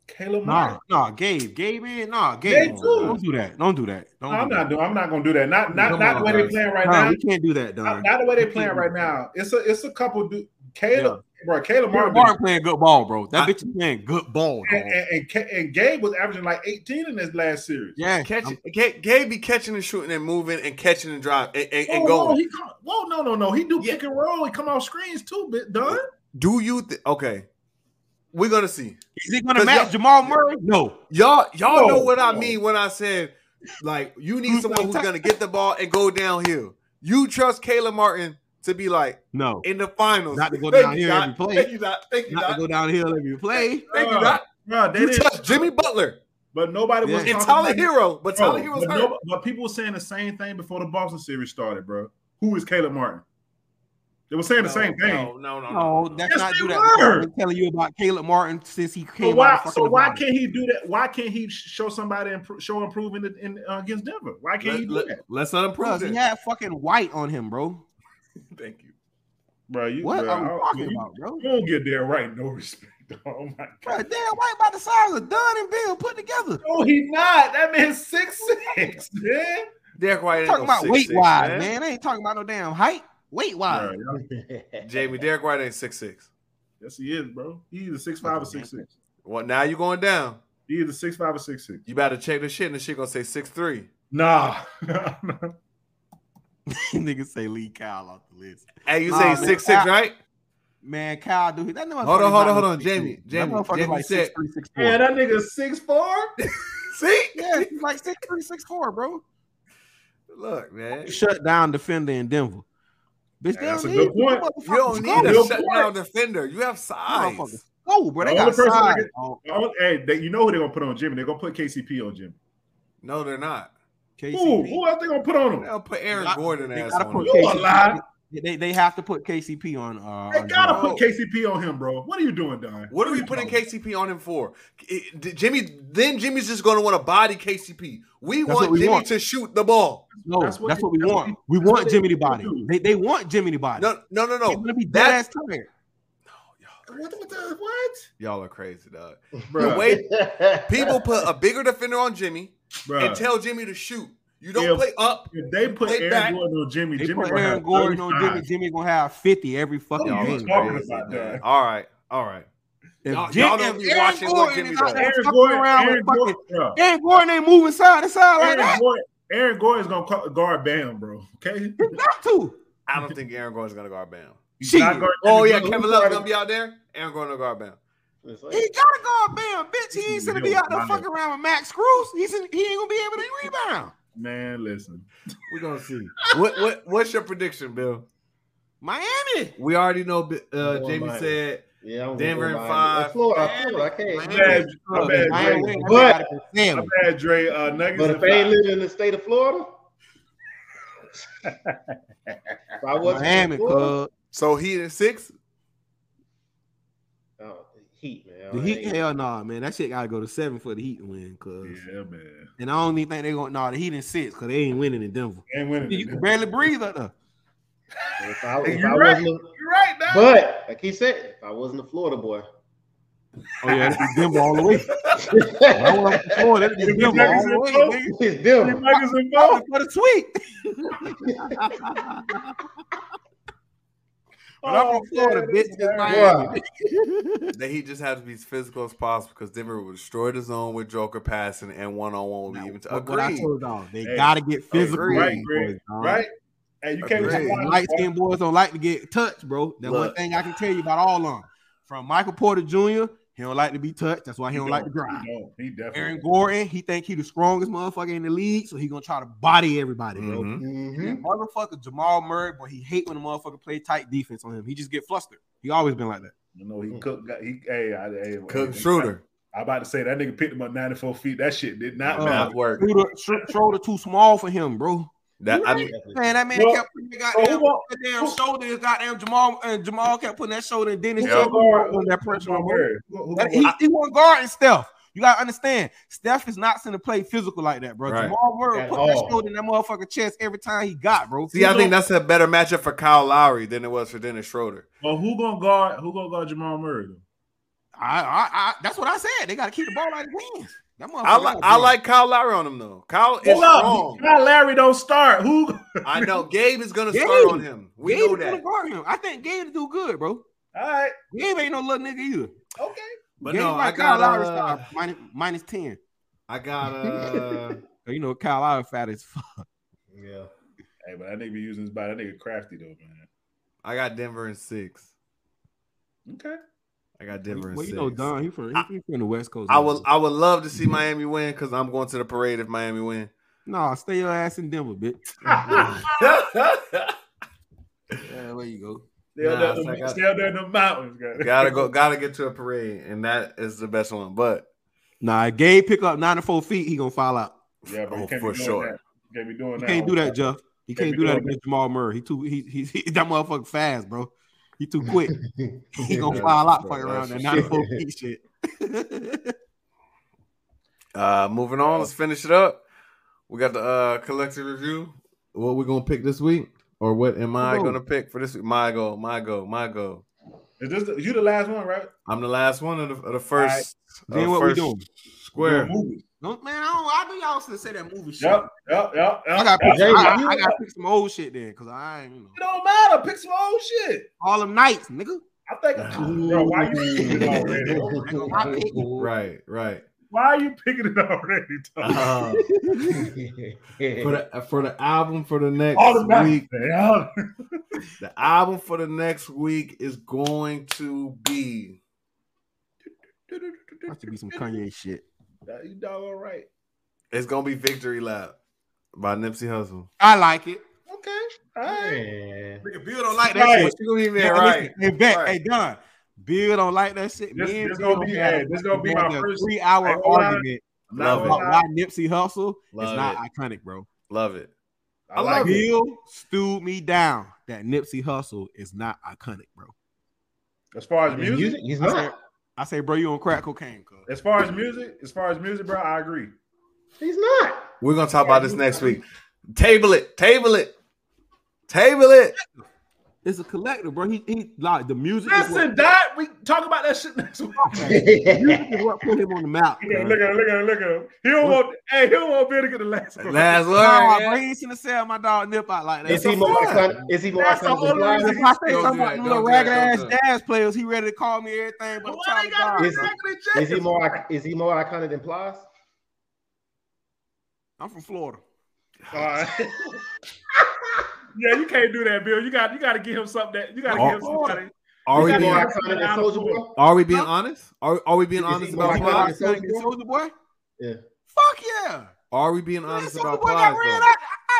S2: Caleb,
S3: nah,
S2: Martin.
S3: nah, Gabe, Gabe in, nah,
S2: Gabe
S3: Gabe,
S2: too.
S3: don't do that, don't do that, don't
S2: I'm
S3: do
S2: not
S3: that.
S2: doing. I'm not gonna do that. Not not
S3: Come
S2: not the
S3: on,
S2: way they're
S3: guys.
S2: playing right
S3: Nah,
S2: now.
S3: we can't do that,
S2: Not,
S3: dog.
S2: not the way they're playing right now. It's a it's a couple. Do Caleb, bro. Caleb
S3: Mark
S2: Martin,
S3: playing good ball, bro. That
S1: I-
S3: bitch is playing good ball.
S2: and,
S3: Dog.
S2: and, and, Ca- and Gabe was averaging like 18 in this last series.
S3: Yeah,
S1: Catch
S3: I'm-
S1: Ga- Gabe be catching and shooting and moving and catching and driving and, and, and
S2: Whoa,
S1: going.
S2: Whoa, Oh, he come- whoa, no, no, no. He do pick and roll. He come off screens too, bit done.
S1: Do you th- okay? We're gonna see.
S3: Is he gonna
S1: 'Cause
S3: match
S1: y'all-
S3: Jamal Murray? No.
S1: Y'all, y'all know
S2: No,
S1: what I
S2: no.
S1: mean when I said like you need
S3: Who's
S1: someone
S3: gonna
S1: who's
S3: touch-
S1: gonna get the ball and go downhill. You trust Kayla Martin to be like
S3: No.
S1: in the finals.
S3: Not to go
S1: Thank
S3: down
S1: you,
S3: here
S1: Doc.
S3: every play.
S1: Thank you, Doc. Thank you,
S3: Not to
S1: Doc.
S3: go downhill if you play.
S1: Thank you,
S2: Uh,
S1: Doc.
S2: Bro, they
S1: You
S2: didn't-
S1: trust Jimmy Butler
S2: but nobody was
S3: Yeah.
S1: and
S2: talking
S1: Tyler
S2: about-
S1: Hero, but
S2: Bro,
S1: Tyler Hero's
S2: but,
S1: hurt.
S2: no- but people were saying the same thing before the Boston series started, bro. Who is Caleb Martin? They were saying the same thing.
S1: No, no, no, no.
S3: No, that's
S2: Yes,
S3: not
S2: they
S3: do that.
S2: were.
S3: I've been telling you about Caleb Martin since he came
S2: So why?
S3: out. of
S2: So
S3: fucking
S2: why
S3: Nevada.
S2: can't he do that? Why can't he sh- show somebody and pro- show improvement in, in, uh, against Denver? Why can't he do
S1: Let,
S2: that,
S1: us not improve
S3: Bruh,
S1: it.
S3: he had fucking white on him, bro.
S1: Thank you.
S2: bro? You, bruh,
S3: What are we
S2: I don't-
S3: talking
S2: you,
S3: about, bro?
S2: you don't get there right. No respect. Oh my
S3: Bro, damn
S2: god.
S3: white by the size of Dunn and Bill put together.
S2: No, he not. That man's six six. Yeah.
S1: Derek White
S3: I'm
S1: ain't no
S3: talking about
S1: 6'6",
S3: weight wise, man. I ain't talking about no damn height. Weight wise.
S2: Bruh, y'all-
S1: Jamie, Derek White ain't six six.
S2: Yes, he is, bro. He's either six five or six six.
S1: Well, now you going down.
S2: He either six five or six six.
S1: You better check the shit, and the shit gonna say six three.
S2: Nah.
S3: Niggas say Lee Kyle off the list.
S1: Hey, you
S3: Nah,
S1: say
S3: man.
S1: six six, right?
S3: Man, Kyle, dude, that motherfucker
S1: Hold on, hold
S3: is not
S1: on, hold
S3: no
S1: on,
S3: six
S1: Jamie,
S3: three.
S1: Jamie,
S3: That motherfucker
S1: Jamie
S3: like
S1: said-
S3: six three, six four.
S2: yeah, that nigga six four.
S1: See,
S3: Yeah, he's like six three, six four, bro.
S1: look, man,
S3: Shut down defender in Denver. Bitch, they
S2: That's
S3: don't
S2: a good
S3: need you.
S2: point.
S3: Motherfuckers
S1: you don't
S3: go.
S1: need a
S2: Real
S1: shutdown defender. You have size.
S3: Motherfuckers Go, bro. They
S2: The
S3: got
S2: only person that
S3: size.
S2: get-
S3: dog.
S2: Oh, Hey, they, you know who they're gonna put on Jimmy? They're gonna put KCP on Jimmy.
S1: No, they're not.
S2: Who?
S3: KCP.
S2: Who else they gonna put on him?
S1: They'll put Aaron
S3: They-
S1: Gordon
S3: they
S1: ass
S3: gotta
S1: on
S3: put
S1: him.
S2: You a
S3: KCP.
S2: lie.
S3: They, they have to put KCP on. Uh,
S2: They
S3: on
S2: gotta
S3: Joel.
S2: put KCP on him, bro. What are you doing, Don?
S1: What are we putting KCP on him for? It- d- Jimmy, then Jimmy's just going to want to body KCP. We
S3: That's
S1: want
S3: what we
S1: Jimmy
S3: want.
S1: to shoot the ball.
S3: No,
S2: That's what
S3: that's what,
S2: you-
S3: we
S2: that's
S3: want.
S2: what
S3: we
S2: that's what
S3: want
S2: they
S3: Jimmy to
S2: want
S3: body.
S2: to do.
S3: They, they want Jimmy to body.
S1: No, no, no,
S3: He's
S1: no.
S3: gonna be dead
S1: That-
S3: ass tired.
S2: What? What? The, what?
S1: Y'all are crazy, dog.
S2: Bruh,
S1: Wait, People put a bigger defender on Jimmy
S2: bruh.
S1: and tell Jimmy to shoot. You don't
S2: Yeah.
S1: play up.
S2: if they put
S1: They
S2: Aaron
S1: back.
S2: Gordon on Jimmy,
S3: They
S2: Jimmy
S3: put
S2: gonna have
S3: Aaron Gordon on
S2: 35.
S3: Jimmy. Jimmy gonna have fifty every fucking
S2: What are you
S3: game.
S2: talking
S3: bro.
S2: about? that?
S1: All right, all right.
S3: If
S1: Y'all-
S3: Jim-
S1: y'all don't
S3: if
S1: be
S3: Aaron
S1: watching what
S3: Gordon
S1: Jimmy
S3: is
S1: does.
S3: out there
S2: Aaron
S3: fucking
S2: Gordon,
S3: around with
S2: Aaron
S3: fucking-
S2: Gordon, bruh.
S3: Aaron Gordon ain't moving side to side like
S2: Aaron
S3: that.
S2: Gordon, Aaron Gordon's gonna call, guard Bam, bro. Okay.
S3: He got to.
S1: I don't think Aaron Gordon's going to guard Bam.
S2: He's
S3: Shit.
S2: not guarding
S1: Oh, yeah,
S2: Jimmy
S1: Kevin
S2: Butler.
S1: Love's going to be out there. Aaron Gordon will guard Bam.
S4: It's
S3: He
S4: like-
S3: gotta guard Bam, bitch. He ain't gonna be out there fucking around with Max Cruz. He's in, he ain't gonna be able to rebound.
S2: Man, listen.
S1: We're going to see. what, what, what's your prediction, Bill?
S3: Miami.
S1: We already know uh,
S2: Going
S1: Jamie
S2: Miami.
S1: said
S4: yeah, I'm
S1: Denver
S4: going
S1: in
S4: Miami.
S1: five.
S4: Florida, Florida, I can't.
S2: I'm glad, I'm glad Dre,
S3: Miami win.
S4: But-
S3: Everybody can stand
S2: I'm
S3: him.
S2: glad Dre uh, Nuggets.
S4: But
S2: in
S4: if they ain't
S2: five.
S4: living in the state of Florida, if I wasn't
S3: Miami,
S4: from Florida,
S3: cuz.
S1: So he in six?
S4: oh, Heat, man.
S3: The
S4: I
S3: Heat,
S4: ain't-
S3: hell nah, man. That shit gotta go to seven for the Heat to win, cuz.
S2: yeah, man.
S3: And I don't even think they're gonna nah the Heat in six, cause they ain't winning in Denver.
S2: Ain't winning.
S3: You can barely breathe out there.
S4: If I, if
S2: You're
S4: I
S2: right.
S4: wasn't,
S2: You're right, man.
S4: but like he said, if I wasn't a Florida boy,
S3: Oh yeah, that'd be Denver all the way. Well, well, oh, that'd be Denver all the way. nigga.
S4: It's them.
S2: Niggas
S3: Oh,
S2: involved.
S3: what a tweet! Oh, But I'm from Florida, bitch. It's Miami.
S1: That he just had to be as physical as possible because Denver would destroy the zone with Joker passing and one on one would be even. uh, To-
S3: But what I
S1: Agreed.
S3: told y'all, they
S2: Hey, oh,
S3: gotta get physical.
S1: agreed.
S3: with these
S2: Right,
S3: boys, dog.
S2: Right? Hey, you can't
S1: Agreed.
S2: just watch
S3: Light skinned boys don't like to get touched, bro. That one
S1: Look.
S3: thing I can tell you about all of them. From Michael Porter Jr., he don't like to be touched. That's why he don't like to drive.
S2: He don't. He definitely.
S3: Aaron Gordon, he think he the strongest motherfucker in the league, so he gonna try to body everybody, bro.
S1: Mhm.
S4: Mhm.
S3: That
S2: Hmm.
S3: motherfucker Jamal Murray, boy, he hate when a motherfucker play tight defense on him. He just get flustered. He always been like that.
S2: You know he cook. Got, he hey, I, hey
S1: Cook
S2: hey,
S1: Schroeder.
S2: I, am about to say that nigga picked him up 94 feet. That shit did not
S3: Uh,
S1: Not
S2: matter.
S1: work.
S3: Schroeder, Sch- Schroeder too small for him, bro.
S1: That I,
S3: Man, that man
S2: Well,
S3: kept putting the
S2: so who
S3: goddamn,
S2: gon-
S3: goddamn shoulder. His goddamn Jamal and Jamal kept putting that shoulder in Dennis.
S2: Who
S1: Yeah.
S3: Schroeder
S2: gonna guard-
S3: putting that
S2: who
S3: pressure
S2: gonna
S3: on him.
S2: guard? Who- who
S3: That-
S2: gonna
S3: he,
S2: guard?
S3: he wasn't guarding Steph. You gotta understand, Steph is not sent to play physical like that, bro.
S1: Right.
S3: Jamal Murray
S4: At
S3: put that
S4: all.
S3: shoulder in that motherfucker chest every time he got, bro.
S1: see, I think that's a better matchup for Kyle Lowry than it was for Dennis Schroeder.
S2: Well, who gonna guard? Who gonna guard Jamal Murray? though?
S3: I, I, I, that's what I said. They gotta keep the ball out of his hands. That
S1: I,
S3: motherfucker
S1: li-
S3: gotta
S1: I
S3: be-
S1: like Kyle Lowry on him though. Kyle is
S2: Hold up,
S1: strong.
S2: Kyle Larry don't start. Who?
S1: I know Gabe is gonna
S3: Gabe.
S1: start on him. We
S3: Gabe
S1: know
S3: is gonna
S1: that.
S3: guard him. I think Gabe do good, bro.
S2: All right.
S3: Gabe ain't no little nigga either.
S2: Okay.
S1: But
S3: Gabe
S1: no, I
S3: like
S1: got
S3: Kyle Lowry
S1: uh,
S3: style, minus, minus ten.
S1: I got uh,
S3: You know Kyle Lowry fat as fuck.
S4: Yeah.
S2: Hey, but that nigga be using his body. That nigga crafty though, man.
S1: I got Denver in six.
S2: Okay.
S1: I got Denver in
S3: well,
S1: six.
S3: you know Don, he from he, he from the West Coast.
S1: I would I would love to see Miami win because I'm going to the parade if Miami win.
S3: nah, stay your ass in Denver, bitch.
S1: gotta
S3: Yeah, there you go.
S2: Stay up
S1: Nah, so
S2: there,
S1: I
S2: in the-
S1: got-
S2: stay up there in the mountains, guys.
S1: go gotta get to a parade, and that is the best one. But
S3: Nah, if Gabe pick up nine to four feet, he gonna fall out.
S2: Yeah, but
S1: Oh,
S2: you can't
S1: for
S2: be doing
S1: sure.
S2: that. You can't be doing
S3: You
S2: that.
S3: can't do that, Jeff. You
S2: Can't
S3: can't
S2: be
S3: do that
S2: doing
S3: against Jamal Murray. He too he, he, he that motherfucker fast, bro. He too quick. He gonna
S1: Yeah,
S3: fall out
S1: for
S3: fucking
S1: sure.
S3: around that
S1: That's
S3: 94 feet shit.
S1: uh moving on, let's finish it up. We got the uh collective review. What we're gonna pick this week, or what am I
S3: Go.
S1: gonna pick for this week? My go, my go, my go.
S2: Is this the, you the last one, right?
S1: I'm the last one of the, of the first. of
S3: then
S1: the
S3: what we
S1: first
S3: doing?
S1: Square.
S2: Movies.
S3: No, man, I don't I knew y'all was gonna say that movie shit.
S2: Yep, yep, yep.
S3: I
S2: yep.
S3: gotta pick,
S4: Jay,
S3: I, I-
S4: you-
S3: I gotta pick some old shit then, cause I ain't you know
S2: It don't matter. Pick some old shit.
S3: all them nights, nigga.
S2: I think. Bro, why you picking it already?
S1: Right, right.
S2: Why are you picking it already? Tom?
S1: Uh, for the for the album for the next
S2: All the back.
S1: week,
S2: Yeah.
S1: the album for the next week is going to be
S3: That should be some Kanye shit.
S2: You dog all right.
S1: It's gonna be Victory Lap by Nipsey Hussle.
S3: I like it.
S2: Okay. All right.
S4: Man.
S3: Nigga, Bill don't like that
S2: Right.
S3: shit.
S1: What you gonna even
S3: Yeah,
S1: right?
S3: listen, Hey, bet,
S1: Right.
S3: hey, Don. Bill don't like that shit.
S2: This-
S3: Me and
S2: this
S3: Bill
S2: gonna be-
S3: had a-
S2: hey, this gonna be
S3: had
S2: my
S3: a
S2: first-
S3: three-hour
S2: I ain't gonna lie.
S3: argument
S2: I'm
S1: Love
S2: not
S1: it.
S3: about
S2: gonna lie.
S3: why Nipsey Hustle is
S1: Love
S3: not
S1: it.
S3: iconic, bro.
S1: Love it.
S2: I
S1: I
S2: like
S1: love it.
S2: it.
S3: Bill stewed me down that Nipsey Hustle is not iconic, bro.
S2: As far as
S4: Music?
S2: music,
S4: He's
S3: I
S4: not.
S3: said, I say, bro, you on crack cocaine, cuz.
S2: as far as music, as far as music, bro, I agree.
S4: He's not.
S1: We're gonna talk about this next week. Table it, table it, table it.
S3: It's a collector, bro. He, he like the music. Is what,
S2: Listen, that we talk about that shit next week.
S3: music is what put him on the map.
S2: Look at him,
S3: cuz.
S2: look at him, look at him, look at him. He don't want, hey, he don't want Bill to get the last one.
S1: Last word.
S3: Nah,
S1: yeah.
S3: bro, he ain't seen the sell my dog nip out like that.
S4: Is he more iconic? Is he more
S2: That's the
S4: iconic?
S2: only
S4: than
S2: reason
S3: If
S4: Fly?
S3: I say
S1: Don't
S3: something
S1: do
S3: about
S1: that.
S3: them little
S1: Don't do that.
S3: ragged ass
S1: Don't do
S3: jazz players, he ready to call me everything but
S2: Why
S3: Charlie
S2: they gotta be
S3: Brown.
S4: Is he-
S2: Michael
S4: Is he
S2: Jackson?
S4: more? ic- Is he more iconic than Plies?
S3: I'm from Florida.
S2: All right. yeah, you can't do that, Bill. You got you got to give him something that you got to
S1: Oh,
S2: give him somebody.
S1: Are
S4: Is
S1: we
S4: he more
S1: being
S4: iconic than Soldier Boy?
S1: are we being honest? Are, are we being
S4: Is he
S1: honest
S4: more
S1: about
S4: iconic
S1: Plies?
S4: than Soulja Boy?
S3: Soldier boy?
S4: Yeah.
S3: Fuck yeah.
S1: Are we being honest
S3: Soldier
S1: about
S3: boy got
S1: Plies?
S3: ran out,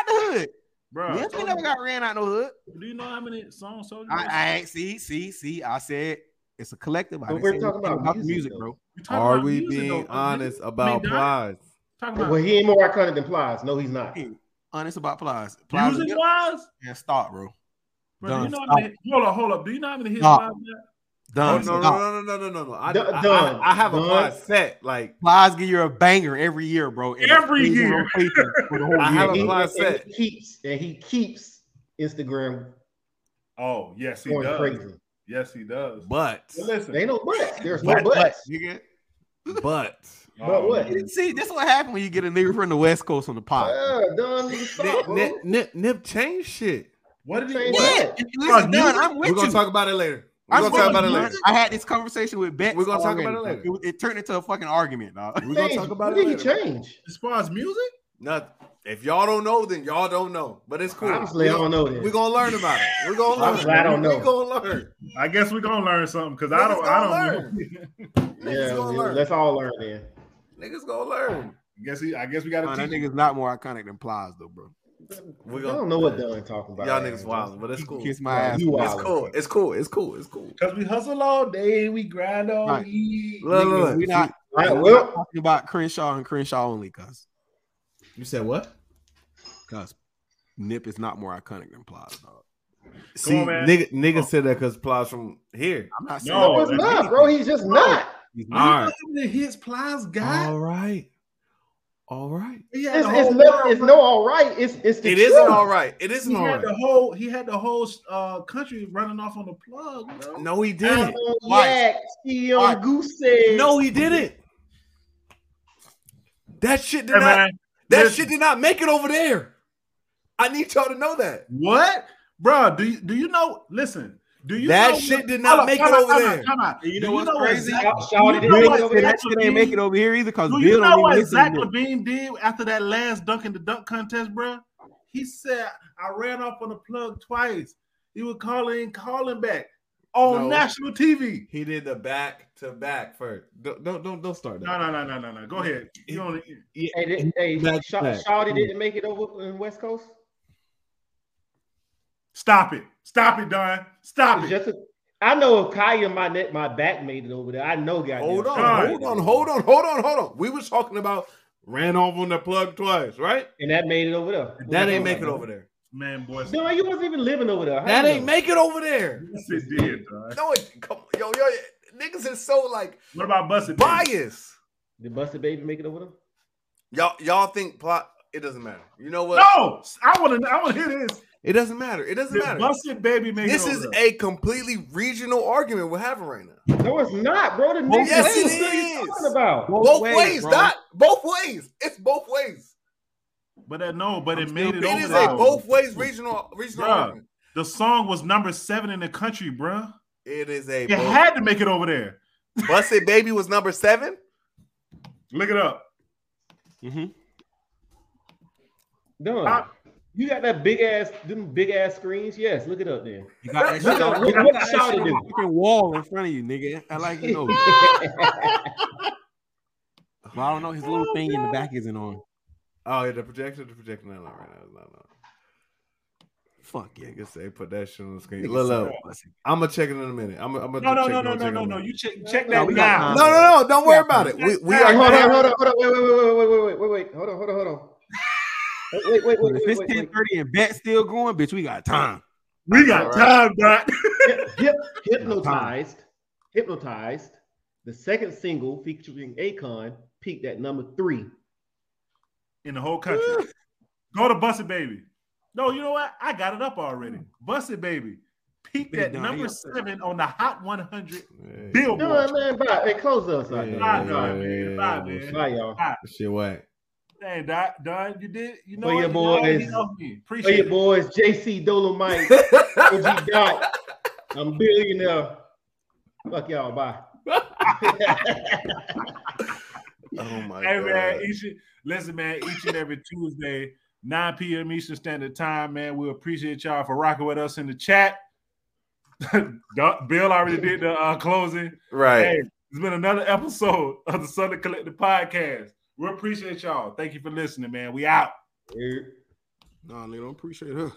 S1: though?
S3: out the hood.
S2: Bro,
S3: Yes, we never got ran out no hood.
S2: do you know how many songs Soldier Boy?
S3: I, I ain't see, see, see. I said it's a collective. I
S4: But
S3: didn't
S4: we're
S3: say
S4: talking
S3: anything
S4: about
S3: the
S4: music,
S3: music,
S4: though.
S3: bro.
S2: You talking
S1: Are
S2: about
S1: we
S2: music,
S1: being
S2: though,
S1: honest
S2: nigga?
S1: about
S2: Mean,
S1: Plies?
S2: Talking
S4: Well,
S2: about
S4: he ain't more iconic than Plies. No, he's not.
S3: Hey, honest about Plies. Plies
S2: music
S3: and
S2: wise,
S3: start, bro.
S2: bro. Do you
S3: Done.
S2: know how many, hold up, hold up. Do you know how many hits?
S3: Stop.
S2: Plies got?
S1: Oh,
S3: Done.
S1: no, no,
S3: stop.
S1: no, no, no, no, no. I,
S4: D-
S1: I,
S4: done.
S1: I, I have a
S4: Done.
S1: Plies set. Like
S3: Plies give you a banger every year, bro. And
S2: Every
S3: it's in
S2: year.
S3: rotation for the whole
S1: I
S3: year,
S1: have a
S3: bro.
S4: And-
S1: Plies
S4: and
S1: set.
S4: he keeps and he keeps Instagram
S2: Oh yes, he
S4: going
S2: does.
S4: crazy.
S2: Yes, he does.
S1: But
S2: But listen,
S4: They know what. buts. There's no buts.
S3: nigga.
S1: But
S2: um,
S4: But what?
S2: man.
S3: See, this what happened when you get a nigga from the West Coast on the pod.
S4: Yeah, done. nigga, stop,
S1: Nip,
S4: bro.
S1: Nip, Nip, Nip changed shit.
S2: What did
S4: Change
S2: he?
S4: that.
S2: What?
S3: Yeah, if you listen, Don, I'm with
S1: We're gonna
S3: you.
S1: talk about it later. We're
S3: I'm
S1: gonna talk
S3: with
S1: about it
S3: you.
S1: later.
S3: I had this conversation with Bex.
S1: We're gonna talk about
S3: already.
S1: it later.
S3: It, it turned into a fucking argument, dog.
S1: We're gonna
S4: Change.
S1: talk about
S4: What
S1: it
S4: did
S1: later.
S4: he change?
S2: As far as music,
S1: Not if y'all don't know, then y'all don't know. But it's cool.
S4: Honestly, I don't know this.
S1: We're gonna learn about it. We're gonna learn.
S4: Honestly, I don't know.
S1: We're gonna learn.
S2: I guess we're gonna learn something because
S1: Niggas
S2: I don't. I
S1: gonna
S2: don't.
S1: Niggas
S4: yeah,
S1: gonna
S4: we-
S1: learn.
S4: let's all learn then.
S1: Niggas gonna learn.
S2: guess he. I guess we got
S3: Nah,
S2: to
S3: that
S2: teach.
S3: nigga's not more iconic than Plies, though, bro.
S1: We're
S4: I
S1: gonna
S4: don't know what Don talking about.
S1: y'all niggas wild, but it's
S3: You can
S1: cool.
S3: Kiss
S1: It's
S3: my ass.
S4: You wild.
S1: cool. It's cool. It's cool. It's cool.
S2: Because we hustle all day, we grind all
S3: Right.
S2: week.
S1: Look,
S3: Nigga,
S1: look,
S3: we
S1: look.
S3: not
S4: All right,
S3: we're not
S4: well,
S3: talking about Crenshaw and Crenshaw only, cuz.
S8: You said what?
S3: Cuz Nip is not more iconic than Plies, dog.
S1: See,
S2: on, man.
S1: nigga, nigga said that because Plies from here.
S3: I'm not saying
S2: No,
S4: no, it's not, bro. He's just not.
S3: He's
S1: All right.
S8: His plies guy.
S1: Oh.
S8: All right. All right.
S4: It's, it's, never, it's no all right. It's it's the
S1: It
S4: truth.
S1: isn't all right. It isn't
S2: He
S1: all
S2: had the
S1: right.
S2: whole. He had the whole uh, country running off on the plug. Bro.
S1: No, he
S4: Apple,
S1: didn't.
S3: Why?
S4: yak, tea
S3: Why?
S4: on goose eggs.
S1: No, he didn't. That shit did
S2: Hey,
S1: not.
S2: man,
S1: That
S2: listen.
S1: shit did not make it over there. I need y'all to know that.
S2: What, bro? Do you do you know? Listen, do you
S1: That
S2: know
S1: shit
S2: what-
S1: did not
S2: Hold on,
S1: make
S2: hold
S1: it
S2: on,
S1: over
S2: hold on,
S1: there.
S2: hold on. Do You
S3: know what's crazy?
S2: Zach-
S4: Y'all- y'all
S2: do you
S4: didn't
S2: know
S4: make
S2: what
S4: it over there.
S2: Zach
S3: that shit ain't
S2: Levine-
S3: make it over here either because
S2: Do
S3: Bill
S2: you know
S3: don't even
S2: what
S3: listen to
S2: Zach
S3: Nip.
S2: Levine did after that last dunk in the dunk contest, bro? He said, "I ran off on the plug twice. He was calling, calling back on
S1: No.
S2: national TV."
S1: He did the back to back first. Don't don't don't, don't start that.
S2: No, no, no, no, no, no. Go ahead. You only,
S4: Hey, did, hey,
S8: That's
S4: Shaw-
S8: fact.
S4: Shawty didn't make it over in West Coast.
S2: stop it. Stop it, Don. Stop
S4: It's
S2: it.
S4: just a, I know if Kaya my net my back made it over there. I know, goddamn.
S1: Hold on,
S2: All
S4: Shaw
S2: right.
S1: hold
S4: made it.
S1: on, hold on, hold on, hold on. We was talking about ran off on the plug twice, right?
S4: and that made it over there.
S1: That ain't make it over there.
S2: Man, boy,
S4: No, you wasn't even living over there. How
S1: That
S4: you
S1: ain't
S4: know?
S1: make it over there.
S2: yes, it did, Don.
S1: No, it come yo, yo, yo, niggas is so like
S2: What about Busted?
S1: biased.
S4: Did Busted Baby make it over there?
S1: Y'all y'all think plot it doesn't matter. You know what?
S2: No, I want to. I want to hear this.
S1: It doesn't matter. It doesn't
S2: Did
S1: matter.
S2: Busted Baby make
S1: This
S2: it
S1: is
S2: over?
S1: a completely regional argument we're having right now.
S4: No, it's not, bro. The
S1: Well,
S4: nigga
S1: yes,
S4: what
S1: it
S4: the fuck you
S1: is.
S4: talking about?
S1: Both, ways,
S3: bro.
S1: not both ways. It's both ways.
S2: but uh, no, but
S3: I'm
S2: it made
S3: still-
S2: it
S1: It
S2: over.
S1: is
S2: there.
S1: a both ways regional regional
S2: Bruh.
S1: argument.
S2: The song was number seven in the country, bruh.
S1: It is a
S2: It
S1: both-
S2: had to make it over there.
S1: Busted Baby was number seven.
S2: Look it up.
S3: Mhm.
S4: Done.
S2: I-
S4: you got that big ass, them big ass screens? Yes, look it up then.
S3: You got that
S4: Look
S3: shit
S4: at-
S3: on
S4: look
S3: you
S4: at what
S3: got that
S4: Shaw
S3: shit on
S4: did.
S3: the fucking wall in front of you, nigga. I like you know. But I don't know his little thing in the back isn't on.
S1: Oh, yeah, the projector, the projector, not on right now. It's not on.
S3: Fuck yeah.
S1: Niggas say put that shit on the screen.
S3: Nigga,
S1: Look,
S3: so
S1: look,
S3: pussy.
S1: I'm gonna check it in a minute. I'm gonna
S2: No, no, no, no, no, no, no. You check check
S4: No,
S2: that
S4: we got
S2: now.
S4: time.
S1: no, no, no. Don't worry about it. We, we
S2: Hey,
S1: are
S4: Hey, hold on, hold on, hold on. Wait, wait, wait, wait, wait, wait, wait, wait. Hold on, hold on, hold on. Wait, wait, wait,
S3: If
S4: wait,
S3: it's
S4: wait, wait,
S3: 10:30
S4: wait.
S3: and bet still going, bitch, we got time.
S2: We got time, Doc.
S4: Hyp- hyp- hypnotized, hypnotized. The second single featuring Akon peaked at number three.
S2: In the whole country. Go to Busted Baby. No, you know what? I got it up already. Busted Baby peaked
S3: Big
S2: at
S3: Don,
S2: number
S3: he upset.
S2: seven on the Hot 100
S1: Hey,
S4: No, man,
S2: Billboard.
S4: man, bye. Hey, close us out.
S1: Yeah.
S2: Bye,
S4: dog.
S2: Don, man. Bye,
S4: Bye,
S2: man.
S4: y'all.
S1: shit, whack.
S2: Hey, Doc, Don, you did. You know
S4: For your
S2: what? You know,
S4: boys.
S2: you know me.
S4: Hey,
S2: Appreciate
S4: your
S2: it.
S4: boys, JC Dolomite, OG Dot. I'm billionaire. Fuck y'all. Bye.
S1: Oh my
S2: Hey
S1: god.
S2: man, each and- listen, man, each and every Tuesday, 9 p.m. Eastern Standard Time, man. We appreciate y'all for rocking with us in the chat. Doc- Bill already did the uh, closing.
S1: Right.
S2: Hey, it's been another episode of the Southern Collective Podcast. We appreciate y'all. Thank you for listening, man. We out.
S3: Nah, nigga, don't appreciate her.